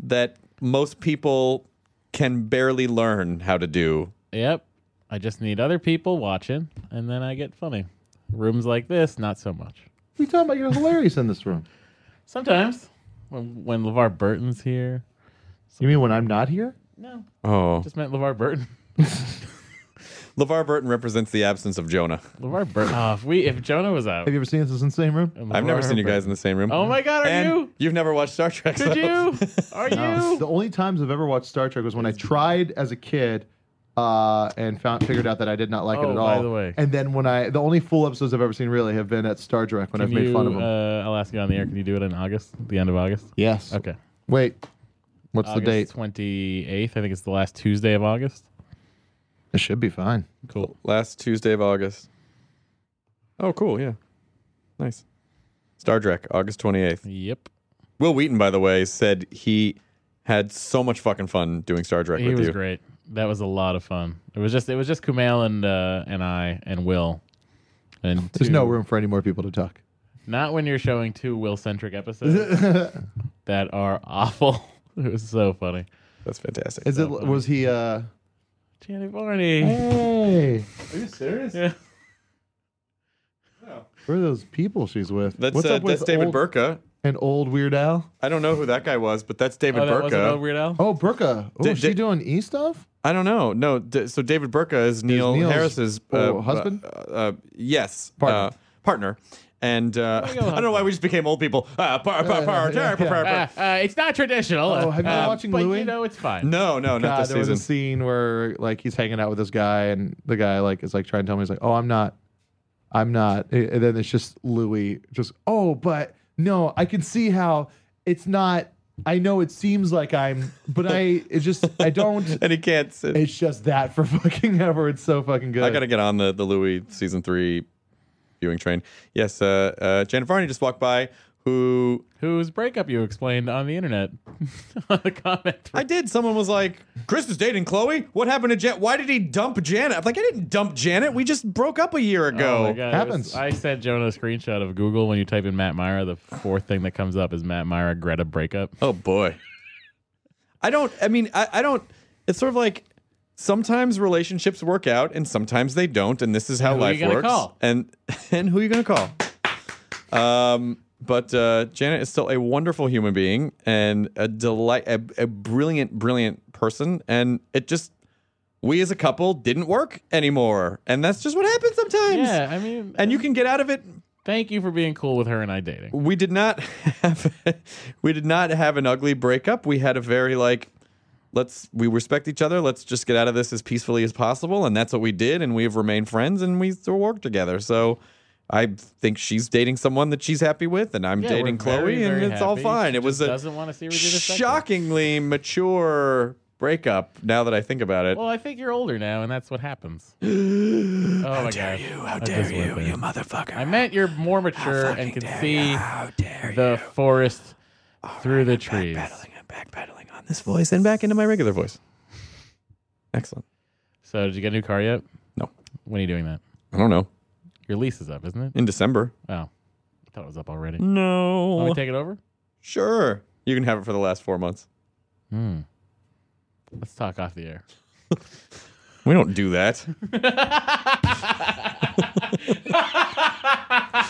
[SPEAKER 1] that most people can barely learn how to do.
[SPEAKER 4] Yep. I just need other people watching, and then I get funny. Rooms like this, not so much.
[SPEAKER 5] What are you talking about? You're hilarious in this room.
[SPEAKER 4] Sometimes when when LeVar Burton's here.
[SPEAKER 5] You mean when I'm not here?
[SPEAKER 4] No,
[SPEAKER 1] Oh,
[SPEAKER 4] just meant LeVar Burton.
[SPEAKER 1] LeVar Burton represents the absence of Jonah.
[SPEAKER 4] LeVar Burton. Oh, if we if Jonah was out.
[SPEAKER 5] Have you ever seen us in the same room?
[SPEAKER 4] and
[SPEAKER 1] I've never
[SPEAKER 4] LeVar
[SPEAKER 1] seen you
[SPEAKER 4] Burton-
[SPEAKER 1] guys in the same room.
[SPEAKER 4] Oh my God, are
[SPEAKER 1] and
[SPEAKER 4] you?
[SPEAKER 1] You've never watched Star Trek. so-
[SPEAKER 4] Did you? Are
[SPEAKER 5] No. The
[SPEAKER 4] you?
[SPEAKER 5] only times I've ever watched Star Trek was when I tried as a kid uh, and found figured out that I did not like it
[SPEAKER 4] Oh,
[SPEAKER 5] at all.
[SPEAKER 4] by the way.
[SPEAKER 5] And then when I the only full episodes I've ever seen really have been at Star Trek when
[SPEAKER 4] Can
[SPEAKER 5] I've made
[SPEAKER 4] you,
[SPEAKER 5] fun of them.
[SPEAKER 4] uh, I'll ask you on the air. Can you do it in August? The end of August?
[SPEAKER 5] yes.
[SPEAKER 4] Okay.
[SPEAKER 5] Wait. What's the date?
[SPEAKER 4] August 28th. I think it's the last Tuesday of August.
[SPEAKER 5] It should be fine.
[SPEAKER 4] Cool.
[SPEAKER 1] Last Tuesday of August. Oh, cool. Yeah. Nice. Star Trek, August 28th.
[SPEAKER 4] Yep.
[SPEAKER 1] Will Wheaton, by the way, said he had so much fucking fun doing Star Trek
[SPEAKER 4] He
[SPEAKER 1] with
[SPEAKER 4] was
[SPEAKER 1] you.
[SPEAKER 4] great. That was a lot of fun. It was just it was just Kumail and uh, and I and Will. And
[SPEAKER 5] There's
[SPEAKER 4] two-
[SPEAKER 5] no room for any more people to talk.
[SPEAKER 4] Not when you're showing two Will centric episodes that are awful. It was so funny.
[SPEAKER 1] That's fantastic.
[SPEAKER 5] Is it? Was he? uh
[SPEAKER 4] Janet Varney.
[SPEAKER 5] Hey,
[SPEAKER 4] Yeah.
[SPEAKER 5] where are those people she's with?
[SPEAKER 1] That's,
[SPEAKER 5] What's
[SPEAKER 1] uh,
[SPEAKER 5] up with
[SPEAKER 1] that's David
[SPEAKER 5] old,
[SPEAKER 1] Burka.
[SPEAKER 5] and old Weird Al?
[SPEAKER 1] I don't know who that guy was, but that's David
[SPEAKER 4] Oh, that wasn't
[SPEAKER 1] Burka.
[SPEAKER 4] Will Weird Al?
[SPEAKER 5] Oh, Burka. Oh,
[SPEAKER 1] Da-
[SPEAKER 5] is she
[SPEAKER 1] da-
[SPEAKER 5] doing E stuff?
[SPEAKER 1] I don't know. No, d- so David Burka is Neil
[SPEAKER 5] Neil's,
[SPEAKER 1] Harris's uh,
[SPEAKER 5] oh, husband?
[SPEAKER 1] Uh, uh, yes,
[SPEAKER 5] Partner.
[SPEAKER 1] Uh, partner. And uh, I
[SPEAKER 4] go
[SPEAKER 1] don't know why we just became old people. Uh, par- par- par-
[SPEAKER 5] yeah,
[SPEAKER 1] par- par-
[SPEAKER 4] Uh,
[SPEAKER 1] par-
[SPEAKER 4] uh, it's not traditional. Uh,
[SPEAKER 5] Oh, have you been watching
[SPEAKER 4] but
[SPEAKER 5] Louis?
[SPEAKER 4] you know it's fine.
[SPEAKER 1] No, no, Oh, not
[SPEAKER 5] God,
[SPEAKER 1] this
[SPEAKER 5] there was a
[SPEAKER 1] season.
[SPEAKER 5] scene where like he's hanging out with this guy, and the guy like is like trying to tell me he's like, "Oh, I'm not, I'm not," and then it's just Louis, just oh, but no, I can see how it's not. I know it seems like I'm, but I it just I don't.
[SPEAKER 1] and he can't. Sit.
[SPEAKER 5] It's just that for fucking ever. It's so fucking good.
[SPEAKER 1] I gotta get on the the Louis season three viewing train. Yes, uh, uh, Janet Varney just walked by. Who
[SPEAKER 4] Whose breakup you explained on the internet on the comment.
[SPEAKER 1] I did. Someone was like, "Chris is dating Chloe. What happened to Jan? Why did he dump Janet?" I'm like, "I didn't dump Janet. We just broke up a year
[SPEAKER 4] Oh
[SPEAKER 1] ago."
[SPEAKER 4] my God, it
[SPEAKER 5] Happens.
[SPEAKER 4] was- I sent Jonah a screenshot of Google when you type in Matt Myra. The fourth thing that comes up is Matt Myra Greta breakup.
[SPEAKER 1] Oh boy. I don't I mean I, I don't it's sort of like sometimes relationships work out and sometimes they don't and this is how
[SPEAKER 4] And who you
[SPEAKER 1] life
[SPEAKER 4] gonna
[SPEAKER 1] works.
[SPEAKER 4] call?
[SPEAKER 1] And and who are you going to call? Um but uh, Janet is still a wonderful human being and a delight a, a brilliant brilliant person and it just we as a couple didn't work anymore and that's just what happens sometimes.
[SPEAKER 4] Yeah, I mean,
[SPEAKER 1] And you can get out of it
[SPEAKER 4] thank you for being cool with her and I dating.
[SPEAKER 1] we did not have we did not have an ugly breakup. We had a very like let's we respect each other. Let's just get out of this as peacefully as possible, and that's what we did. And we have remained friends, and we still work together. So. I think she's dating someone that she's happy with, and I'm
[SPEAKER 4] Yeah, we're
[SPEAKER 1] dating Chloe,
[SPEAKER 4] very,
[SPEAKER 1] and
[SPEAKER 4] very
[SPEAKER 1] it's all
[SPEAKER 4] happy.
[SPEAKER 1] fine.
[SPEAKER 4] She
[SPEAKER 1] it was
[SPEAKER 4] just
[SPEAKER 1] a
[SPEAKER 4] doesn't wanna see her do the sex act.
[SPEAKER 1] shockingly mature breakup. Now that I think about it,
[SPEAKER 4] Well, I think you're older now, and that's what happens. oh
[SPEAKER 1] How
[SPEAKER 4] my
[SPEAKER 1] dare
[SPEAKER 4] God.
[SPEAKER 1] you, how
[SPEAKER 4] That
[SPEAKER 1] dare
[SPEAKER 4] does work
[SPEAKER 1] you,
[SPEAKER 4] there.
[SPEAKER 1] you motherfucker.
[SPEAKER 4] I meant you're more mature and can see the forest through the trees.
[SPEAKER 1] on this voice and back into my regular voice. Excellent.
[SPEAKER 4] So, did you get a new car yet?
[SPEAKER 1] No.
[SPEAKER 4] When are you doing that?
[SPEAKER 1] I don't know.
[SPEAKER 4] Your lease is up, isn't it?
[SPEAKER 1] In December,
[SPEAKER 4] Oh, I thought it was up already.
[SPEAKER 1] no.
[SPEAKER 4] Want me to take it over?
[SPEAKER 1] sure, you can have it for the last four months.
[SPEAKER 4] Hmm. Let's talk off the air.
[SPEAKER 1] We don't do that.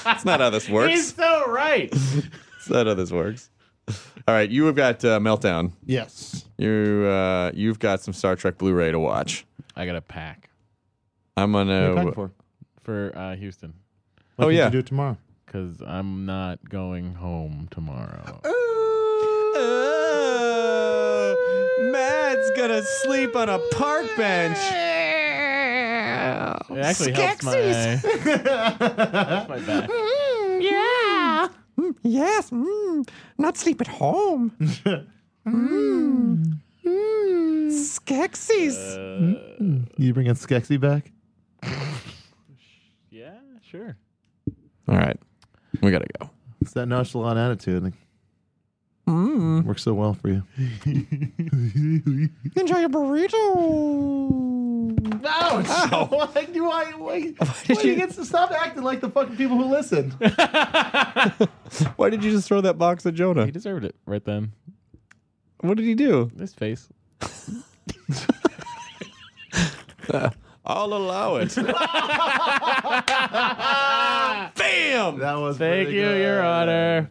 [SPEAKER 1] It's not how this works.
[SPEAKER 4] He's so right.
[SPEAKER 1] That's not how this works. All right, you have got uh, meltdown.
[SPEAKER 5] Yes.
[SPEAKER 1] You uh, you've got some Star Trek Blu-ray to watch.
[SPEAKER 4] I got a pack
[SPEAKER 1] I'm
[SPEAKER 5] What are you
[SPEAKER 1] gonna.
[SPEAKER 5] packing for?
[SPEAKER 4] for uh, Houston
[SPEAKER 5] Why
[SPEAKER 1] Oh,
[SPEAKER 5] can't
[SPEAKER 1] yeah.
[SPEAKER 5] you do it tomorrow.
[SPEAKER 4] because I'm not going home tomorrow.
[SPEAKER 1] Oh, Matt's gonna sleep on a park bench.
[SPEAKER 4] It actually helps my, helps my back.
[SPEAKER 1] yeah. yes. Mm, not sleep at home. Skeksis.
[SPEAKER 5] You bringing Skexy back?
[SPEAKER 4] Yeah, sure.
[SPEAKER 1] All right, we gotta go.
[SPEAKER 5] It's that nonchalant attitude. Like, Works so well for you.
[SPEAKER 1] Enjoy your burrito.
[SPEAKER 5] No, why, why, why,
[SPEAKER 1] did
[SPEAKER 5] do
[SPEAKER 1] you-
[SPEAKER 5] get to stop acting like the fucking people who listen?
[SPEAKER 1] Why did you just throw that box at Jonah?
[SPEAKER 4] He deserved it right then.
[SPEAKER 1] What did he do?
[SPEAKER 4] This face.
[SPEAKER 1] I'll allow it. Bam!
[SPEAKER 5] That was
[SPEAKER 4] Thank
[SPEAKER 5] pretty
[SPEAKER 4] you,
[SPEAKER 5] good.
[SPEAKER 4] Your Honor.